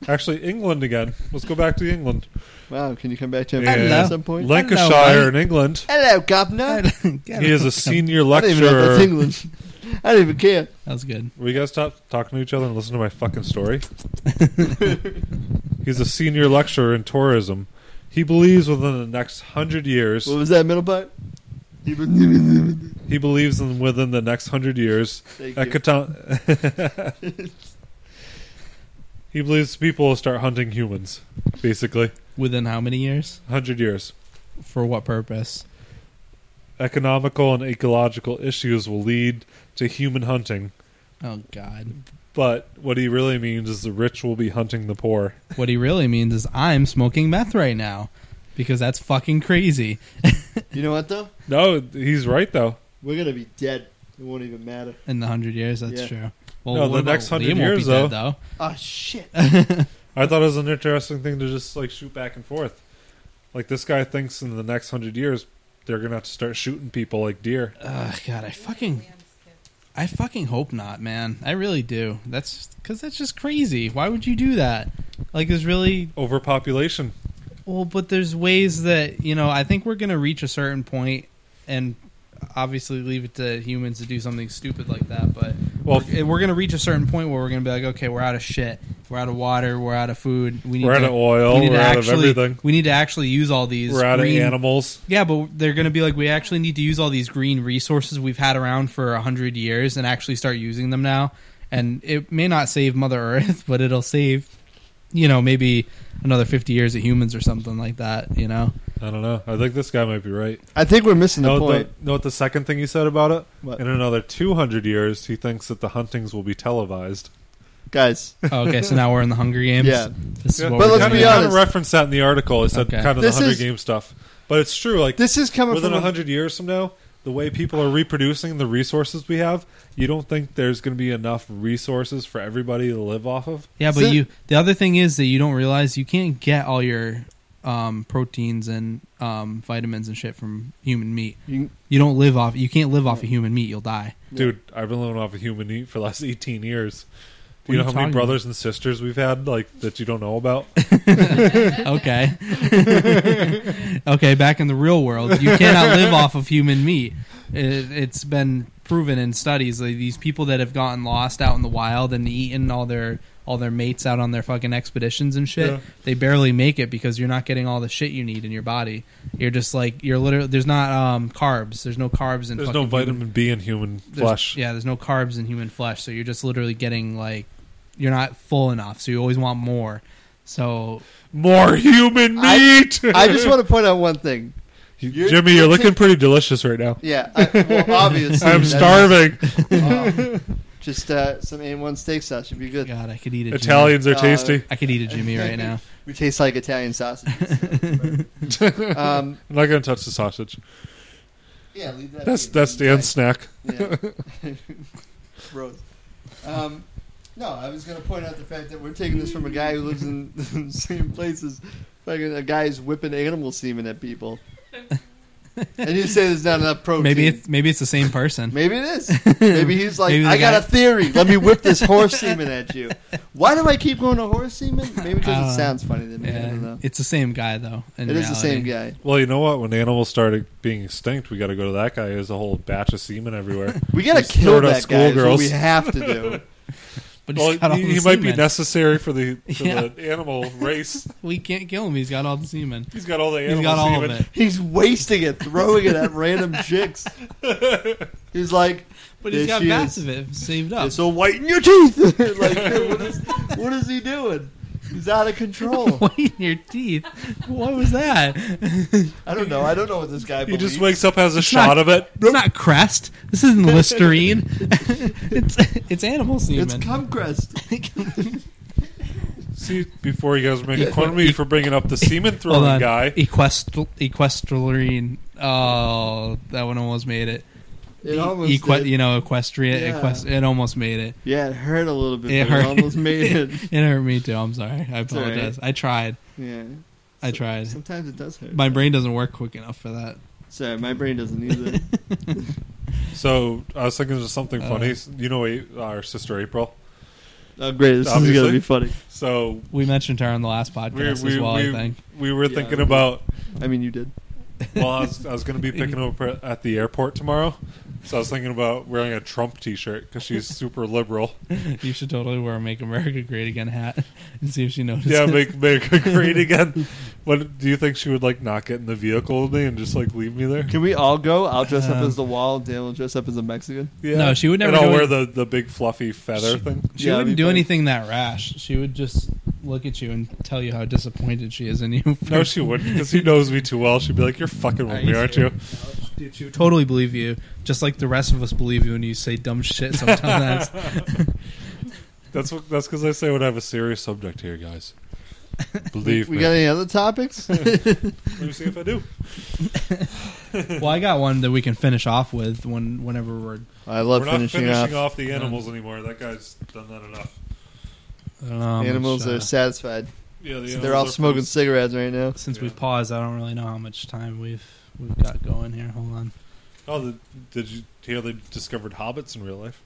Speaker 1: Actually, England again. Let's go back to England.
Speaker 4: Wow, can you come back to him
Speaker 1: Hello.
Speaker 4: at some point?
Speaker 1: Lancashire in
Speaker 3: mate.
Speaker 1: England.
Speaker 4: Hello, governor.
Speaker 1: He is a senior
Speaker 4: I don't even know if that's
Speaker 1: lecturer.
Speaker 4: England. I don't even care.
Speaker 3: That was good.
Speaker 1: Will you guys stop talking to each other and listen to my fucking story? He's a senior lecturer in tourism. He believes within the next hundred years.
Speaker 4: What was that middle part?
Speaker 1: He believes in within the next hundred years
Speaker 4: Thank you.
Speaker 1: Ecoton- he believes people will start hunting humans, basically.
Speaker 3: Within how many years?
Speaker 1: 100 years.
Speaker 3: For what purpose?
Speaker 1: Economical and ecological issues will lead to human hunting,
Speaker 3: Oh God.
Speaker 1: but what he really means is the rich will be hunting the poor.
Speaker 3: What he really means is I'm smoking meth right now, because that's fucking crazy.
Speaker 4: You know what though?
Speaker 1: No, he's right, though.
Speaker 4: We're gonna be dead. It won't even matter.
Speaker 3: In the hundred years, that's
Speaker 4: Yeah.
Speaker 3: true. Well,
Speaker 1: No,
Speaker 3: what
Speaker 1: the
Speaker 3: about
Speaker 1: next 100
Speaker 3: Liam won't
Speaker 1: years,
Speaker 3: be dead, though.
Speaker 4: Oh shit!
Speaker 1: I thought it was an interesting thing to just like shoot back and forth. Like this guy thinks in the next 100 years they're going to have to start shooting people like deer.
Speaker 3: Ugh, God, I fucking, I fucking hope not, man. I really do. That's because that's just crazy. Why would you do that? Like, there's really
Speaker 1: Overpopulation.
Speaker 3: well, but there's ways that you know. I think we're gonna reach a certain point, and obviously leave it to humans to do something stupid like that. But
Speaker 1: Well,
Speaker 3: we're, we're gonna reach a certain point where we're gonna be like, okay, we're out of shit. We're out of water. We're out of food. We need
Speaker 1: We're out
Speaker 3: to,
Speaker 1: of oil.
Speaker 3: we need
Speaker 1: We're
Speaker 3: to
Speaker 1: out of
Speaker 3: actually-
Speaker 1: everything.
Speaker 3: We need to actually use all these.
Speaker 1: We're out of
Speaker 3: green-
Speaker 1: animals.
Speaker 3: yeah, but they're going to be like, we actually need to use all these green resources we've had around for a hundred years and actually start using them now. and it may not save Mother Earth, but it'll save, you know, maybe another fifty years of humans or something like that. You know,
Speaker 1: I don't know. I think this guy might be right.
Speaker 4: I think we're missing
Speaker 1: know,
Speaker 4: the
Speaker 1: what
Speaker 4: point.
Speaker 1: the, know what the second thing he said about it?
Speaker 4: What?
Speaker 1: In another 200 years, he thinks that the huntings will be televised.
Speaker 4: Guys,
Speaker 3: Oh, okay, so now we're in the Hunger Games.
Speaker 4: Yeah.
Speaker 3: This is
Speaker 1: Yeah,
Speaker 3: what
Speaker 4: But
Speaker 3: we're
Speaker 4: let's
Speaker 3: doing.
Speaker 4: be
Speaker 1: They kind of
Speaker 4: honest.
Speaker 1: referenced that in the article. It said
Speaker 3: Okay.
Speaker 1: kind of
Speaker 4: This
Speaker 1: the Hunger
Speaker 4: is-
Speaker 1: Game stuff. But it's true. Like
Speaker 4: this is coming
Speaker 1: within
Speaker 4: from a-
Speaker 1: 100 years from now, the way people are reproducing the resources we have, you don't think there's going to be enough resources for everybody to live off of?
Speaker 3: Yeah,
Speaker 4: Is
Speaker 3: but
Speaker 4: it-
Speaker 3: you. The other thing is that you don't realize you can't get all your um, proteins and um, vitamins and shit from human meat.
Speaker 4: You-
Speaker 3: You don't live off. You can't live off of human meat. You'll die.
Speaker 1: Dude, I've been living off of human meat for the last 18 years. Do
Speaker 3: What
Speaker 1: you
Speaker 3: are
Speaker 1: know
Speaker 3: you
Speaker 1: how many
Speaker 3: talking
Speaker 1: brothers and sisters we've had like that you don't know about?
Speaker 3: Okay. okay. Back in the real world, you cannot live off of human meat. It, it's been proven in studies. Like these people that have gotten lost out in the wild and eaten all their all their mates out on their fucking expeditions and shit,
Speaker 1: Yeah.
Speaker 3: they barely make it because you're not getting all the shit you need in your body. You're just like you're literally there's not um, carbs. There's no carbs in.
Speaker 1: There's
Speaker 3: fucking
Speaker 1: no
Speaker 3: human-
Speaker 1: vitamin B in human
Speaker 3: there's-
Speaker 1: flesh.
Speaker 3: Yeah, there's no carbs in human flesh, so you're just literally getting like you're not full enough. So you always want more. So
Speaker 1: More human
Speaker 4: I-
Speaker 1: meat.
Speaker 4: I just want to point out one thing. You're-
Speaker 1: Jimmy, you're looking pretty delicious right now.
Speaker 4: Yeah, I, well, obviously.
Speaker 1: I'm
Speaker 4: that's-
Speaker 1: starving.
Speaker 4: Wow. just uh, some A1 steak sauce should be good.
Speaker 3: God, I could eat a Jimmy.
Speaker 1: Italians are
Speaker 4: Uh,
Speaker 1: tasty.
Speaker 3: I could eat a Jimmy right now.
Speaker 4: We taste like Italian sausages. um,
Speaker 1: I'm not gonna touch the sausage.
Speaker 4: yeah, leave that.
Speaker 1: That's
Speaker 4: be.
Speaker 1: that's Dan's snack.
Speaker 4: Yeah. Rose. Um, no, I was going to point out the fact that we're taking this from a guy who lives in the same places. Fucking a guy's whipping animal semen at people. and you say there's not enough protein.
Speaker 3: Maybe it's maybe it's the same person.
Speaker 4: Oh, Maybe it is. Maybe he's like,
Speaker 3: Maybe the
Speaker 4: I got
Speaker 3: guy-
Speaker 4: a theory. Let me whip this horse semen at you. Why do I keep going to horse semen? Maybe because
Speaker 3: Uh,
Speaker 4: it sounds funny to me. I don't
Speaker 3: Yeah,
Speaker 4: know.
Speaker 3: it's the same guy though. in
Speaker 4: It is the same
Speaker 3: reality.
Speaker 4: guy.
Speaker 1: Well, you know what? When animals started being extinct, we got to go to that guy. There's a whole batch of semen everywhere.
Speaker 4: We gotta
Speaker 1: Just
Speaker 4: kill
Speaker 1: throw it at
Speaker 4: that guy. is What
Speaker 1: schoolgirls.
Speaker 4: we have to do.
Speaker 3: But he's
Speaker 1: well,
Speaker 3: got all
Speaker 1: he,
Speaker 3: the
Speaker 1: he might be
Speaker 3: semen.
Speaker 1: necessary for the for
Speaker 3: Yeah.
Speaker 1: the animal race.
Speaker 3: we can't kill him. He's got all the semen.
Speaker 1: He's got all the
Speaker 3: He's
Speaker 1: animal
Speaker 3: got all
Speaker 1: semen.
Speaker 3: of it.
Speaker 4: He's wasting it, throwing it at random chicks. He's like,
Speaker 3: But he's
Speaker 4: There
Speaker 3: got
Speaker 4: she
Speaker 3: vats of it saved up.
Speaker 4: it's all white in your teeth. like, what is, what is he doing? He's out of control.
Speaker 3: White in your teeth. What was that?
Speaker 4: I don't know. I don't know what this guy
Speaker 1: He
Speaker 4: believes.
Speaker 1: just wakes up has a
Speaker 3: not-
Speaker 1: shot of it.
Speaker 3: It's not Crest. This isn't Listerine. it's it's animal semen.
Speaker 4: it's Cumcrest.
Speaker 1: See, before you guys make fun of me for bringing up the semen
Speaker 3: Hold on.
Speaker 1: throwing guy,
Speaker 3: Equestl- Equestrine. Oh, that one almost made it.
Speaker 4: It
Speaker 3: E-
Speaker 4: almost
Speaker 3: equi-
Speaker 4: did.
Speaker 3: You know, Equestria.
Speaker 4: Yeah.
Speaker 3: Equest- it almost made it.
Speaker 4: Yeah, it hurt a little bit.
Speaker 3: It
Speaker 4: but
Speaker 3: hurt.
Speaker 4: It almost made it.
Speaker 3: It hurt me too. I'm sorry. I
Speaker 4: all right.
Speaker 3: apologize. I tried.
Speaker 4: Yeah.
Speaker 3: I tried.
Speaker 4: Sometimes it does hurt.
Speaker 3: My brain doesn't work quick enough for that.
Speaker 4: Sorry, my brain doesn't either.
Speaker 1: so I was thinking of something
Speaker 3: Uh.
Speaker 1: funny. You know, A- our sister April.
Speaker 4: oh, great. This is going to
Speaker 1: Obviously.
Speaker 4: be funny.
Speaker 1: So
Speaker 3: We mentioned her on the last
Speaker 1: we
Speaker 3: podcast
Speaker 1: we
Speaker 3: as well.
Speaker 1: we,
Speaker 3: I think.
Speaker 1: we were
Speaker 4: Yeah,
Speaker 1: thinking
Speaker 4: we-
Speaker 1: about
Speaker 4: I mean, you did.
Speaker 1: Well, I was, I was going to be picking up her at the airport tomorrow, so I was thinking about wearing a Trump T-shirt because she's super liberal.
Speaker 3: You should totally wear a "Make America Great Again" hat and see if she notices.
Speaker 1: Yeah, make make her great again. What do you think she would like? Not get in the vehicle with me and just like leave me there?
Speaker 4: Can we all go? I'll dress up
Speaker 3: Um,
Speaker 4: as the wall. Dan will dress up as a Mexican.
Speaker 1: Yeah.
Speaker 3: No, she would never
Speaker 1: And I'll
Speaker 3: do
Speaker 1: wear
Speaker 3: it.
Speaker 1: the the big fluffy feather thing.
Speaker 3: she
Speaker 4: Yeah, that'd
Speaker 3: wouldn't
Speaker 4: be
Speaker 3: do
Speaker 4: funny.
Speaker 3: anything that rash. She would just look at you and tell you how disappointed she is in you. for-
Speaker 1: No, she wouldn't because he knows me too well. She'd be like, "You're fucking with me, aren't you?"
Speaker 3: Dude, she would totally believe you, just like the rest of us believe you when you say dumb shit sometimes.
Speaker 1: That's what. That's because I say when I have a serious subject here, guys. Believe
Speaker 4: We
Speaker 1: me.
Speaker 4: got any other topics?
Speaker 1: Let me see if I do.
Speaker 3: well, I got one that we can finish off with when whenever we're.
Speaker 4: I love
Speaker 1: We're not
Speaker 4: finishing,
Speaker 1: finishing off.
Speaker 4: off.
Speaker 1: the animals anymore. That guy's done that enough.
Speaker 3: I don't know how
Speaker 4: Animals
Speaker 3: much,
Speaker 4: are
Speaker 3: uh,
Speaker 4: satisfied.
Speaker 1: Yeah, the
Speaker 4: They're all
Speaker 1: animals are
Speaker 4: smoking cigarettes right now.
Speaker 3: Since we
Speaker 1: Yeah.
Speaker 3: paused, I don't really know how much time we've we've got going here. Hold on.
Speaker 1: Oh, the, did you hear they discovered hobbits in real life?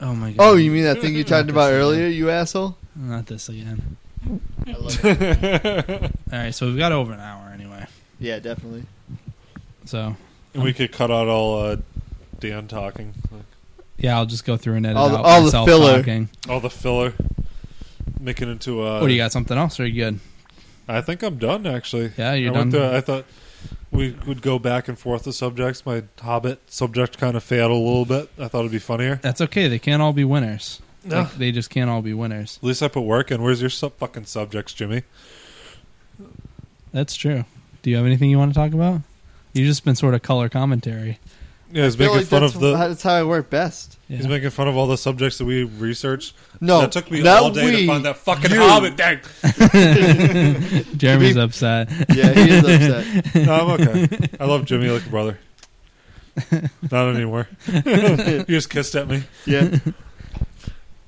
Speaker 3: Oh my god.
Speaker 4: Oh, you mean that thing you talked about earlier, you asshole?
Speaker 3: not this again?
Speaker 4: I love it.
Speaker 1: and
Speaker 3: All right, so we've got over an hour anyway.
Speaker 4: Yeah, definitely.
Speaker 3: So
Speaker 1: we could cut out all uh, Dan talking, like,
Speaker 3: yeah, I'll just go through and edit
Speaker 4: All the-
Speaker 3: out
Speaker 4: all the
Speaker 3: myself
Speaker 4: filler.
Speaker 3: talking.
Speaker 1: all the filler, make it into a.
Speaker 3: what
Speaker 4: Uh,
Speaker 3: do you got? Something else? Are you good?
Speaker 1: I think I'm done actually.
Speaker 3: Yeah, you're
Speaker 1: I went
Speaker 3: done?
Speaker 1: through- I thought we would go back and forth with subjects. My hobbit subject kind of failed a little bit. I thought it'd be funnier.
Speaker 3: That's okay. They can't all be winners. Like, they just can't all be winners.
Speaker 1: At least I put work in. Where's your sub- fucking subjects, Jimmy?
Speaker 3: That's true. Do you have anything you want to talk about? You've just been sort of color commentary.
Speaker 1: Yeah, he's
Speaker 4: I feel
Speaker 1: making
Speaker 4: like
Speaker 1: fun
Speaker 4: that's,
Speaker 1: of the.
Speaker 4: that's how I work best.
Speaker 1: He's
Speaker 3: Yeah.
Speaker 1: making fun of all the subjects that we researched.
Speaker 4: No,
Speaker 1: that took me
Speaker 4: not
Speaker 1: all day
Speaker 4: we,
Speaker 1: to find that fucking
Speaker 4: you.
Speaker 1: Hobbit thing.
Speaker 3: Jeremy's upset.
Speaker 4: Yeah, he is upset.
Speaker 1: No, I'm okay. I love Jimmy like a brother. Not anymore. he just kissed at me.
Speaker 4: Yeah.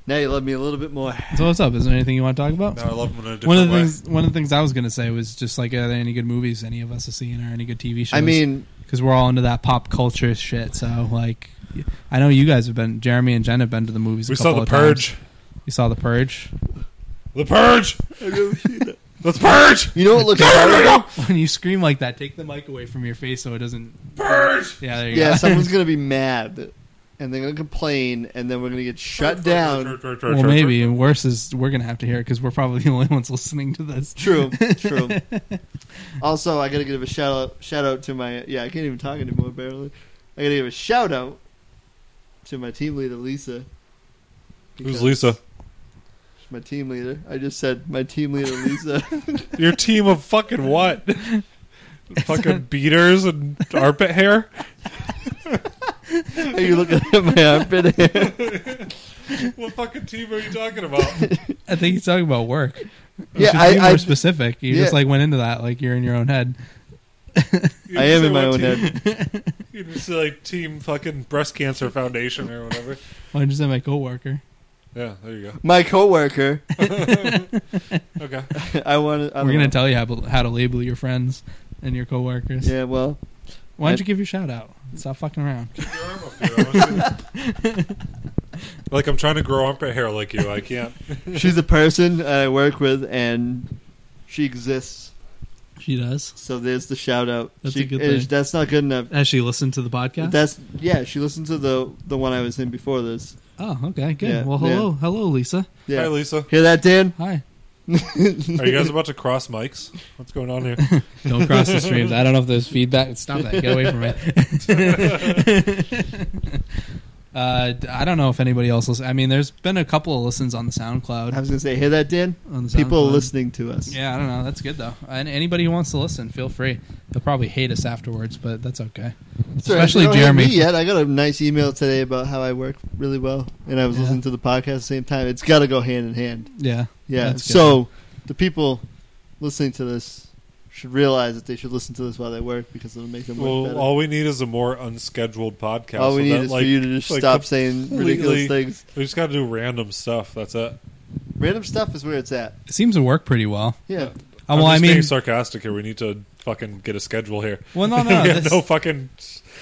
Speaker 4: Now you love me a little bit more.
Speaker 3: So what's up? Is there anything you want to talk about?
Speaker 1: Now I love him in a different
Speaker 3: One of the
Speaker 1: way.
Speaker 3: things, one of the things I was gonna say was just like, are there any good movies any of us have seen, or any good TV shows?
Speaker 4: I mean,
Speaker 3: because we're all into that pop culture shit. So like, I know you guys have been. Jeremy and Jen have been to the movies.
Speaker 1: we
Speaker 3: a
Speaker 1: saw
Speaker 3: couple
Speaker 1: the
Speaker 3: of
Speaker 1: purge.
Speaker 3: times. You saw the Purge.
Speaker 1: The purge. Let's purge.
Speaker 4: you know what looks harder?
Speaker 3: When you scream like that, take the mic away from your face so it doesn't.
Speaker 1: Purge.
Speaker 3: Yeah, there you
Speaker 4: Yeah,
Speaker 3: go.
Speaker 4: someone's gonna be mad, and they're gonna complain, and then we're gonna get shut down.
Speaker 1: Purge, purge, purge,
Speaker 3: Well,
Speaker 1: purge,
Speaker 3: maybe, and worse is we're gonna have to hear it because we're probably the only ones listening to this.
Speaker 4: True, true. Also, I gotta give a shout out, shout out to my yeah. I can't even talk anymore. Barely. I gotta give a shout out to my team leader Lisa.
Speaker 1: purge. Who's
Speaker 4: because
Speaker 1: Lisa?
Speaker 4: My team leader. I just said my team leader Lisa.
Speaker 1: Your team of fucking what? fucking beaters and armpit hair.
Speaker 4: Are you looking at my armpit hair?
Speaker 1: What fucking team are you talking about?
Speaker 3: I think he's talking about work. You
Speaker 4: Yeah,
Speaker 3: should
Speaker 4: I-
Speaker 3: be more
Speaker 4: I-
Speaker 3: specific. You just
Speaker 4: yeah.
Speaker 3: like went into that like you're in your own head.
Speaker 1: You
Speaker 4: I
Speaker 1: just
Speaker 4: am
Speaker 1: say
Speaker 4: in my
Speaker 1: what
Speaker 4: own
Speaker 1: team-
Speaker 4: head.
Speaker 1: You just say like team fucking breast cancer foundation or whatever.
Speaker 3: Why just my coworker?
Speaker 1: Yeah, there you
Speaker 4: My coworker.
Speaker 1: go. Okay.
Speaker 4: I want to.
Speaker 3: We're gonna tell you how, how to label your friends and your coworkers.
Speaker 4: Yeah, well,
Speaker 3: Why don't you give your shout out? Stop fucking around.
Speaker 1: Keep your arm up here. I wanna see. like I'm trying to grow armpit hair like you. I can't.
Speaker 4: she's a person I work with, and she exists.
Speaker 3: She does.
Speaker 4: So there's the shout out.
Speaker 3: That's
Speaker 4: she,
Speaker 3: a good
Speaker 4: it is-
Speaker 3: thing.
Speaker 4: That's not good enough.
Speaker 3: Has she listened to the podcast?
Speaker 4: That's yeah. She listened to the the one I was in before this.
Speaker 3: oh, okay, good.
Speaker 4: Yeah,
Speaker 3: well, hello, hello, Lisa.
Speaker 1: Hi,
Speaker 4: Yeah,
Speaker 1: Lisa.
Speaker 4: hear that, Dan?
Speaker 3: Hi.
Speaker 1: Are you guys about to cross mics? What's going on here?
Speaker 3: Don't cross the streams. I don't know if there's feedback. Stop that. Get away from me. uh, d- I don't know if anybody else. Listen- I mean, there's been a couple of listens on the SoundCloud.
Speaker 4: I was gonna say, hear that, Dan?
Speaker 3: on the
Speaker 4: People are
Speaker 3: SoundCloud.
Speaker 4: listening to us.
Speaker 3: Yeah, I don't know. That's good though. And anybody who wants to listen, feel free. They'll probably hate us afterwards, but that's okay.
Speaker 4: Sorry,
Speaker 3: Especially
Speaker 4: they don't hate
Speaker 3: Jeremy.
Speaker 4: Me yet I got a nice email today about how I work really well, and I was
Speaker 3: Yeah.
Speaker 4: listening to the podcast at the same time. It's got to go hand in hand.
Speaker 3: Yeah.
Speaker 4: Yeah.
Speaker 3: That's good.
Speaker 4: So the people listening to this should realize that they should listen to this while they work because it'll make them work
Speaker 1: Well,
Speaker 4: better.
Speaker 1: all we need is a more unscheduled podcast.
Speaker 4: All we
Speaker 1: so
Speaker 4: need
Speaker 1: that,
Speaker 4: is
Speaker 1: like-
Speaker 4: for you to just
Speaker 1: like,
Speaker 4: stop saying ridiculous
Speaker 1: completely-
Speaker 4: things.
Speaker 1: We just got to do random stuff. That's
Speaker 3: Uh,
Speaker 1: it.
Speaker 4: Random stuff is where it's at.
Speaker 3: It seems to work pretty well.
Speaker 4: Yeah.
Speaker 3: Oh,
Speaker 1: I'm
Speaker 3: well,
Speaker 1: just
Speaker 3: I mean,
Speaker 1: being sarcastic here. We need to fucking get a schedule here.
Speaker 3: well, no, no,
Speaker 1: we
Speaker 3: no.
Speaker 1: have
Speaker 3: This,
Speaker 1: no fucking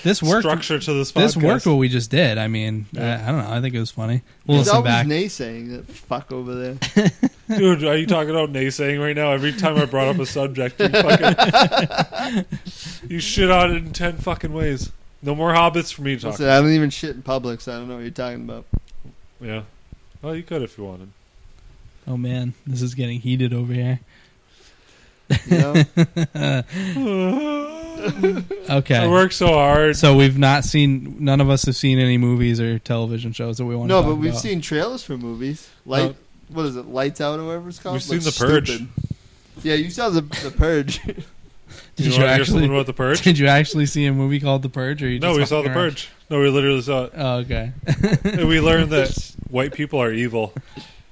Speaker 3: this worked.
Speaker 1: structure to this. Podcast.
Speaker 3: This worked what we just did. I mean,
Speaker 1: Yeah.
Speaker 3: I, I don't know. I think it was funny. We'll
Speaker 4: He's
Speaker 3: listen
Speaker 4: always
Speaker 3: back.
Speaker 4: naysaying that fuck over there.
Speaker 1: Dude, are you talking about naysaying right now? Every time I brought up a subject, you fucking you shit on it in ten fucking ways. No more hobbits for me to talk.
Speaker 4: Listen, I don't even shit in public, so I don't know what you're talking about.
Speaker 1: Yeah. Well, you could if you wanted.
Speaker 3: oh man, this is getting heated over here.
Speaker 4: You know?
Speaker 3: Okay.
Speaker 1: I work so hard.
Speaker 3: so we've not seen none of us have seen any movies or television shows that we want
Speaker 4: no,
Speaker 3: to
Speaker 4: but
Speaker 3: talk
Speaker 4: we've
Speaker 3: about.
Speaker 4: seen trailers for movies. Light,
Speaker 1: Uh,
Speaker 4: what is it? Lights Out or whatever it's called.
Speaker 1: We've seen
Speaker 4: Looks
Speaker 1: The Purge.
Speaker 4: stupid. Yeah, you saw the, the Purge.
Speaker 3: Did
Speaker 1: you,
Speaker 3: you,
Speaker 1: want to hear something
Speaker 3: actually
Speaker 1: about the purge?
Speaker 3: did you actually see a movie called The Purge or you
Speaker 1: No,
Speaker 3: just
Speaker 1: we saw the
Speaker 3: walking around?
Speaker 1: purge. No, we literally saw it.
Speaker 3: Oh, okay.
Speaker 1: And we learned that white people are evil.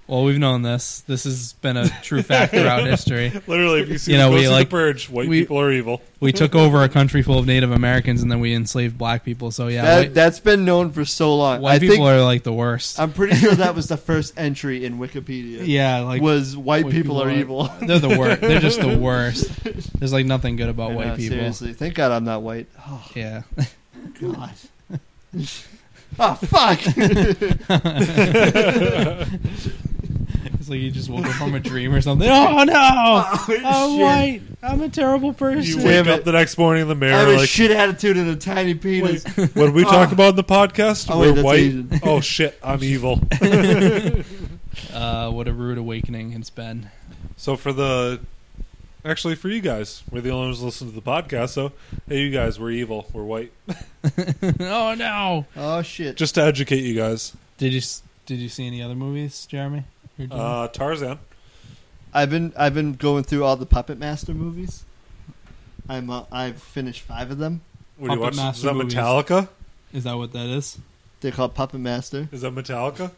Speaker 3: Well, we've known this. This has been a true fact throughout history.
Speaker 1: Literally, if you see
Speaker 3: You know,
Speaker 1: go
Speaker 3: we,
Speaker 1: see
Speaker 3: like-
Speaker 1: the purge, white
Speaker 3: we-
Speaker 1: people are evil.
Speaker 3: We took over a country full of Native Americans and then we enslaved black people. So yeah,
Speaker 4: that,
Speaker 3: white,
Speaker 4: that's been known for so long.
Speaker 3: white
Speaker 4: I
Speaker 3: people
Speaker 4: think
Speaker 3: are like the worst.
Speaker 4: I'm pretty sure that was the first entry in Wikipedia.
Speaker 3: yeah, like
Speaker 4: was white, people, are, evil.
Speaker 3: They're the worst. They're just the worst. There's like nothing good about
Speaker 4: I
Speaker 3: white
Speaker 4: know,
Speaker 3: people.
Speaker 4: Seriously, thank God I'm not white. Oh
Speaker 3: Yeah.
Speaker 4: God. oh fuck.
Speaker 3: It's like you just woke up from a dream or something. Oh no! I'm
Speaker 4: shit.
Speaker 3: white. I'm a terrible
Speaker 1: You
Speaker 3: person.
Speaker 1: wake
Speaker 4: Damn
Speaker 1: up
Speaker 4: it.
Speaker 1: the next morning in the
Speaker 4: I
Speaker 1: mirror,
Speaker 4: have a
Speaker 1: like,
Speaker 4: shit attitude and a tiny penis.
Speaker 1: what did we talk
Speaker 4: Ah.
Speaker 1: about in the podcast?
Speaker 4: Oh, wait,
Speaker 1: We're
Speaker 4: that's
Speaker 1: white.
Speaker 4: Asian.
Speaker 1: Oh, shit, I'm evil.
Speaker 3: uh, what a rude awakening it's been.
Speaker 1: So for the actually for you guys, we're the only ones listening to the podcast. So hey, you guys, we're evil. We're white.
Speaker 3: oh no!
Speaker 4: Oh shit.
Speaker 1: Just to educate you guys.
Speaker 3: Did you s- Did you see any other movies, Jeremy? Or Jim?
Speaker 1: Uh, Tarzan.
Speaker 4: I've been I've been going through all the Puppet Master movies. I'm uh, I've finished five of them.
Speaker 1: What do you
Speaker 3: Puppet
Speaker 1: watch? Is
Speaker 3: Master
Speaker 1: that
Speaker 3: movies.
Speaker 1: Metallica?
Speaker 3: is that what that is?
Speaker 4: They're called Puppet Master.
Speaker 1: Is that Metallica?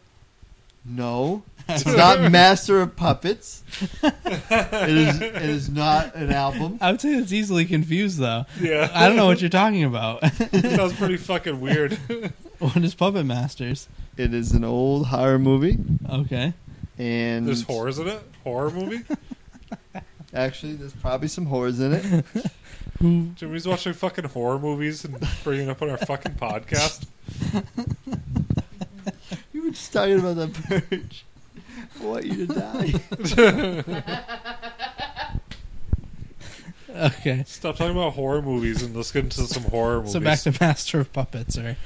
Speaker 4: No, it's not Master of Puppets. It is it is not an album.
Speaker 3: I would say it's easily confused though.
Speaker 1: Yeah.
Speaker 3: I don't know what you're talking about.
Speaker 1: that was pretty fucking weird.
Speaker 3: what is Puppet Masters?
Speaker 4: It is an old horror movie,
Speaker 3: Okay.
Speaker 4: and
Speaker 1: There's horrors in it. Horror movie.
Speaker 4: Actually, there's probably some horrors in it.
Speaker 3: Who
Speaker 1: Jimmy's watching fucking horror movies and bringing it up on our fucking podcast.
Speaker 4: You were just talking about the purge. I want you to die.
Speaker 3: Okay.
Speaker 1: Stop talking about horror movies and let's get into some horror movies.
Speaker 3: So back to Master of Puppets or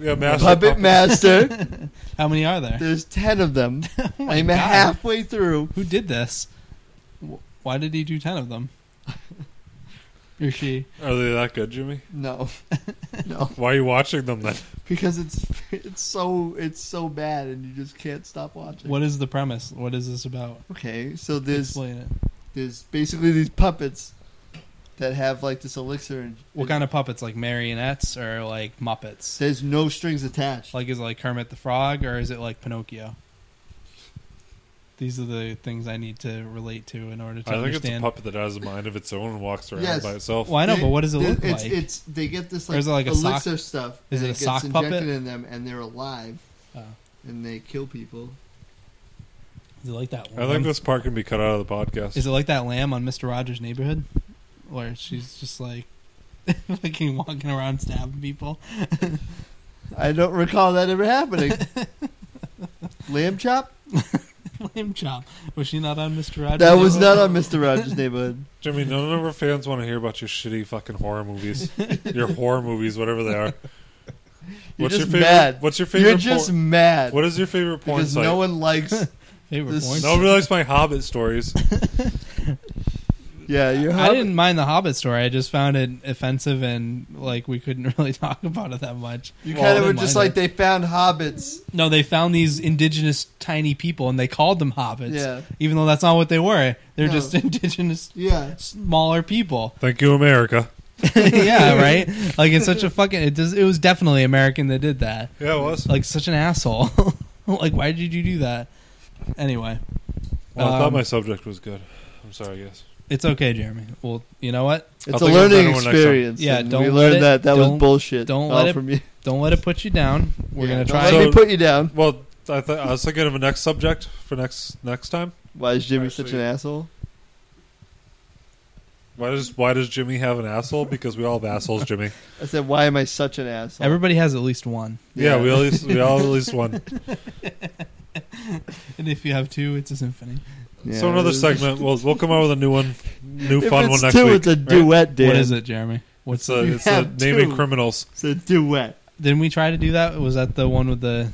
Speaker 1: yeah, Master
Speaker 4: Puppet
Speaker 1: Puppets.
Speaker 4: Master.
Speaker 3: how many are there?
Speaker 4: There's ten of them.
Speaker 3: Oh my
Speaker 4: I'm
Speaker 3: God.
Speaker 4: halfway through.
Speaker 3: Who did this? Wh- Why did he do 10 of them? or she?
Speaker 1: Are they that good, Jimmy?
Speaker 4: No, no,
Speaker 1: Why are you watching them then?
Speaker 4: because it's it's so it's so bad, and you just can't stop watching.
Speaker 3: What is the premise? What is this about?
Speaker 4: Okay, so there's
Speaker 3: Explain it.
Speaker 4: there's basically these puppets that have like this elixir, and
Speaker 3: What kind of puppets? Like marionettes or like Muppets?
Speaker 4: there's no strings attached.
Speaker 3: Like is it like Kermit the Frog or is it like Pinocchio? These are the things I need to relate to in order to
Speaker 1: I think it's a
Speaker 3: understand.
Speaker 1: puppet that has a mind of its own and walks around
Speaker 4: Yes.
Speaker 1: by itself.
Speaker 3: well, I know,
Speaker 4: They-
Speaker 3: but what does it
Speaker 4: they-
Speaker 3: look
Speaker 4: it's,
Speaker 3: like?
Speaker 4: It's they get this
Speaker 3: Or
Speaker 4: like,
Speaker 3: is it like a sock-
Speaker 4: elixir stuff.
Speaker 3: is it
Speaker 4: and
Speaker 3: a
Speaker 4: gets
Speaker 3: sock
Speaker 4: injected
Speaker 3: puppet?
Speaker 4: in them, and they're alive,
Speaker 3: Oh.
Speaker 4: and they kill people.
Speaker 3: Is it like that?
Speaker 1: I
Speaker 3: lamb?
Speaker 1: think this part can be cut out of the podcast.
Speaker 3: Is it like that lamb on Mister Rogers' Neighborhood, where she's just like fucking walking around stabbing people?
Speaker 4: I don't recall that ever happening. Lamb chop?
Speaker 3: lamb chop. Was she not on Mister Rogers?
Speaker 4: That was not
Speaker 3: Neighborhood?
Speaker 4: on Mister Rogers' Neighborhood.
Speaker 1: Jimmy, none of our fans want to hear about your shitty fucking horror movies. your horror movies, whatever they are.
Speaker 4: You're
Speaker 1: what's your
Speaker 4: just
Speaker 1: favorite?
Speaker 4: mad.
Speaker 1: What's your favorite?
Speaker 4: You're just
Speaker 1: por-
Speaker 4: mad
Speaker 1: what is your favorite porn
Speaker 4: because
Speaker 1: site?
Speaker 4: no one likes.
Speaker 3: favorite
Speaker 4: This-
Speaker 3: porn.
Speaker 4: one-
Speaker 1: Nobody likes my Hobbit stories.
Speaker 4: Yeah, you're.
Speaker 3: I didn't mind the Hobbit story. I just found it offensive and like we couldn't really talk about it that much.
Speaker 4: You
Speaker 3: Well,
Speaker 4: kind
Speaker 3: I
Speaker 4: of were
Speaker 3: didn't
Speaker 4: just
Speaker 3: mind
Speaker 4: like they found hobbits.
Speaker 3: No, they found these indigenous tiny people and they called them hobbits.
Speaker 4: Yeah.
Speaker 3: Even though that's not what they were. They're
Speaker 4: No.
Speaker 3: just indigenous
Speaker 4: Yeah,
Speaker 3: smaller people.
Speaker 1: Thank you, America.
Speaker 3: yeah, right? Like it's such a fucking it does it was definitely American that did that.
Speaker 1: Yeah, it was.
Speaker 3: Like such an asshole. like why did you do that? Anyway.
Speaker 1: Well, I thought
Speaker 3: um,
Speaker 1: my subject was good. I'm sorry, guys.
Speaker 3: It's okay, Jeremy. Well, you know what?
Speaker 1: I'll
Speaker 4: it's a
Speaker 1: think of a better
Speaker 4: learning
Speaker 1: one next time.
Speaker 4: experience.
Speaker 3: Yeah,
Speaker 4: and
Speaker 3: don't
Speaker 4: we
Speaker 3: let
Speaker 4: learned
Speaker 3: it-
Speaker 4: that that
Speaker 3: don't-
Speaker 4: was bullshit.
Speaker 3: don't
Speaker 4: all
Speaker 3: let it-
Speaker 4: from you.
Speaker 3: Don't let it put you down. We're
Speaker 4: Yeah,
Speaker 3: gonna
Speaker 4: don't
Speaker 3: try
Speaker 4: Let
Speaker 1: So-
Speaker 4: me put you down.
Speaker 1: Well, I, th- I was thinking of a next subject for next next time.
Speaker 4: Why is Jimmy such an
Speaker 1: Actually-
Speaker 4: asshole?
Speaker 1: Why does Why does Jimmy have an asshole? Because we all have assholes, Jimmy.
Speaker 4: I said, why am I such an asshole?
Speaker 3: Everybody has at least one.
Speaker 1: Yeah, we at least we all at least one.
Speaker 3: And if you have two, it's a symphony.
Speaker 4: Yeah,
Speaker 1: so another
Speaker 4: it is.
Speaker 1: segment. We'll we'll come out with a new one, new
Speaker 4: If
Speaker 1: fun
Speaker 4: it's
Speaker 1: one next
Speaker 4: two,
Speaker 1: week.
Speaker 4: It's a
Speaker 1: right?
Speaker 4: duet, Dan.
Speaker 3: What is it, Jeremy?
Speaker 1: It's
Speaker 3: What's
Speaker 1: a,
Speaker 4: You
Speaker 1: it's a
Speaker 4: have
Speaker 1: naming
Speaker 4: two.
Speaker 1: criminals.
Speaker 4: It's a duet.
Speaker 3: Didn't we try to do that? Was that the one with the?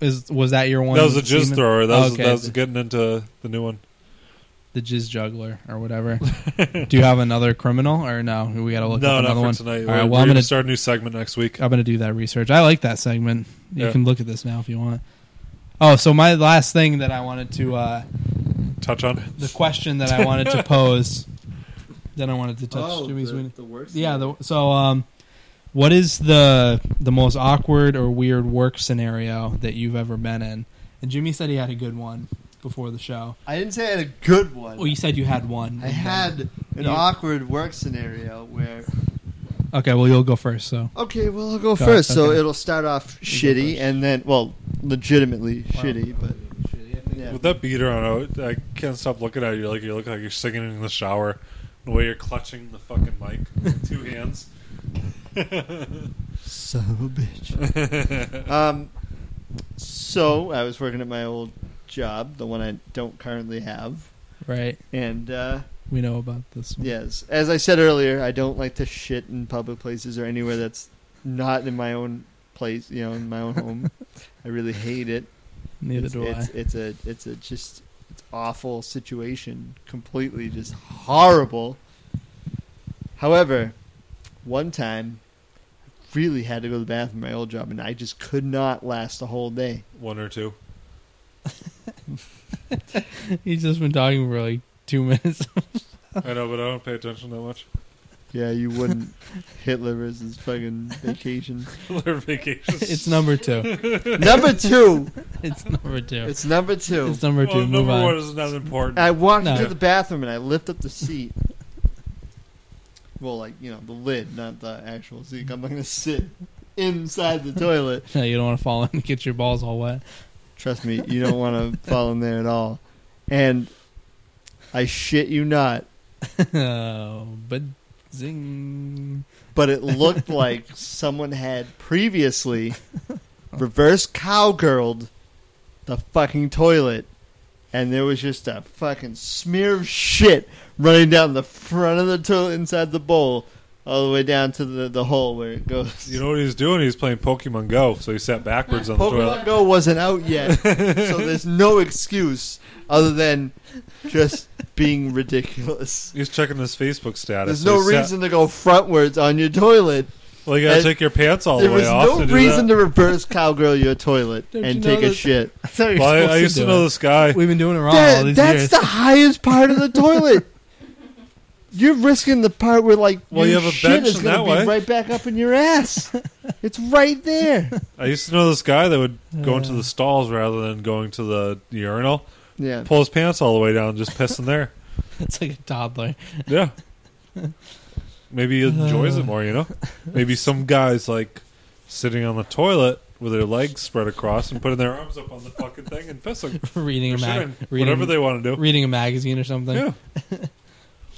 Speaker 3: Is was that your one?
Speaker 1: that was a
Speaker 3: with
Speaker 1: jizz
Speaker 3: semen?
Speaker 1: thrower. That
Speaker 3: Oh,
Speaker 1: was,
Speaker 3: okay.
Speaker 1: that was
Speaker 3: the,
Speaker 1: getting into the new one.
Speaker 3: the jizz juggler or whatever. do you have another criminal or no? We got to
Speaker 1: No,
Speaker 3: look
Speaker 1: not
Speaker 3: up another
Speaker 1: for
Speaker 3: one.
Speaker 1: tonight.
Speaker 3: All
Speaker 1: we're
Speaker 3: right,
Speaker 1: we're
Speaker 3: well I'm
Speaker 1: gonna
Speaker 3: gonna Oh.
Speaker 1: start a new segment next week.
Speaker 3: I'm gonna do that research. I like that segment. You
Speaker 1: Yeah.
Speaker 3: can look at this now if you want. Oh, so my last thing that I wanted to uh,
Speaker 1: Touch on. it.
Speaker 3: the question that I wanted to pose, then I wanted to touch Jimmy's
Speaker 4: Oh, the,
Speaker 3: Sweeney.
Speaker 4: the worst.
Speaker 3: Yeah. The, so, um, what is the the most awkward or weird work scenario that you've ever been in? And Jimmy said he had a good one before the show.
Speaker 4: I didn't say I had a good one.
Speaker 3: Well, Oh, you said you had one.
Speaker 4: I had an
Speaker 3: You-
Speaker 4: awkward work scenario where
Speaker 3: Okay. Well, you'll go first. So.
Speaker 4: Okay, well I'll go
Speaker 3: Go,
Speaker 4: first. So
Speaker 3: okay.
Speaker 4: it'll start off
Speaker 3: You go
Speaker 4: shitty
Speaker 3: first.
Speaker 4: and then well, legitimately shitty, but yeah.
Speaker 1: With that beater on, I- I can't stop looking at you. Like you look like you're singing in the shower. The way you're clutching the fucking mic with two hands.
Speaker 4: son of a bitch. Um so I was working at my old job, the one I don't currently have.
Speaker 3: Right.
Speaker 4: And uh
Speaker 3: We know about this. One.
Speaker 4: yes, as I said earlier, I don't like to shit in public places or anywhere that's not in my own place, you know, in my own home. I really hate it.
Speaker 3: Neither
Speaker 4: it's,
Speaker 3: do
Speaker 4: it's,
Speaker 3: I.
Speaker 4: it's a it's a just it's awful situation, completely just horrible. However, one time, I really had to go to the bathroom at my old job, and I just could not last a whole day.
Speaker 1: One or two.
Speaker 3: He's just been talking for like two minutes.
Speaker 1: I know, but I don't pay attention that much.
Speaker 4: Yeah, you wouldn't. Hitler versus fucking vacation.
Speaker 1: Their vacations.
Speaker 3: it's number two.
Speaker 4: number two.
Speaker 3: It's number two. It's,
Speaker 4: It's number two.
Speaker 3: number two.
Speaker 1: Well,
Speaker 3: Move
Speaker 1: number
Speaker 3: on.
Speaker 1: one is not important.
Speaker 4: I walked
Speaker 3: No.
Speaker 4: into the bathroom and I lift up the seat. well, like you know, the lid, not the actual seat. I'm not gonna sit inside the toilet.
Speaker 3: No, you don't want to fall in and get your balls all wet.
Speaker 4: Trust me, you don't want to fall in there at all. And I shit you not,
Speaker 3: oh, but zing.
Speaker 4: but it looked like someone had previously reverse cowgirled the fucking toilet, and there was just a fucking smear of shit running down the front of the toilet inside the bowl, all the way down to the, the hole where it goes.
Speaker 1: you know what he's doing? He's playing Pokemon Go, so he sat backwards on the
Speaker 4: Pokemon
Speaker 1: toilet.
Speaker 4: Go wasn't out yet, so there's no excuse other than just being ridiculous.
Speaker 1: He's checking his Facebook status.
Speaker 4: There's no
Speaker 1: so he sat-
Speaker 4: reason to go frontwards on your toilet.
Speaker 1: well, you gotta
Speaker 4: and-
Speaker 1: take your pants all
Speaker 4: There
Speaker 1: the way
Speaker 4: was
Speaker 1: off.
Speaker 4: no
Speaker 1: to Oh, do
Speaker 4: reason
Speaker 1: that.
Speaker 4: to reverse cowgirl your toilet
Speaker 3: Don't you
Speaker 4: and
Speaker 3: know
Speaker 4: take a
Speaker 3: that-
Speaker 4: shit.
Speaker 1: Well, I, I used to know this guy.
Speaker 3: We've been doing it wrong Oh, all
Speaker 4: That,
Speaker 3: these
Speaker 4: that's
Speaker 3: years.
Speaker 4: the highest part of the toilet. You're risking the part where like
Speaker 1: Well, you
Speaker 4: your
Speaker 1: have a
Speaker 4: shit
Speaker 1: bench
Speaker 4: is
Speaker 1: in
Speaker 4: gonna
Speaker 1: that
Speaker 4: be
Speaker 1: way.
Speaker 4: right back up in your ass. it's right there.
Speaker 1: I used to know this guy that would go into
Speaker 3: Uh.
Speaker 1: the stalls rather than going to the urinal.
Speaker 4: Yeah.
Speaker 1: Pull his pants all the way down, and just piss in there.
Speaker 3: it's like a toddler.
Speaker 1: Yeah. Maybe he enjoys
Speaker 4: Uh.
Speaker 1: it more, you know? Maybe some guy's like sitting on the toilet with their legs spread across and putting their arms up on the fucking thing and pissing.
Speaker 3: reading
Speaker 1: Or
Speaker 3: a mag-
Speaker 1: shitting,
Speaker 3: reading,
Speaker 1: whatever they want to do.
Speaker 3: reading a magazine or something.
Speaker 1: Yeah.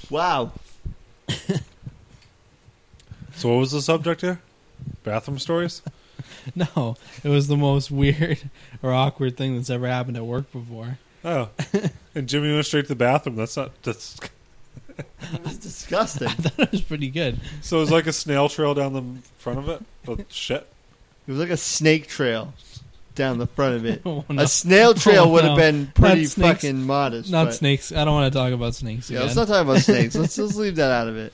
Speaker 4: Wow.
Speaker 1: So, what was the subject here? Bathroom stories?
Speaker 3: No, it was the most weird or awkward thing that's ever happened at work before.
Speaker 1: Oh. And Jimmy went straight to the bathroom. That's not. That's,
Speaker 4: That's disgusting.
Speaker 3: I thought it was pretty good.
Speaker 1: so, it was like a snail trail down the front of it. But shit.
Speaker 4: It was like a snake trail down the front of it.
Speaker 3: Oh,
Speaker 4: A
Speaker 3: no.
Speaker 4: snail trail
Speaker 3: Oh,
Speaker 4: would
Speaker 3: no.
Speaker 4: have been pretty
Speaker 3: snakes.
Speaker 4: fucking modest.
Speaker 3: Not
Speaker 4: but-
Speaker 3: snakes. I don't want to talk about snakes
Speaker 4: Yeah,
Speaker 3: again.
Speaker 4: let's not talk about snakes. let's just leave that out of it.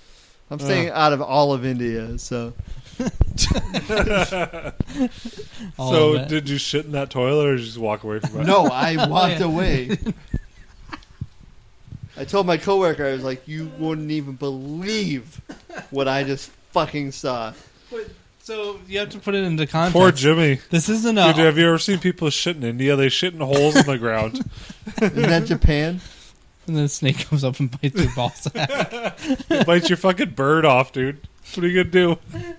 Speaker 4: I'm staying out of all of India, so
Speaker 3: All of
Speaker 1: so,
Speaker 3: it.
Speaker 1: did you shit in that toilet or did you just walk away from it?
Speaker 4: no, I walked
Speaker 3: Yeah.
Speaker 4: away. I told my coworker, I was like, "You wouldn't even believe what I just fucking saw."
Speaker 3: so you have to put it into context.
Speaker 1: Poor Jimmy.
Speaker 3: this isn't a.
Speaker 1: Dude, have you ever seen people shit in India? They shit in holes in the ground.
Speaker 4: Isn't that Japan?
Speaker 3: and then a snake comes up and bites your balls.
Speaker 1: It bites your fucking bird off, dude. What are you gonna do?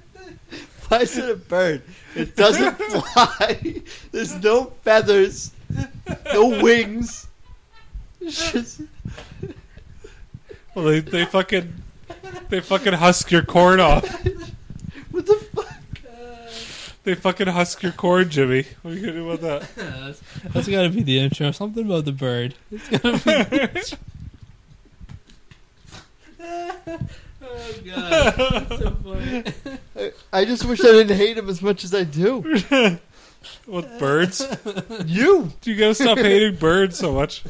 Speaker 4: Why is it a bird? It doesn't fly. There's no feathers, no wings. It's just-
Speaker 1: Well, they, they fucking they fucking husk your corn off.
Speaker 4: what the fuck?
Speaker 1: They fucking husk your corn, Jimmy. What are you gonna do about
Speaker 3: that's that's got to be the intro. Something about the bird. It's gotta
Speaker 1: that?
Speaker 3: oh god, so funny.
Speaker 4: I, I just wish I didn't hate him as much as I do.
Speaker 1: With birds,
Speaker 4: You.
Speaker 1: you gotta stop hating birds so much.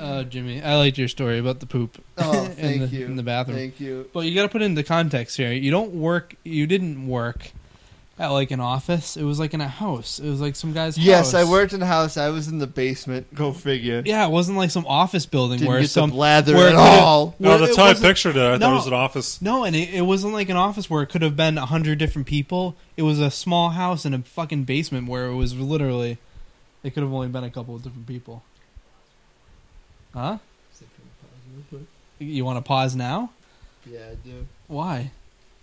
Speaker 3: Oh Jimmy, I liked your story about the poop.
Speaker 4: Oh,
Speaker 3: in
Speaker 4: thank
Speaker 3: the-
Speaker 4: you.
Speaker 3: in the bathroom.
Speaker 4: Thank you.
Speaker 3: But you got to put it into context here. You don't work. You didn't work at like an office. It was like in a house. It was like some guy's.
Speaker 4: Yes, I
Speaker 3: house.
Speaker 4: worked in a house. I was in the basement. Go figure.
Speaker 3: Yeah, it wasn't like some office building
Speaker 4: Didn't
Speaker 3: where
Speaker 4: get
Speaker 3: some
Speaker 4: some blather
Speaker 3: where
Speaker 4: at
Speaker 3: it
Speaker 4: all.
Speaker 3: could've- where
Speaker 1: no,
Speaker 3: it
Speaker 1: that's how I
Speaker 3: wasn't-
Speaker 1: pictured it. I thought
Speaker 3: No.
Speaker 1: it was an office.
Speaker 3: No, and it, it wasn't like an office where it could have been a hundred different people. It was a small house in a fucking basement where it was literally, it could have only been a couple of different people. Huh? You want to pause now?
Speaker 4: Yeah, I do.
Speaker 3: Why?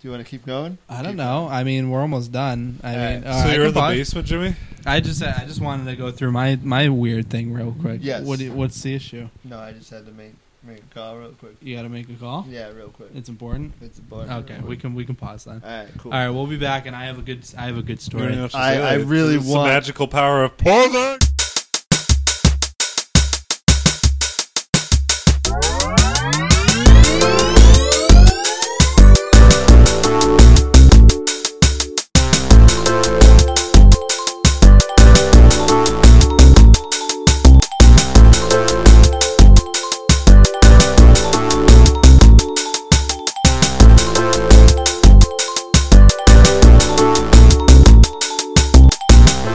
Speaker 4: Do you want to keep going?
Speaker 3: I don't know. I mean, we're almost done. I
Speaker 4: All
Speaker 3: mean,
Speaker 4: right.
Speaker 3: uh,
Speaker 1: so
Speaker 3: I
Speaker 1: you're
Speaker 3: can
Speaker 1: in the
Speaker 3: pause.
Speaker 1: basement, Jimmy.
Speaker 3: I just I just wanted to go through my my weird thing real quick.
Speaker 4: Yes.
Speaker 3: What do you- what's the issue?
Speaker 4: No, I just had to make make a call real quick.
Speaker 3: You got to make a call.
Speaker 4: Yeah, real quick.
Speaker 3: It's important.
Speaker 4: It's a bar.
Speaker 3: Okay, we can we can pause then.
Speaker 4: All right, cool.
Speaker 3: All right, we'll be back, and I have a good I have a good
Speaker 1: You don't even
Speaker 3: story.
Speaker 1: have to
Speaker 4: I-
Speaker 1: say
Speaker 4: I
Speaker 1: it.
Speaker 4: really
Speaker 1: it's
Speaker 4: want-
Speaker 1: the magical power of pausing.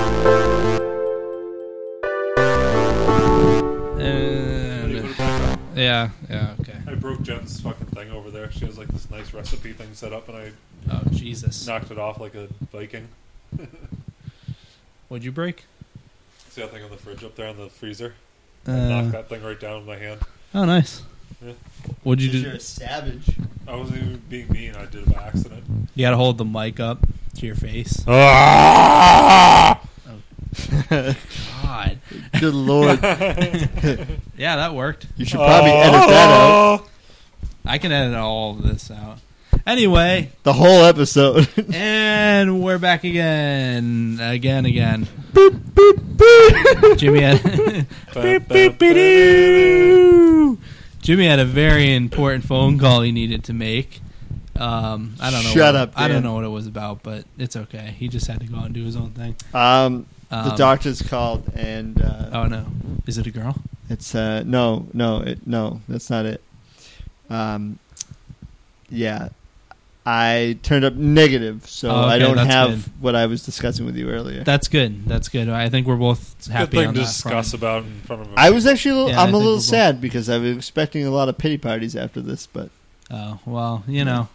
Speaker 3: Uh, Yeah. Yeah. Okay.
Speaker 1: I broke Jen's fucking thing over there. She has like this nice recipe thing set up, and I
Speaker 3: Oh Jesus.
Speaker 1: knocked it off like a Viking.
Speaker 3: Would you break?
Speaker 1: See that thing on the fridge up there on the freezer? I knocked
Speaker 3: Uh,
Speaker 1: that thing right down with my hand.
Speaker 3: oh, nice.
Speaker 1: Yeah.
Speaker 3: What'd you
Speaker 4: Because you're
Speaker 3: do?
Speaker 4: a savage.
Speaker 1: I wasn't even being mean. I did it by accident.
Speaker 3: You gotta hold the mic up to your face.
Speaker 4: Oh.
Speaker 3: God.
Speaker 4: Good lord.
Speaker 3: Yeah, that worked.
Speaker 4: You should probably
Speaker 3: Oh.
Speaker 4: edit that out.
Speaker 3: I can edit all of this out. Anyway,
Speaker 4: The whole episode.
Speaker 3: and we're back again, again, again. Jimmy had
Speaker 1: Ba- ba-
Speaker 3: Beep-beep-be-doo. Jimmy had a very important phone call he needed to make. Um, I don't know.
Speaker 4: Shut
Speaker 3: what-
Speaker 4: up,
Speaker 3: I don't
Speaker 4: Dan.
Speaker 3: know what it was about, but it's okay. He just had to go out and do his own thing.
Speaker 4: um, the
Speaker 3: Um,
Speaker 4: doctor's called, and uh,
Speaker 3: Oh no, is it a girl?
Speaker 4: it's uh, no, no, it, no, that's not it. Um, yeah, I turned up negative, so
Speaker 3: Oh, okay,
Speaker 4: I don't
Speaker 3: that's
Speaker 4: have
Speaker 3: good.
Speaker 4: what I was discussing with you earlier.
Speaker 3: That's good. That's good. I think we're both
Speaker 1: Good
Speaker 3: happy
Speaker 1: thing
Speaker 3: on
Speaker 1: to
Speaker 3: that
Speaker 1: discuss
Speaker 3: front.
Speaker 1: about in front of him.
Speaker 4: I was actually, a little,
Speaker 3: Yeah, I
Speaker 4: I'm a
Speaker 3: think we're
Speaker 4: little
Speaker 3: both-
Speaker 4: sad because I was expecting a lot of pity parties after this, but
Speaker 3: Oh well, you know,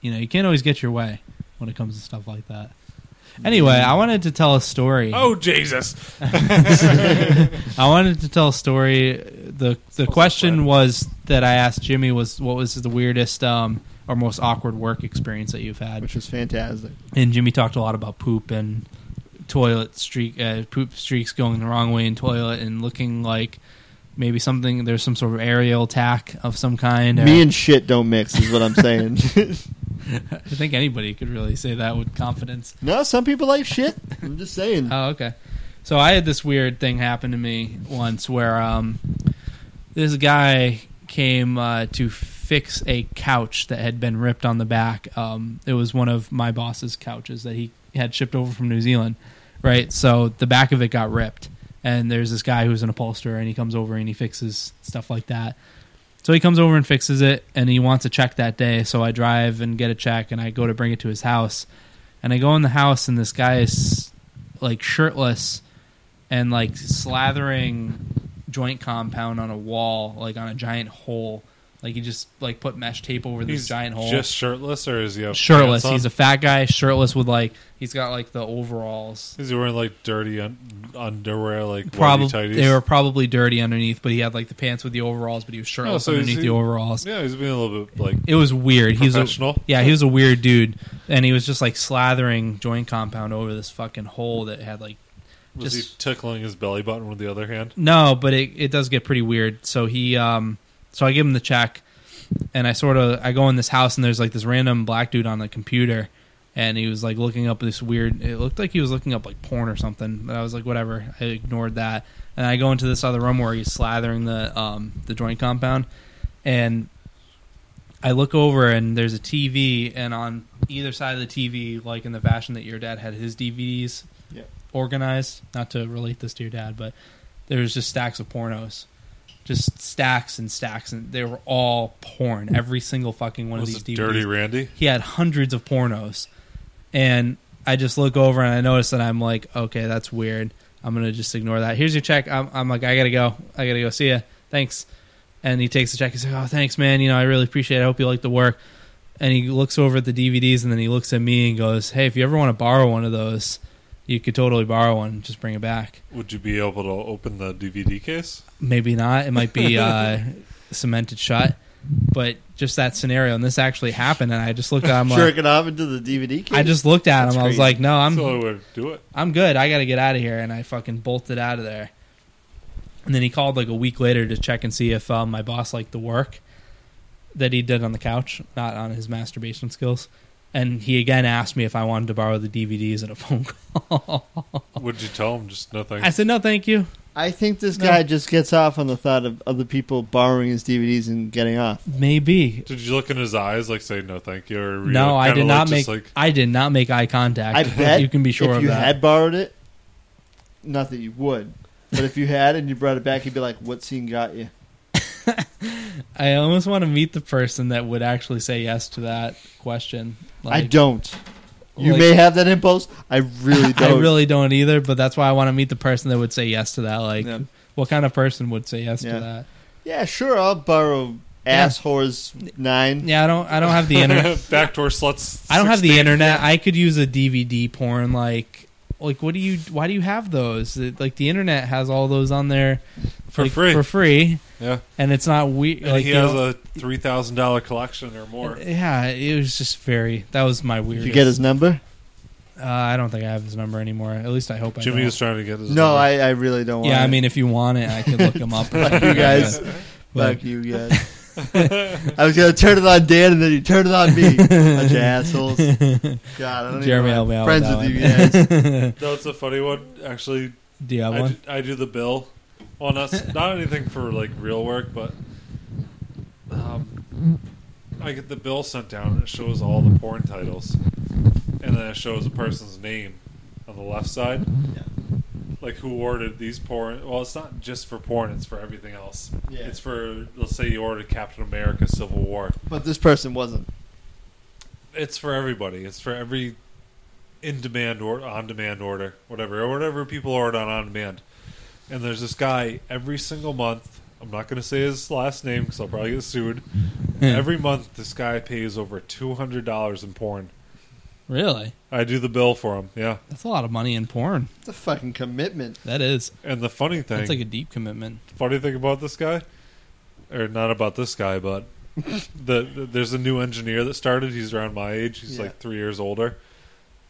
Speaker 3: you know, you can't always get your way when it comes to stuff like that. Anyway, I wanted to tell a story.
Speaker 1: Oh Jesus!
Speaker 3: I wanted to tell a story. the The
Speaker 1: also
Speaker 3: question
Speaker 1: fun.
Speaker 3: was that I asked Jimmy was what was the weirdest um, or most awkward work experience that you've had,
Speaker 4: which was fantastic.
Speaker 3: and Jimmy talked a lot about poop and toilet streak, uh, poop streaks going the wrong way in toilet and looking like maybe something. There's some sort of aerial attack of some kind. or-
Speaker 4: Me and shit don't mix, is what I'm saying.
Speaker 3: I think anybody could really say that with confidence.
Speaker 4: no, some people like shit. I'm just saying.
Speaker 3: Oh, okay. So I had this weird thing happen to me once where um, this guy came uh, to fix a couch that had been ripped on the back. Um, it was one of my boss's couches that he had shipped over from New Zealand, right? So the back of it got ripped. And there's this guy who's an upholsterer, and he comes over and he fixes stuff like that. So he comes over and fixes it, and he wants a check that day. So I drive and get a check, and I go to bring it to his house. And I go in the house, and this guy is like shirtless and like slathering joint compound on a wall, like on a giant hole. Like he just like put mesh tape over this
Speaker 1: He's
Speaker 3: giant hole.
Speaker 1: Just shirtless, or is he have
Speaker 3: shirtless.
Speaker 1: pants on?
Speaker 3: He's a fat guy, shirtless with like he's got like the overalls.
Speaker 1: Is he wearing like dirty un- underwear, like probably
Speaker 3: Probably
Speaker 1: tighties?
Speaker 3: they were probably dirty underneath, but he had like the pants with the overalls, but he was shirtless
Speaker 1: Oh, so is
Speaker 3: underneath
Speaker 1: he-
Speaker 3: the overalls.
Speaker 1: Yeah, he's being a little bit like
Speaker 3: It was weird. He's a
Speaker 1: professional.
Speaker 3: yeah, he was a weird dude, and he was just like slathering joint compound over this fucking hole that had like
Speaker 1: Was he
Speaker 3: just-
Speaker 1: tickling his belly button with the other hand?
Speaker 3: no, but it, it does get pretty weird. So he um so I give him the check and I sort of I go in this house and there's like this random black dude on the computer and he was like looking up this weird it looked like he was looking up like porn or something but I was like whatever I ignored that and I go into this other room where he's slathering the um the joint compound and I look over and there's a TV and on either side of the TV like in the fashion that your dad had his DVDs
Speaker 4: Yeah.
Speaker 3: organized not to relate this to your dad but there was just stacks of pornos just stacks and stacks and they were all porn every single fucking one
Speaker 1: was
Speaker 3: of
Speaker 1: it
Speaker 3: these DVDs
Speaker 1: Dirty Randy?
Speaker 3: he had hundreds of pornos and i just look over and i notice that i'm like okay that's weird i'm gonna just ignore that here's your check i'm, I'm like i gotta go i gotta go see ya thanks and he takes the check he's like oh thanks man you know i really appreciate it i hope you like the work and he looks over at the dvds and then he looks at me and goes hey if you ever want to borrow one of those you could totally borrow one just bring it back
Speaker 1: Would you be able to open the DVD case?
Speaker 3: maybe not it might be uh, cemented shut but just that scenario and this actually happened and i just looked at him like
Speaker 4: Jerking off into the DVD case.
Speaker 3: I just looked at him.
Speaker 4: That's
Speaker 3: I was
Speaker 4: crazy.
Speaker 3: like, "No, I'm
Speaker 1: That's the only way to do it.
Speaker 3: I'm good. I got to get out of here." And I fucking bolted out of there. And then he called like a week later to check and see if um, my boss liked the work that he did on the couch, not on his masturbation skills. And he again asked me if I wanted to borrow the DVDs at a phone call.
Speaker 1: Would you tell him just nothing?
Speaker 3: I said, "No, thank you."
Speaker 4: I think this
Speaker 3: No.
Speaker 4: guy just gets off on the thought of other people borrowing his DVDs and getting off.
Speaker 3: Maybe.
Speaker 1: Did you look in his eyes, like say no, thank you? Or were you
Speaker 3: No, I
Speaker 1: kinda
Speaker 3: did
Speaker 1: like,
Speaker 3: not make
Speaker 1: just Like,
Speaker 3: I did not make eye contact.
Speaker 4: I bet
Speaker 3: you can be sure
Speaker 4: if
Speaker 3: of
Speaker 4: you
Speaker 3: that.
Speaker 4: had borrowed it, not that you would, but if you had and you brought it back, you'd be like, "What scene got you?"
Speaker 3: I almost want to meet the person that would actually say yes to that question.
Speaker 4: I don't. You
Speaker 3: like-
Speaker 4: may have that impulse. I really
Speaker 3: I
Speaker 4: don't.
Speaker 3: really don't either, but that's why I want to meet the person that would say yes to that. Like,
Speaker 4: Yeah.
Speaker 3: what kind of person would say yes
Speaker 4: Yeah.
Speaker 3: to that?
Speaker 4: yeah, sure, I'll borrow ass whores nine.
Speaker 3: Yeah, I don't. I don't have the internet.
Speaker 1: Backdoor sluts.
Speaker 3: I don't have the
Speaker 1: 16.
Speaker 3: internet. I could use a DVD porn. Like, like what do you? Why do you have those? It- Like the internet has all those on there
Speaker 1: for
Speaker 3: like,
Speaker 1: free.
Speaker 3: For free,
Speaker 1: yeah,
Speaker 3: and it's not weird.
Speaker 1: and
Speaker 3: Like
Speaker 1: he
Speaker 3: you
Speaker 1: has
Speaker 3: know-
Speaker 1: a three thousand dollar collection or more.
Speaker 3: yeah, it was just very. That was my weirdest.
Speaker 4: Did you get his number?
Speaker 3: Uh, I don't think I have his number anymore. At least I hope I
Speaker 1: Jimmy
Speaker 3: do
Speaker 1: is trying to get his.
Speaker 4: No,
Speaker 1: number.
Speaker 4: I, I really don't want
Speaker 3: Yeah, I
Speaker 4: it.
Speaker 3: mean, if you want it, I could look him up.
Speaker 4: Fuck you guys.
Speaker 3: But-
Speaker 4: Fuck you guys. I was gonna turn it on Dan, and then you turned it on me. Bunch of assholes. God, I don't
Speaker 3: Jeremy, help
Speaker 4: even
Speaker 3: me out
Speaker 4: know. I'm friends
Speaker 3: with
Speaker 4: with you
Speaker 3: that
Speaker 4: guys.
Speaker 1: No, it's a funny one. Actually,
Speaker 3: do you have
Speaker 1: I,
Speaker 3: one?
Speaker 1: do, I do the bill. Well, not, not anything for like real work, but um, I get the bill sent down and it shows all the porn titles, and then it shows a person's name on the left side, like who ordered these porn. Well, it's not just for porn; it's for everything else.
Speaker 4: Yeah.
Speaker 1: It's for let's say you ordered Captain America: Civil War.
Speaker 4: But this person wasn't.
Speaker 1: It's for everybody. It's for every in demand or on demand order, whatever, or whatever people order on on demand. And there's this guy every single month. I'm not going to say his last name because I'll probably get sued.
Speaker 3: Hmm.
Speaker 1: every month, this guy pays over two hundred dollars in porn.
Speaker 3: Really?
Speaker 1: I do the bill for him. Yeah,
Speaker 3: That's a lot of money in porn.
Speaker 4: It's a fucking commitment.
Speaker 3: That is.
Speaker 1: and the funny thing,
Speaker 3: That's like a deep commitment.
Speaker 1: funny thing about this guy, or not about this guy, but the, the there's a new engineer that started. He's around my age. He's
Speaker 4: Yeah.
Speaker 1: like three years older.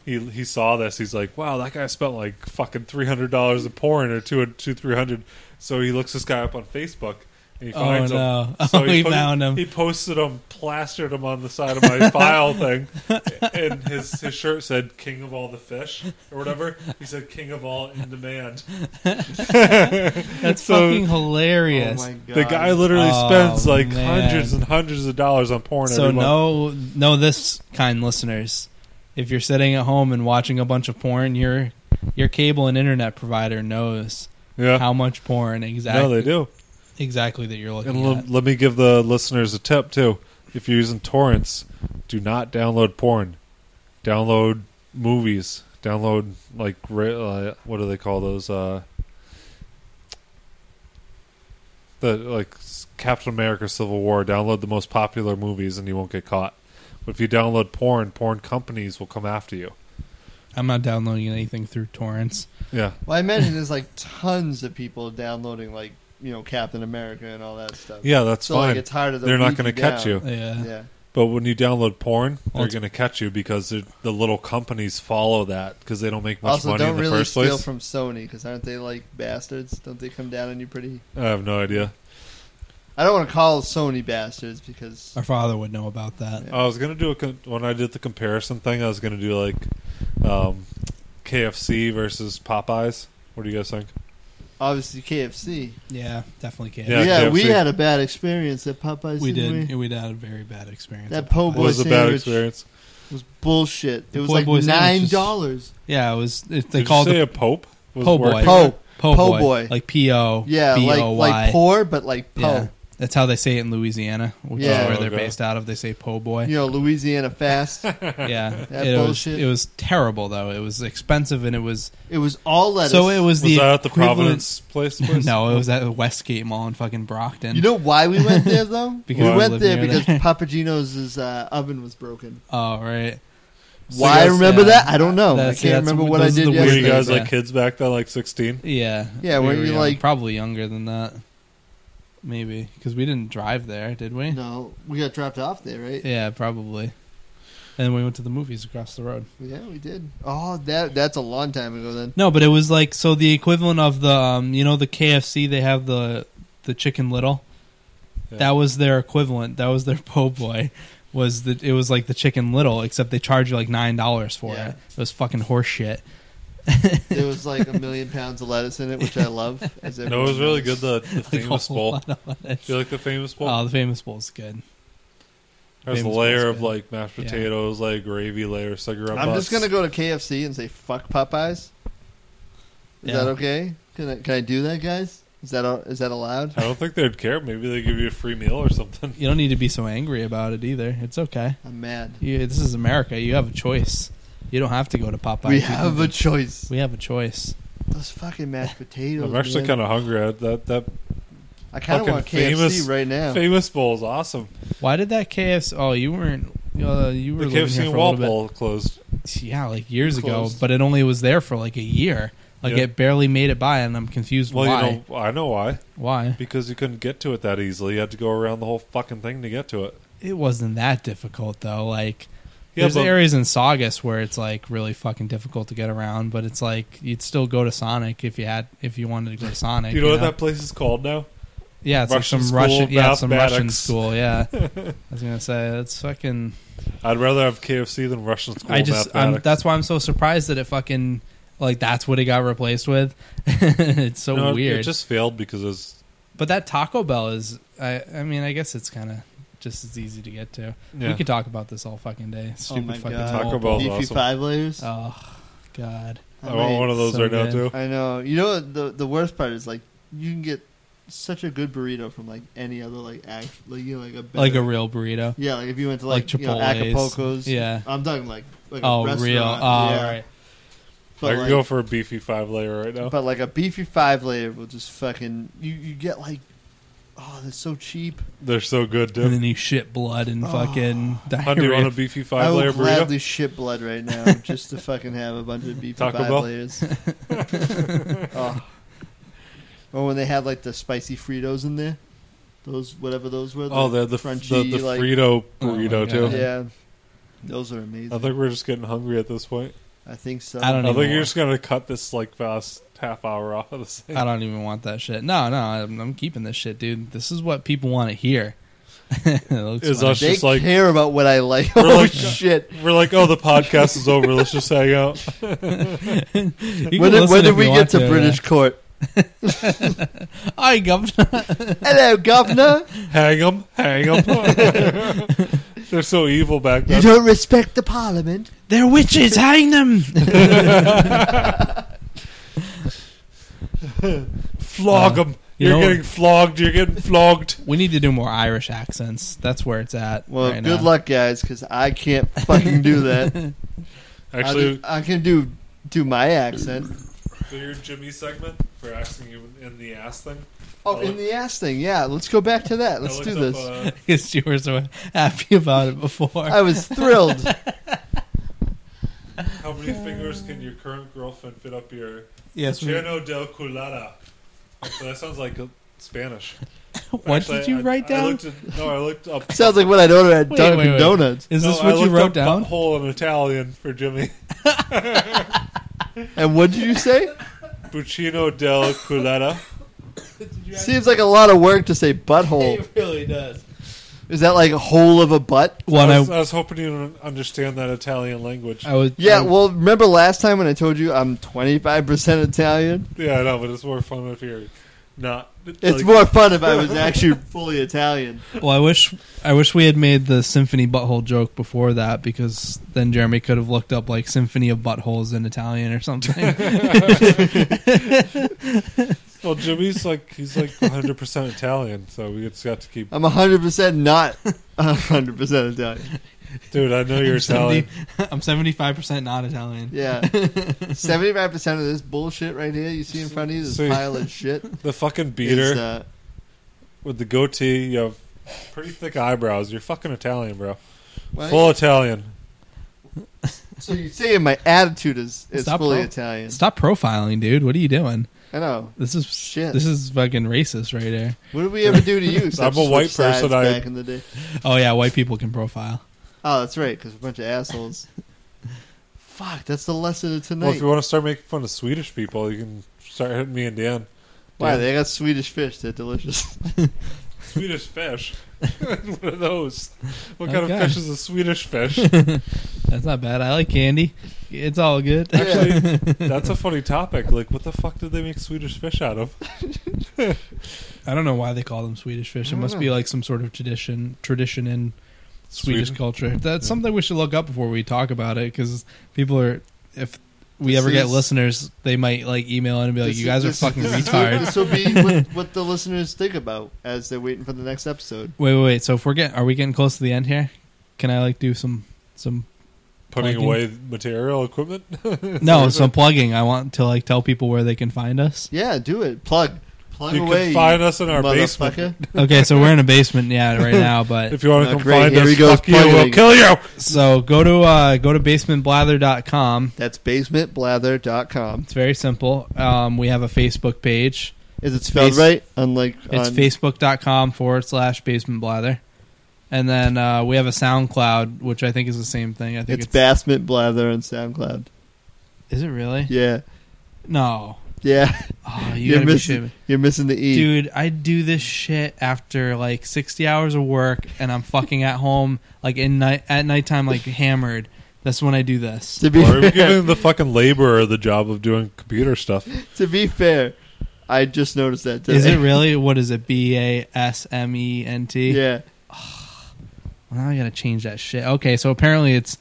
Speaker 1: He he saw this. He's like, wow, that guy spent like fucking three hundred dollars in porn or two two three hundred. So he looks this guy up on Facebook. And he
Speaker 3: Oh,
Speaker 1: finds
Speaker 3: no.
Speaker 1: him.
Speaker 3: Oh, he found him.
Speaker 1: He posted him, plastered him on the side of my file thing, and his his shirt said "King of all the fish" or whatever. He said "King of all in demand."
Speaker 3: That's
Speaker 1: So-
Speaker 3: fucking hilarious.
Speaker 4: Oh my god.
Speaker 1: The guy literally
Speaker 3: Oh,
Speaker 1: spends like
Speaker 3: man.
Speaker 1: hundreds and hundreds of dollars on porn.
Speaker 3: So
Speaker 1: every month.
Speaker 3: know know this kind listeners. If you're sitting at home and watching a bunch of porn, your your cable and internet provider knows
Speaker 1: yeah,
Speaker 3: how much porn exactly
Speaker 1: no, they do.
Speaker 3: exactly that you're looking
Speaker 1: And l-
Speaker 3: at.
Speaker 1: let me give the listeners a tip too: if you're using torrents, do not download porn. Download movies. Download like ra- uh, what do they call those? Uh, the like s- Captain America: Civil War. Download the most popular movies, and you won't get caught. But if you download porn, porn companies will come after you.
Speaker 3: I'm not downloading anything through torrents.
Speaker 1: Yeah,
Speaker 4: Well, I imagine there's like tons of people downloading like you know Captain America and all that stuff.
Speaker 1: yeah, that's
Speaker 4: so
Speaker 1: fine.
Speaker 4: like it's harder. To
Speaker 1: they're not
Speaker 4: weed
Speaker 1: going to catch
Speaker 4: down.
Speaker 1: you.
Speaker 3: Yeah.
Speaker 4: Yeah.
Speaker 1: But when you download porn,
Speaker 3: Well,
Speaker 1: they're
Speaker 3: it's-
Speaker 1: going to catch you because they're- the little companies follow that because they don't make much
Speaker 4: Also,
Speaker 1: money
Speaker 4: don't
Speaker 1: in the
Speaker 4: really
Speaker 1: first
Speaker 4: steal
Speaker 1: place.
Speaker 4: from Sony because aren't they like bastards? Don't they come down on you pretty?
Speaker 1: I have no idea.
Speaker 4: I don't want to call Sony bastards because
Speaker 3: Our father would know about that.
Speaker 1: I was going to do a con- when I did the comparison thing. I was going to do like um, KFC versus Popeyes. What do you guys think?
Speaker 4: obviously KFC.
Speaker 3: Yeah, definitely can.
Speaker 1: Yeah,
Speaker 4: Yeah, we
Speaker 1: KFC.
Speaker 4: had a bad experience at Popeyes.
Speaker 3: we did.
Speaker 4: didn't We?
Speaker 3: We had a very bad experience.
Speaker 4: That
Speaker 3: at
Speaker 4: po'
Speaker 3: Popeyes.
Speaker 1: What
Speaker 4: boy
Speaker 1: was a bad
Speaker 4: sandwich.
Speaker 1: experience.
Speaker 4: It was bullshit. It was
Speaker 3: Boy
Speaker 4: like
Speaker 3: Boy
Speaker 4: nine
Speaker 3: sandwiches.
Speaker 4: dollars.
Speaker 3: Yeah, it was. It, they
Speaker 1: Did
Speaker 3: called
Speaker 1: you say
Speaker 3: it
Speaker 1: a Pope? Was
Speaker 3: Po'
Speaker 1: working
Speaker 3: boy.
Speaker 1: there?
Speaker 4: Po,
Speaker 3: po'
Speaker 4: po'
Speaker 3: boy,
Speaker 4: boy.
Speaker 3: like p o
Speaker 4: yeah,
Speaker 3: B
Speaker 4: like
Speaker 3: O
Speaker 4: like
Speaker 3: Y.
Speaker 4: poor, but like po.
Speaker 3: Yeah. That's how they say it in Louisiana, which
Speaker 4: Yeah.
Speaker 3: is where they're
Speaker 1: Okay.
Speaker 3: based out of. They say po'
Speaker 4: You
Speaker 3: boy.
Speaker 4: know, Louisiana fast.
Speaker 3: Yeah,
Speaker 4: That
Speaker 3: it was
Speaker 4: bullshit.
Speaker 3: it was terrible though. It was expensive and it was
Speaker 4: it was all lettuce.
Speaker 3: so it was,
Speaker 1: Was
Speaker 3: the
Speaker 1: that at the
Speaker 3: equivalent-
Speaker 1: Providence place? place?
Speaker 3: no, it was at the Westgate Mall in fucking Brockton.
Speaker 4: You know why we went there though?
Speaker 3: Because
Speaker 1: Why?
Speaker 4: we
Speaker 3: we
Speaker 4: went there
Speaker 3: live near
Speaker 4: because
Speaker 3: there.
Speaker 4: Papagino's uh, oven was broken.
Speaker 3: oh right,
Speaker 1: So
Speaker 4: why I
Speaker 1: you guys-
Speaker 4: remember
Speaker 3: yeah.
Speaker 4: that? I don't know. I
Speaker 3: That's-
Speaker 4: can't
Speaker 3: that's-
Speaker 4: remember what I
Speaker 3: those are
Speaker 4: did
Speaker 3: the
Speaker 1: Were
Speaker 3: weird
Speaker 4: yesterday.
Speaker 1: you guys
Speaker 3: Yeah.
Speaker 1: like kids back then, like sixteen?
Speaker 3: yeah,
Speaker 4: Yeah, weren't you,
Speaker 3: young.
Speaker 4: like-
Speaker 3: probably younger than that? Maybe because we didn't drive there, did we?
Speaker 4: no, we got dropped off there, right?
Speaker 3: Yeah, probably. And we went to the movies across the road.
Speaker 4: Yeah, we did. Oh, that that's a long time ago then.
Speaker 3: No, but it was like so the equivalent of the um, you know the KFC they have the the chicken little.
Speaker 1: Yeah.
Speaker 3: That was their equivalent. That was their po' boy. Was the it was like the chicken little except they charge you like nine dollars for
Speaker 4: Yeah.
Speaker 3: it. It was fucking horseshit.
Speaker 4: There was like a million pounds of lettuce in it, which I love. As
Speaker 1: No, it was
Speaker 4: everyone
Speaker 1: really good.
Speaker 4: knows.
Speaker 1: The, the
Speaker 3: Like,
Speaker 1: famous
Speaker 3: a
Speaker 1: bowl.
Speaker 3: lot of
Speaker 1: Do you like the famous bowl?
Speaker 3: Oh, the famous bowl's good.
Speaker 1: There's a
Speaker 3: Famous
Speaker 1: layer
Speaker 3: ones,
Speaker 1: of
Speaker 3: yeah.
Speaker 1: like mashed
Speaker 3: Yeah.
Speaker 1: potatoes, like gravy layer, cigarette
Speaker 4: I'm
Speaker 1: butts.
Speaker 4: just gonna go to KFC and say fuck Popeyes. Is
Speaker 3: Yeah.
Speaker 4: that okay? Can I can I do that, guys? Is that al- is that allowed?
Speaker 1: I don't think they'd care. Maybe they give you a free meal or something.
Speaker 3: You don't need to be so angry about it either. It's okay.
Speaker 4: I'm mad.
Speaker 3: You, this is America. You have a choice. You don't have to go to Popeye.
Speaker 4: we have a choice.
Speaker 3: we have a choice.
Speaker 4: Those fucking mashed potatoes.
Speaker 1: I'm actually
Speaker 4: man.
Speaker 1: kind of hungry. I, that that
Speaker 4: I kind of
Speaker 1: Fucking
Speaker 4: want KFC
Speaker 1: famous-
Speaker 4: right now.
Speaker 1: Famous Bowl is awesome.
Speaker 3: Why did that KFC? Oh, you weren't. Uh, you were
Speaker 1: The
Speaker 3: living
Speaker 1: KFC
Speaker 3: here
Speaker 1: and
Speaker 3: for a
Speaker 1: Wall
Speaker 3: little bit.
Speaker 1: Bowl closed.
Speaker 3: yeah, like years ago,
Speaker 4: Closed.
Speaker 3: but it only was there for like a year. Like
Speaker 1: Yeah.
Speaker 3: it barely made it by, and I'm confused
Speaker 1: Well,
Speaker 3: why.
Speaker 1: you know, I know why.
Speaker 3: why
Speaker 1: Because you couldn't get to it that easily. You had to go around the whole fucking thing to get to it.
Speaker 3: it wasn't that difficult though. Like
Speaker 1: Yeah,
Speaker 3: there's
Speaker 1: but-
Speaker 3: areas in Saugus where it's like really fucking difficult to get around, but it's like you'd still go to Sonic if you had if you wanted to go to Sonic.
Speaker 1: you know, what that place is called now?
Speaker 3: Yeah, it's
Speaker 1: Russian
Speaker 3: like some
Speaker 1: school
Speaker 3: Russian, yeah, some Russian
Speaker 1: mathematics.
Speaker 3: school. Yeah, I was gonna say that's fucking.
Speaker 1: I'd rather have KFC than Russian school
Speaker 3: I just I'm,
Speaker 1: mathematics.
Speaker 3: that's why I'm so surprised that it fucking like that's what it got replaced with. it's so
Speaker 1: No, it-
Speaker 3: weird.
Speaker 1: It just failed because it's
Speaker 3: but that Taco Bell is. I I mean I guess it's kind of just as easy to get to.
Speaker 1: yeah.
Speaker 3: We could talk about this all fucking day. Stupid
Speaker 4: Oh my
Speaker 3: fucking
Speaker 4: God.
Speaker 1: Taco Bell.
Speaker 3: Bowl.
Speaker 4: Beefy
Speaker 1: awesome. Oh,
Speaker 4: five layers.
Speaker 3: Oh God!
Speaker 1: I want one of those
Speaker 3: so
Speaker 1: right now
Speaker 3: good.
Speaker 1: too.
Speaker 4: I know. You know what the the worst part is like you can get such a good burrito from like any other like act like you know like a better,
Speaker 3: Like a real burrito.
Speaker 4: yeah like if you went to like,
Speaker 3: Like
Speaker 4: you know,
Speaker 3: Chipotle's.
Speaker 4: Acapulco's
Speaker 3: Yeah.
Speaker 4: I'm talking like like
Speaker 3: oh,
Speaker 4: a restaurant.
Speaker 3: real. Oh,
Speaker 4: yeah.
Speaker 3: all right.
Speaker 1: I
Speaker 4: But
Speaker 1: could
Speaker 4: like,
Speaker 1: go for a beefy five layer right now.
Speaker 4: but like a beefy five layer will just fucking you you get like oh that's so cheap.
Speaker 1: They're so good,
Speaker 3: And
Speaker 1: dude.
Speaker 3: then you shit blood and
Speaker 4: Oh.
Speaker 3: fucking
Speaker 1: How do you want a
Speaker 3: diarrhea.
Speaker 1: beefy
Speaker 4: I
Speaker 1: five
Speaker 4: will
Speaker 1: layer burrito?
Speaker 4: gladly shit blood right now just to fucking have a bunch of beefy
Speaker 1: Taco
Speaker 4: five
Speaker 1: Bell?
Speaker 4: layers. oh. Or when they had like the spicy Fritos in there, those whatever those were.
Speaker 1: Oh, they're the
Speaker 4: crunchy,
Speaker 1: the, the
Speaker 4: like-
Speaker 1: Frito
Speaker 3: Oh my
Speaker 1: burrito
Speaker 3: God.
Speaker 1: too.
Speaker 4: yeah, those are amazing.
Speaker 1: I think we're just getting hungry at this point.
Speaker 4: I think so.
Speaker 3: I don't
Speaker 1: I
Speaker 3: know.
Speaker 1: think
Speaker 3: Anymore.
Speaker 1: you're just gonna cut this like fast half hour off of this thing.
Speaker 3: I don't even want that shit. No, no, I'm, I'm keeping this shit, dude. This is what people want to hear. it looks
Speaker 1: Is
Speaker 3: funny.
Speaker 1: us-
Speaker 4: They
Speaker 1: just like-
Speaker 4: care about what I like.
Speaker 1: We're
Speaker 4: oh
Speaker 1: like-
Speaker 4: shit!
Speaker 1: We're like, oh, the podcast is over. Let's just hang out.
Speaker 3: You can
Speaker 4: When
Speaker 3: listen
Speaker 4: did, when
Speaker 3: if
Speaker 4: did
Speaker 3: you
Speaker 4: we
Speaker 3: want
Speaker 4: get to,
Speaker 3: yeah.
Speaker 4: British court?
Speaker 3: Hi, governor.
Speaker 4: Hello, governor.
Speaker 1: Hang them, hang them. They're so evil back
Speaker 4: you
Speaker 1: then.
Speaker 4: don't respect the parliament.
Speaker 3: They're witches. Hang them.
Speaker 1: Flog
Speaker 3: Uh,
Speaker 1: them.
Speaker 3: you
Speaker 1: You're
Speaker 3: know-
Speaker 1: getting flogged. You're getting flogged.
Speaker 3: we need to do more Irish accents. That's where it's at.
Speaker 4: Well,
Speaker 3: right
Speaker 4: good
Speaker 3: now.
Speaker 4: luck, guys, because I can't fucking do that.
Speaker 1: Actually,
Speaker 4: I, I can do do my accent.
Speaker 1: for your Jimmy segment for asking you in the ass thing.
Speaker 4: Oh, in the ass thing, yeah. Let's go back to that.
Speaker 1: I
Speaker 4: Let's
Speaker 1: looked
Speaker 4: do
Speaker 1: up,
Speaker 4: this.
Speaker 1: uh,
Speaker 3: Because you were so happy about it before.
Speaker 4: I was thrilled.
Speaker 1: how many fingers can your current girlfriend fit up your
Speaker 3: yes. we-
Speaker 1: Cherno del Culata? So that sounds like a- Spanish.
Speaker 3: What
Speaker 1: Actually,
Speaker 3: did you
Speaker 1: I-
Speaker 3: write
Speaker 1: I
Speaker 3: down?
Speaker 1: looked at- no, I looked up.
Speaker 4: Sounds like what I'd order at
Speaker 3: Wait,
Speaker 4: Dunkin'
Speaker 3: wait, wait.
Speaker 4: Donuts.
Speaker 3: Is
Speaker 1: no,
Speaker 3: this
Speaker 1: I
Speaker 3: what you
Speaker 1: looked
Speaker 3: wrote
Speaker 1: up
Speaker 3: down?
Speaker 1: Butthole in Italian for Jimmy.
Speaker 4: And what did you say?
Speaker 1: Buccino del Culata.
Speaker 4: Seems like a lot of work to say butthole.
Speaker 3: really does.
Speaker 4: Is that like a hole of a butt?
Speaker 3: One,
Speaker 1: I, was,
Speaker 3: I, Oh.
Speaker 1: I was hoping you would understand that Italian language.
Speaker 3: I was.
Speaker 4: Yeah,
Speaker 3: I-
Speaker 4: well, remember last time when I told you I'm 25% Italian?
Speaker 1: yeah, I know, but it's more fun if you're not.
Speaker 4: It's
Speaker 1: like,
Speaker 4: more fun if I was actually fully Italian.
Speaker 3: well, I wish, I wish we had made the symphony butthole joke before that because then Jeremy could have looked up like symphony of buttholes in Italian or something.
Speaker 1: Well, Jimmy's like he's like 100 percent Italian, so we just got to keep.
Speaker 3: Oh.
Speaker 4: I'm 100% not 100% Italian.
Speaker 1: Dude, I know you're Italian.
Speaker 3: I'm seventy-five percent not Italian.
Speaker 4: Yeah. 75% of this bullshit right here you see in front of you, this
Speaker 1: So you-
Speaker 4: pile of shit,
Speaker 1: The fucking
Speaker 4: is,
Speaker 1: beater
Speaker 4: uh,
Speaker 1: with the goatee. You have pretty thick eyebrows. You're fucking Italian, bro.
Speaker 4: well,
Speaker 1: Full Italian.
Speaker 4: So you're saying my attitude is, is
Speaker 3: Stop
Speaker 4: fully
Speaker 3: pro-
Speaker 4: Italian.
Speaker 3: Stop profiling, dude. What are you doing?
Speaker 4: I know.
Speaker 3: This is
Speaker 4: Shit.
Speaker 3: This is fucking racist right here.
Speaker 4: What did we ever do to you? except
Speaker 1: a white
Speaker 4: switch sides
Speaker 1: person, I-
Speaker 4: Back in the day.
Speaker 3: Oh yeah, white people can profile.
Speaker 4: Oh, that's right, because we're a bunch of assholes. Fuck, that's the lesson of tonight.
Speaker 1: Well, if you want to start making fun of Swedish people, you can start hitting me and Dan.
Speaker 4: Why they got Swedish fish? They're delicious.
Speaker 1: Swedish fish. what are those? What kind
Speaker 3: Okay.
Speaker 1: of fish is a Swedish fish?
Speaker 3: That's not bad. I like candy. It's all good.
Speaker 1: Actually, that's a funny topic. Like, what the fuck did they make Swedish fish out of?
Speaker 3: I don't know why they call them Swedish fish. It
Speaker 4: don't
Speaker 3: must be
Speaker 4: know.
Speaker 3: like some sort of tradition tradition in Swedish
Speaker 1: Sweden?
Speaker 3: culture. That's
Speaker 1: Yeah.
Speaker 3: something we should look up before we talk about it because people are if we
Speaker 4: This
Speaker 3: ever get
Speaker 4: is-
Speaker 3: listeners, they might like email in and be like,
Speaker 4: This
Speaker 3: "You
Speaker 4: is-
Speaker 3: guys are
Speaker 4: this-
Speaker 3: fucking
Speaker 4: this is-
Speaker 3: retards."
Speaker 4: This will be what, what the listeners think about as they're waiting for the next episode.
Speaker 3: Wait, wait, wait. So if we're getting, are we getting close to the end here? Can I like do some some
Speaker 1: Putting
Speaker 3: Plugging?
Speaker 1: away material equipment.
Speaker 3: no some plugging? I want to like tell people where they can find us.
Speaker 4: Yeah, do it. Plug, Plug
Speaker 1: you
Speaker 4: away,
Speaker 1: can find us in our basement.
Speaker 4: motherfucker.
Speaker 3: Okay, so we're in a basement, yeah, right now. But
Speaker 1: If you want to
Speaker 4: Oh,
Speaker 1: come
Speaker 4: great.
Speaker 1: find
Speaker 4: Here
Speaker 1: us,
Speaker 4: he goes
Speaker 1: fuck you, we'll
Speaker 4: pointing.
Speaker 1: kill you.
Speaker 3: so go to uh, go to basementblather.com.
Speaker 4: That's basementblather.com.
Speaker 3: It's very simple. Um, we have a Facebook page.
Speaker 4: Is it spelled
Speaker 3: Face-
Speaker 4: right? Unlike
Speaker 3: It's
Speaker 4: on,
Speaker 3: facebook.com forward slash basement blather. And then uh, we have a SoundCloud, which I think is the same thing. I think
Speaker 4: it's
Speaker 3: it's,
Speaker 4: Basement Blather on SoundCloud.
Speaker 3: is it really?
Speaker 4: Yeah,
Speaker 3: No.
Speaker 4: yeah.
Speaker 3: Oh, you
Speaker 4: You're
Speaker 3: gotta be
Speaker 4: missing-
Speaker 3: shitting me.
Speaker 4: You're missing the e.
Speaker 3: Dude, I do this shit after like 60 hours of work and I'm fucking at home, like in night at nighttime, like hammered. That's when I do this.
Speaker 4: To be
Speaker 1: Or are we
Speaker 4: fair,
Speaker 1: giving the fucking laborer the job of doing computer stuff?
Speaker 4: to be fair, I just noticed that. Today.
Speaker 3: Is it really? What is it? B A S M E N T?
Speaker 4: Yeah,
Speaker 3: Well, now I gotta change that shit. Okay, so apparently it's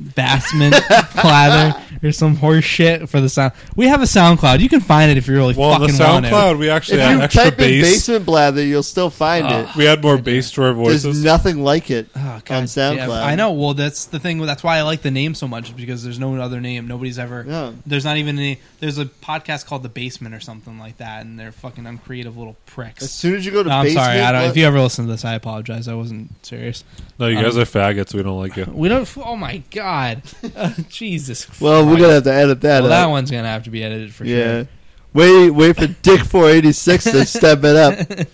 Speaker 3: Bassman Plather or some horse shit for the sound. We have a SoundCloud. You can find it if you really
Speaker 1: Well, on the
Speaker 3: fucking want to.
Speaker 1: SoundCloud, we
Speaker 4: if
Speaker 1: actually had
Speaker 4: you
Speaker 1: extra
Speaker 4: type in
Speaker 1: bass. Uh,
Speaker 4: Basement Blather, you'll still find it.
Speaker 3: Ah.
Speaker 1: We had more bass to our
Speaker 4: There's
Speaker 1: voices.
Speaker 4: nothing like it.
Speaker 3: Oh,
Speaker 4: on
Speaker 3: God
Speaker 4: SoundCloud.
Speaker 3: damn. I know. Well, that's the thing. That's why I like the name so much because there's no other name. Nobody's ever.
Speaker 4: No.
Speaker 3: There's not even any. There's a podcast called The Basement or something like that, and they're fucking uncreative little
Speaker 4: As
Speaker 3: pricks.
Speaker 4: soon as you go to
Speaker 3: No, I'm
Speaker 4: Basement,
Speaker 3: sorry. I don't,
Speaker 4: Bla-
Speaker 3: if you ever listen to this, I apologize. I wasn't serious.
Speaker 1: no, you
Speaker 3: Um,
Speaker 1: guys are faggots. We don't like you.
Speaker 3: We don't. Oh my God. Oh, Jesus.
Speaker 4: well, we're
Speaker 3: Christ.
Speaker 4: gonna have to edit that.
Speaker 3: Well,
Speaker 4: out.
Speaker 3: that one's gonna have to be edited for sure.
Speaker 4: yeah. Wait, wait for Dick four eighty six to step it up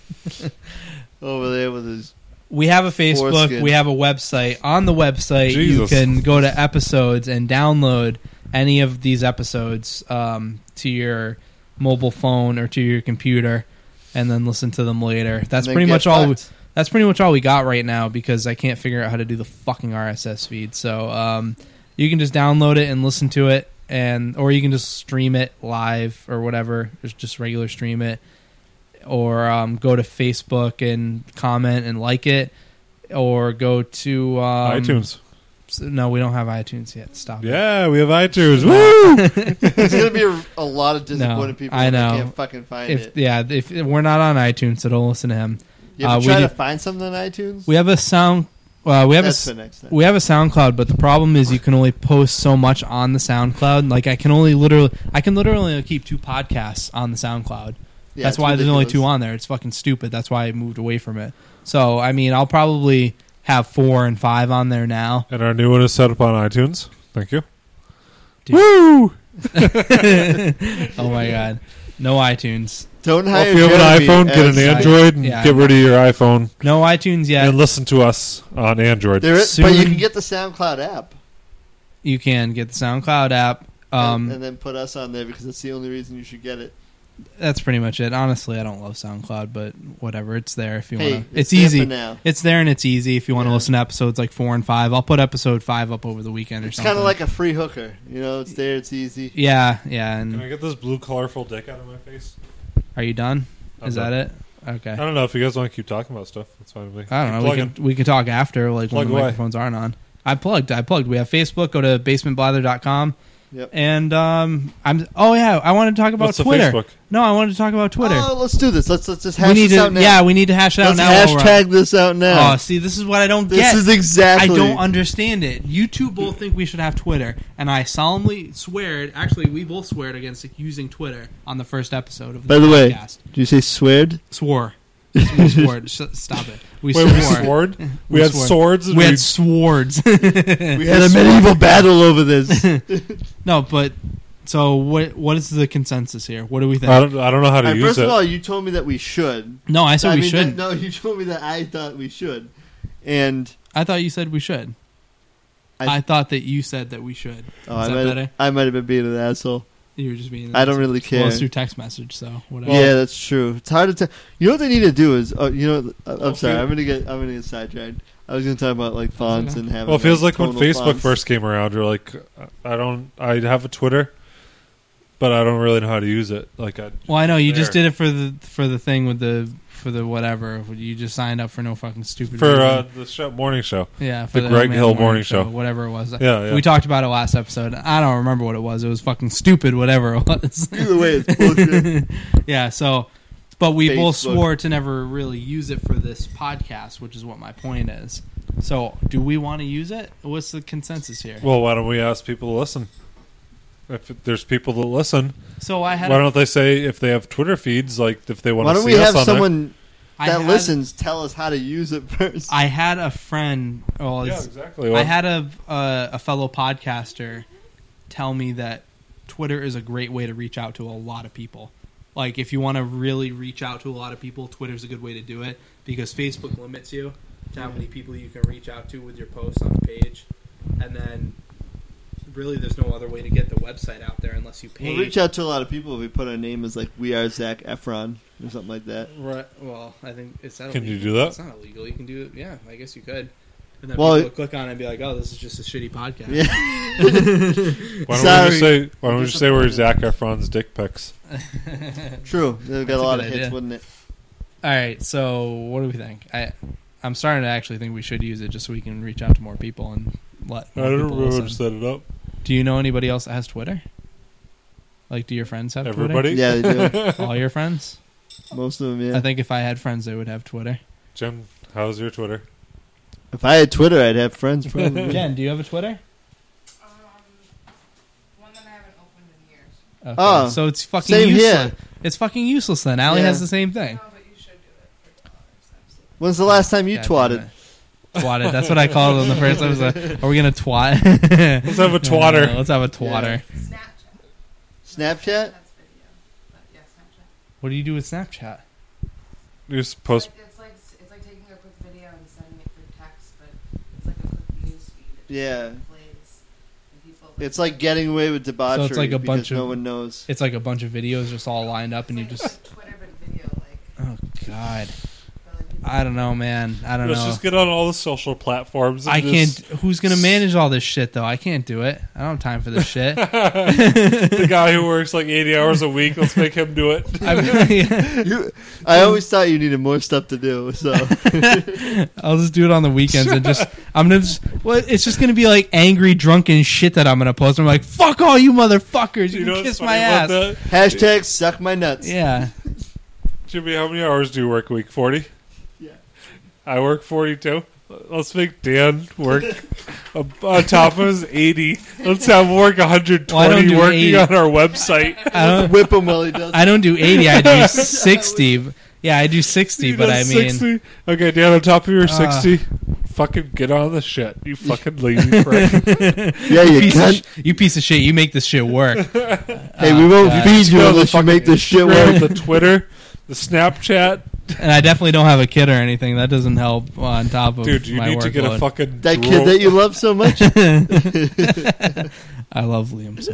Speaker 4: over there with his.
Speaker 3: We have a Facebook.
Speaker 4: Foreskin.
Speaker 3: We have a website. On the website,
Speaker 1: Jesus.
Speaker 3: you can go to episodes and download any of these episodes um, to your mobile phone or to your computer, and then listen to them later. That's
Speaker 4: and then
Speaker 3: pretty
Speaker 4: get
Speaker 3: much all. We,
Speaker 4: fucked.
Speaker 3: that's pretty much all we got right now because I can't figure out how to do the fucking RSS feed. So um, you can just download it and listen to it, and or you can just stream it live or whatever. Just- Just regular stream it, or um, go to Facebook and comment and like it, or go to um,
Speaker 1: iTunes.
Speaker 3: s- No, we don't have iTunes yet. Stop. it.
Speaker 1: Yeah, we have iTunes. Woo!
Speaker 4: There's gonna be a, a lot of disappointed
Speaker 3: No,
Speaker 4: people.
Speaker 3: I
Speaker 4: if they
Speaker 3: know.
Speaker 4: can't fucking find
Speaker 3: If
Speaker 4: it.
Speaker 3: yeah, if, if we're not on iTunes, so don't listen to him.
Speaker 4: You ever
Speaker 3: uh, we
Speaker 4: try
Speaker 3: do-
Speaker 4: to find something on iTunes?
Speaker 3: We have a sound. Uh, we have a
Speaker 4: That's
Speaker 3: s-
Speaker 4: the next thing.
Speaker 3: We have a SoundCloud, but the problem is you can only post so much on the SoundCloud. Like I can only literally, I can literally only keep two podcasts on the SoundCloud.
Speaker 4: Yeah,
Speaker 3: That's
Speaker 4: it's
Speaker 3: why there's only two
Speaker 4: ridiculous.
Speaker 3: on there. It's fucking stupid. That's why I moved away from it. So I mean, I'll probably have four and five on there now.
Speaker 1: and our new one is set up on iTunes. Thank you.
Speaker 3: Dude.
Speaker 1: Woo!
Speaker 3: Oh my god, no iTunes,
Speaker 4: Don't
Speaker 1: Well,
Speaker 4: hire
Speaker 1: if you have an
Speaker 4: Jeremy
Speaker 1: iPhone, get
Speaker 4: as-
Speaker 1: an Android and
Speaker 3: Yeah, I
Speaker 1: get rid of your iPhone
Speaker 3: no iTunes yet.
Speaker 1: and listen to us on Android.
Speaker 4: There is, but you
Speaker 3: Soon.
Speaker 4: can get the SoundCloud app
Speaker 3: You can get the SoundCloud app. Um,
Speaker 4: and, and then put us on there because that's the only reason you should get it.
Speaker 3: that's pretty much it. Honestly, I don't love SoundCloud, but whatever. It's there if you
Speaker 4: Hey,
Speaker 3: want to.
Speaker 4: it's
Speaker 3: It's
Speaker 4: there
Speaker 3: easy.
Speaker 4: for now.
Speaker 3: It's there and it's easy if you want to
Speaker 4: Yeah.
Speaker 3: listen to episodes like four and five. I'll put episode five up over the weekend or
Speaker 4: It's
Speaker 3: something.
Speaker 4: kind of like a free hooker. You know, it's there, it's easy.
Speaker 3: yeah, yeah.
Speaker 1: Can I
Speaker 3: And
Speaker 1: get this blue colorful dick out of my face?
Speaker 3: are you done?
Speaker 1: I'm
Speaker 3: Is
Speaker 1: done. Uh,
Speaker 3: that it? Okay.
Speaker 1: I don't know if you guys want to keep talking about stuff. That's fine with me.
Speaker 3: I
Speaker 1: Keep
Speaker 3: don't know. We
Speaker 1: plugging.
Speaker 3: can, we can talk after, like
Speaker 1: Plug
Speaker 3: when the
Speaker 1: away.
Speaker 3: microphones aren't on. I plugged. I plugged. We have Facebook. Go to basementblather.com.
Speaker 4: Yep.
Speaker 3: And um, I'm. Oh yeah, I wanted to talk about
Speaker 1: What's the
Speaker 3: Twitter.
Speaker 1: Facebook?
Speaker 3: No, I wanted to talk about Twitter.
Speaker 4: Oh, let's do this. Let's let's just hash
Speaker 3: we need
Speaker 4: this
Speaker 3: to.
Speaker 4: out now.
Speaker 3: Yeah, we need to hash it out
Speaker 4: let's
Speaker 3: now. while we're on.
Speaker 4: hashtag this out now.
Speaker 3: Oh, see, this is what I don't
Speaker 4: this
Speaker 3: get.
Speaker 4: is exactly.
Speaker 3: I don't understand it. You two both think we should have Twitter, and I solemnly swear. Actually, we both sweared against using Twitter on the first episode of the
Speaker 4: By the way-
Speaker 3: podcast.
Speaker 4: Did you say sweared?
Speaker 3: swore. We swore. S- Stop it. We
Speaker 1: Wait,
Speaker 3: swore.
Speaker 1: we sword? We had
Speaker 3: swore.
Speaker 1: swords. And
Speaker 3: We had swords.
Speaker 4: We had a medieval battle over this.
Speaker 3: no, but so what? What is the consensus here? What do we think?
Speaker 1: I don't. I don't know how to
Speaker 4: All right,
Speaker 1: use
Speaker 4: first
Speaker 1: it.
Speaker 4: of all, you told me that we should.
Speaker 3: no, I said
Speaker 4: I
Speaker 3: we
Speaker 4: mean,
Speaker 3: shouldn't.
Speaker 4: That, no, you told me that I thought we should, and
Speaker 3: I thought you said we should. I,
Speaker 4: I-
Speaker 3: thought that you said that we should.
Speaker 4: oh,
Speaker 3: Is
Speaker 4: I
Speaker 3: that
Speaker 4: might
Speaker 3: better?
Speaker 4: I might have been being an asshole.
Speaker 3: You were just being.
Speaker 4: I don't really
Speaker 3: Well,
Speaker 4: care.
Speaker 3: it's through text message, so whatever.
Speaker 4: yeah, that's true. It's hard to tell. You know what they need to do is, uh, you know, I- I'm sorry.
Speaker 1: feel-
Speaker 4: I'm gonna get I'm gonna get sidetracked. I was gonna talk about like fonts and having.
Speaker 1: well, Oh, it feels like when
Speaker 4: tonal
Speaker 1: Facebook
Speaker 4: fonts.
Speaker 1: first came around, you're like, I don't. I have a Twitter, but I don't really know how to use it. Like I.
Speaker 3: Well, I know you just
Speaker 1: There.
Speaker 3: did it for the for the thing with the for the whatever. You just signed up for no fucking stupid
Speaker 1: for
Speaker 3: reason.
Speaker 1: uh, the show, morning show.
Speaker 3: yeah for
Speaker 1: the Greg
Speaker 3: Man
Speaker 1: Hill Morning Show.
Speaker 3: whatever it was.
Speaker 1: Yeah, yeah.
Speaker 3: We talked about it last episode. I don't remember what it was. It was fucking stupid. Whatever it was.
Speaker 4: Either way, it's bullshit.
Speaker 3: yeah. So, but we both
Speaker 4: Facebook.
Speaker 3: swore to never really use it for this podcast, which is what my point is. So, do we want to use it? What's the consensus here?
Speaker 1: Well, why don't we ask people to listen? if there's people that listen,
Speaker 3: So I
Speaker 1: why
Speaker 3: had. A,
Speaker 1: don't they say if they have Twitter feeds, like if they want
Speaker 4: Why
Speaker 1: to
Speaker 4: don't
Speaker 1: see
Speaker 4: we
Speaker 1: us
Speaker 4: have
Speaker 1: on there?
Speaker 4: someone
Speaker 3: I
Speaker 4: that
Speaker 3: had-
Speaker 4: listens tell us how to use it first?
Speaker 3: I had a friend. Well,
Speaker 1: Yeah,
Speaker 3: it's-
Speaker 1: exactly. Well,
Speaker 3: I had a uh, a fellow podcaster tell me that Twitter is a great way to reach out to a lot of people. Like if you want to really reach out to a lot of people, Twitter's a good way to do it because Facebook limits you to how many people you can reach out to with your posts on the page, and then really there's no other way to get the website out there unless you pay.
Speaker 4: We'll reach out to a lot of people if we put our name as like we are Zach Efron or something like that.
Speaker 3: Right. Well, I think it's not.
Speaker 1: Can you
Speaker 3: illegal.
Speaker 1: do that?
Speaker 3: It's not illegal. You can do it. Yeah, I guess you could. And then
Speaker 4: Well,
Speaker 3: people would click on it and be like, "Oh, this is just a shitty podcast."
Speaker 4: Yeah.
Speaker 1: why don't we just
Speaker 4: Sorry.
Speaker 1: say why don't we just say we're Zach Efron's dick pics?
Speaker 4: True. They've got
Speaker 3: That's
Speaker 4: a
Speaker 3: a
Speaker 4: lot
Speaker 3: good
Speaker 4: of hits,
Speaker 3: idea.
Speaker 4: wouldn't it?
Speaker 3: All right. So, what do we think? I I'm starting to actually think we should use it just so we can reach out to more people and let.
Speaker 1: I
Speaker 3: More
Speaker 1: don't
Speaker 3: people
Speaker 1: remember how to
Speaker 3: listen.
Speaker 1: set it up.
Speaker 3: Do you know anybody else that has Twitter? Like, do your friends have
Speaker 1: Everybody,
Speaker 4: Yeah, they do.
Speaker 3: Twitter? All your friends?
Speaker 4: Most of them,
Speaker 3: I
Speaker 4: yeah.
Speaker 3: think if I had friends, they would have Twitter.
Speaker 1: Jim, how's your Twitter?
Speaker 4: If I had Twitter, I'd have friends probably.
Speaker 3: Jen, do you have a Twitter?
Speaker 5: Um, one that I haven't opened in years.
Speaker 3: Okay.
Speaker 4: Oh,
Speaker 3: so it's fucking
Speaker 4: same
Speaker 3: useless.
Speaker 4: here.
Speaker 3: It's fucking useless. Then Allie
Speaker 4: Yeah.
Speaker 3: has the same thing.
Speaker 5: No, but you should do it for dollars. Absolutely.
Speaker 4: When's the last time you
Speaker 3: God damn
Speaker 4: twatted?
Speaker 3: it. Twatted. That's what I called it in the first episode. Are we gonna twat? let's
Speaker 1: have a twatter.
Speaker 3: let's have a twatter.
Speaker 5: Snapchat.
Speaker 4: Snapchat?
Speaker 5: That's video. But yeah, Snapchat.
Speaker 3: What do you do with Snapchat?
Speaker 1: You just post.
Speaker 5: Like, it's like it's like taking a quick video and sending it through text, but it's like a quick news feed. It
Speaker 4: Yeah.
Speaker 5: Plays. And people.
Speaker 4: It's like getting away with debauchery
Speaker 3: it's like a
Speaker 4: because
Speaker 3: bunch of-
Speaker 4: no one knows.
Speaker 3: It's like a bunch of videos just all lined up,
Speaker 5: It's
Speaker 3: and you
Speaker 5: like
Speaker 3: just.
Speaker 5: Twitter, but video like.
Speaker 3: Oh God,
Speaker 5: But like it's
Speaker 3: I don't know, man. I don't
Speaker 1: Let's
Speaker 3: know.
Speaker 1: just get on all the social platforms. and
Speaker 3: I can't.
Speaker 1: just-
Speaker 3: Who's gonna manage all this shit though? I can't do it. I don't have time for this shit.
Speaker 1: the guy who works like eighty hours a week. Let's make him do it.
Speaker 3: I,
Speaker 4: You, I always thought you needed more stuff to do. So
Speaker 3: will just do it on the weekends and just. I'm gonna. Just, well, it's just gonna be like angry, drunken shit that I'm gonna post. I'm like, fuck all you motherfuckers. You,
Speaker 1: know
Speaker 3: can
Speaker 1: what's
Speaker 3: kiss
Speaker 1: funny
Speaker 3: my
Speaker 1: about
Speaker 3: ass.
Speaker 1: that?
Speaker 4: hashtag suck my nuts.
Speaker 3: Yeah.
Speaker 1: Jimmy, how many hours do you work a week? Forty.
Speaker 4: Yeah.
Speaker 1: I work forty-two. Let's make Dan work a- on top of his eighty. Let's have him work one hundred
Speaker 3: Well, I don't
Speaker 1: twenty
Speaker 3: do
Speaker 1: working
Speaker 3: 80.
Speaker 1: on our website.
Speaker 3: I don't.
Speaker 4: Whip him while he does.
Speaker 3: I don't do 80. I do 60. Yeah, I do 60,
Speaker 1: He
Speaker 3: but I
Speaker 1: does
Speaker 3: mean,
Speaker 1: 60. okay, Dan, on top of your
Speaker 3: Ah.
Speaker 1: sixty, fucking get on the shit. You fucking lazy prick.
Speaker 4: it. Yeah, you
Speaker 3: piece of
Speaker 4: cunt.
Speaker 3: sh- you piece of shit, you make this shit work. Oh,
Speaker 4: Hey, we won't
Speaker 3: God.
Speaker 4: feed you
Speaker 1: Scroll the
Speaker 4: unless you
Speaker 1: fucking
Speaker 4: make this shit
Speaker 1: Instagram,
Speaker 4: work.
Speaker 1: the Twitter, the Snapchat.
Speaker 3: And I definitely don't have a kid or anything. That doesn't help on top of
Speaker 1: Dude, you
Speaker 3: my
Speaker 1: need to get a
Speaker 3: workload.
Speaker 1: fucking
Speaker 4: That
Speaker 1: droll-
Speaker 4: kid that you love so much.
Speaker 3: I love Liam so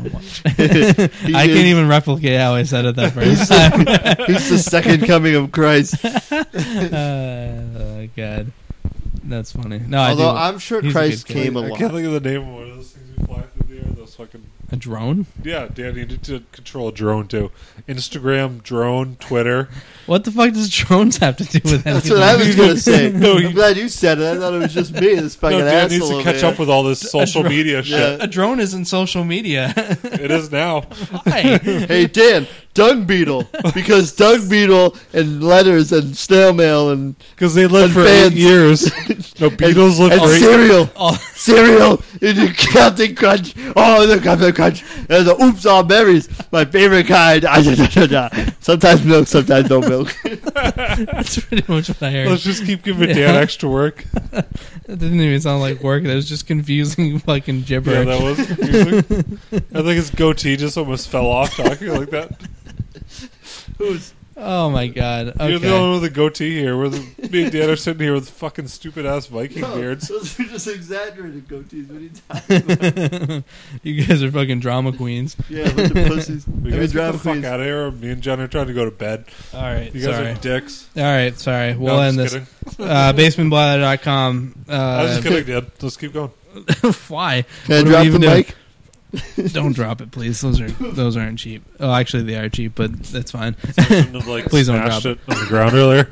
Speaker 3: much.
Speaker 4: He
Speaker 3: I
Speaker 4: is-
Speaker 3: can't even replicate how I said it that first time.
Speaker 4: He's the second coming of Christ.
Speaker 3: Uh, God, that's funny. No,
Speaker 4: Although
Speaker 3: I do.
Speaker 4: I'm sure
Speaker 3: He's a
Speaker 4: Christ
Speaker 3: good kid.
Speaker 4: came
Speaker 1: I can't
Speaker 4: along.
Speaker 1: think of the name of one of those things you fly through the air. Those fucking
Speaker 3: a drone.
Speaker 1: yeah, Dan, you need to control a drone too. Instagram, drone, Twitter.
Speaker 3: What the fuck does drones have to do with anything?
Speaker 4: That's what I was gonna say.
Speaker 1: No, he-
Speaker 4: I'm glad you said it. I thought it was just me. This fucking
Speaker 1: no, Dan
Speaker 4: asshole
Speaker 1: needs to
Speaker 4: over
Speaker 1: catch
Speaker 4: here.
Speaker 1: up with all this social
Speaker 3: drone-
Speaker 1: media shit.
Speaker 3: a drone isn't social media.
Speaker 1: It is now.
Speaker 3: Why?
Speaker 4: Hey Dan, dung beetle, because dung beetle and letters and snail mail and
Speaker 1: Because they lived for
Speaker 4: And fans.
Speaker 1: eight years. No, Beatles lived
Speaker 4: and
Speaker 1: for eight
Speaker 4: cereal,
Speaker 3: Oh.
Speaker 4: cereal, and the Captain Crunch. Oh, the Captain Crunch and the Oops All Berries, my favorite kind. Ah, da, da, da, da. Sometimes milk, sometimes no milk.
Speaker 3: That's pretty much what I heard.
Speaker 1: Let's just keep giving
Speaker 3: Yeah.
Speaker 1: Dan extra work.
Speaker 3: That didn't even sound like work. That was just confusing fucking
Speaker 1: Yeah,
Speaker 3: gibberish.
Speaker 1: that was confusing. I think his goatee just almost fell off talking like that.
Speaker 3: oh my god. Okay.
Speaker 1: You're the only one with a goatee here. Where the, me and Dan are sitting here with fucking stupid ass Viking beards.
Speaker 4: Oh, Those are just exaggerated goatees. What are you talking?
Speaker 3: you guys are fucking drama queens.
Speaker 4: Yeah, with the pussies.
Speaker 1: We
Speaker 4: I mean,
Speaker 1: guys get the
Speaker 4: drama
Speaker 1: fuck
Speaker 4: queens.
Speaker 1: out of here. or Me and John are trying to go to bed.
Speaker 3: All right.
Speaker 1: You guys
Speaker 3: sorry.
Speaker 1: are dicks.
Speaker 3: All right. Sorry.
Speaker 1: No,
Speaker 3: We'll
Speaker 1: I'm
Speaker 3: end
Speaker 1: just
Speaker 3: this.
Speaker 1: kidding.
Speaker 3: Uh, basementbladder.com.
Speaker 1: I was
Speaker 3: Uh,
Speaker 1: just kidding, Dan. Let's keep going.
Speaker 3: why?
Speaker 4: Can I
Speaker 3: What do we
Speaker 4: drop the
Speaker 3: even do?
Speaker 4: mic?
Speaker 3: Don't drop it, please. Those are those aren't cheap. Oh, actually, they are cheap, but that's fine.
Speaker 1: I shouldn't have, like,
Speaker 3: Please don't
Speaker 1: smashed
Speaker 3: drop
Speaker 1: it on the ground earlier.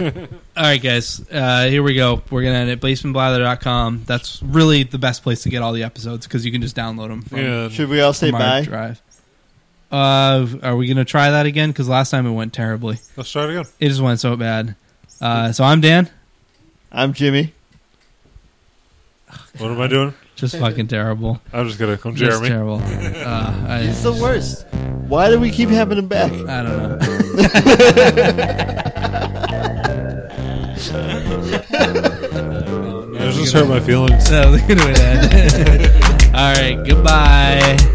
Speaker 3: All right, guys. Uh, here we go. We're gonna end it. Basementblather.com. That's really the best place to get all the episodes because you can just download them from
Speaker 1: yeah.
Speaker 4: Should we all say
Speaker 3: from our
Speaker 4: bye?
Speaker 3: drive. Uh, are we gonna try that again? Because last time it went terribly.
Speaker 1: Let's try it again.
Speaker 3: It just went so bad. Uh, so I'm Dan.
Speaker 4: I'm Jimmy.
Speaker 1: What am I doing?
Speaker 3: Just fucking terrible.
Speaker 1: I'm just gonna come,
Speaker 3: Just
Speaker 1: Jeremy.
Speaker 3: terrible. Uh, I,
Speaker 4: He's the worst. Why do we keep having him back?
Speaker 3: I don't know.
Speaker 1: It just hurt my feelings.
Speaker 3: That was a good way to end. All right. Goodbye.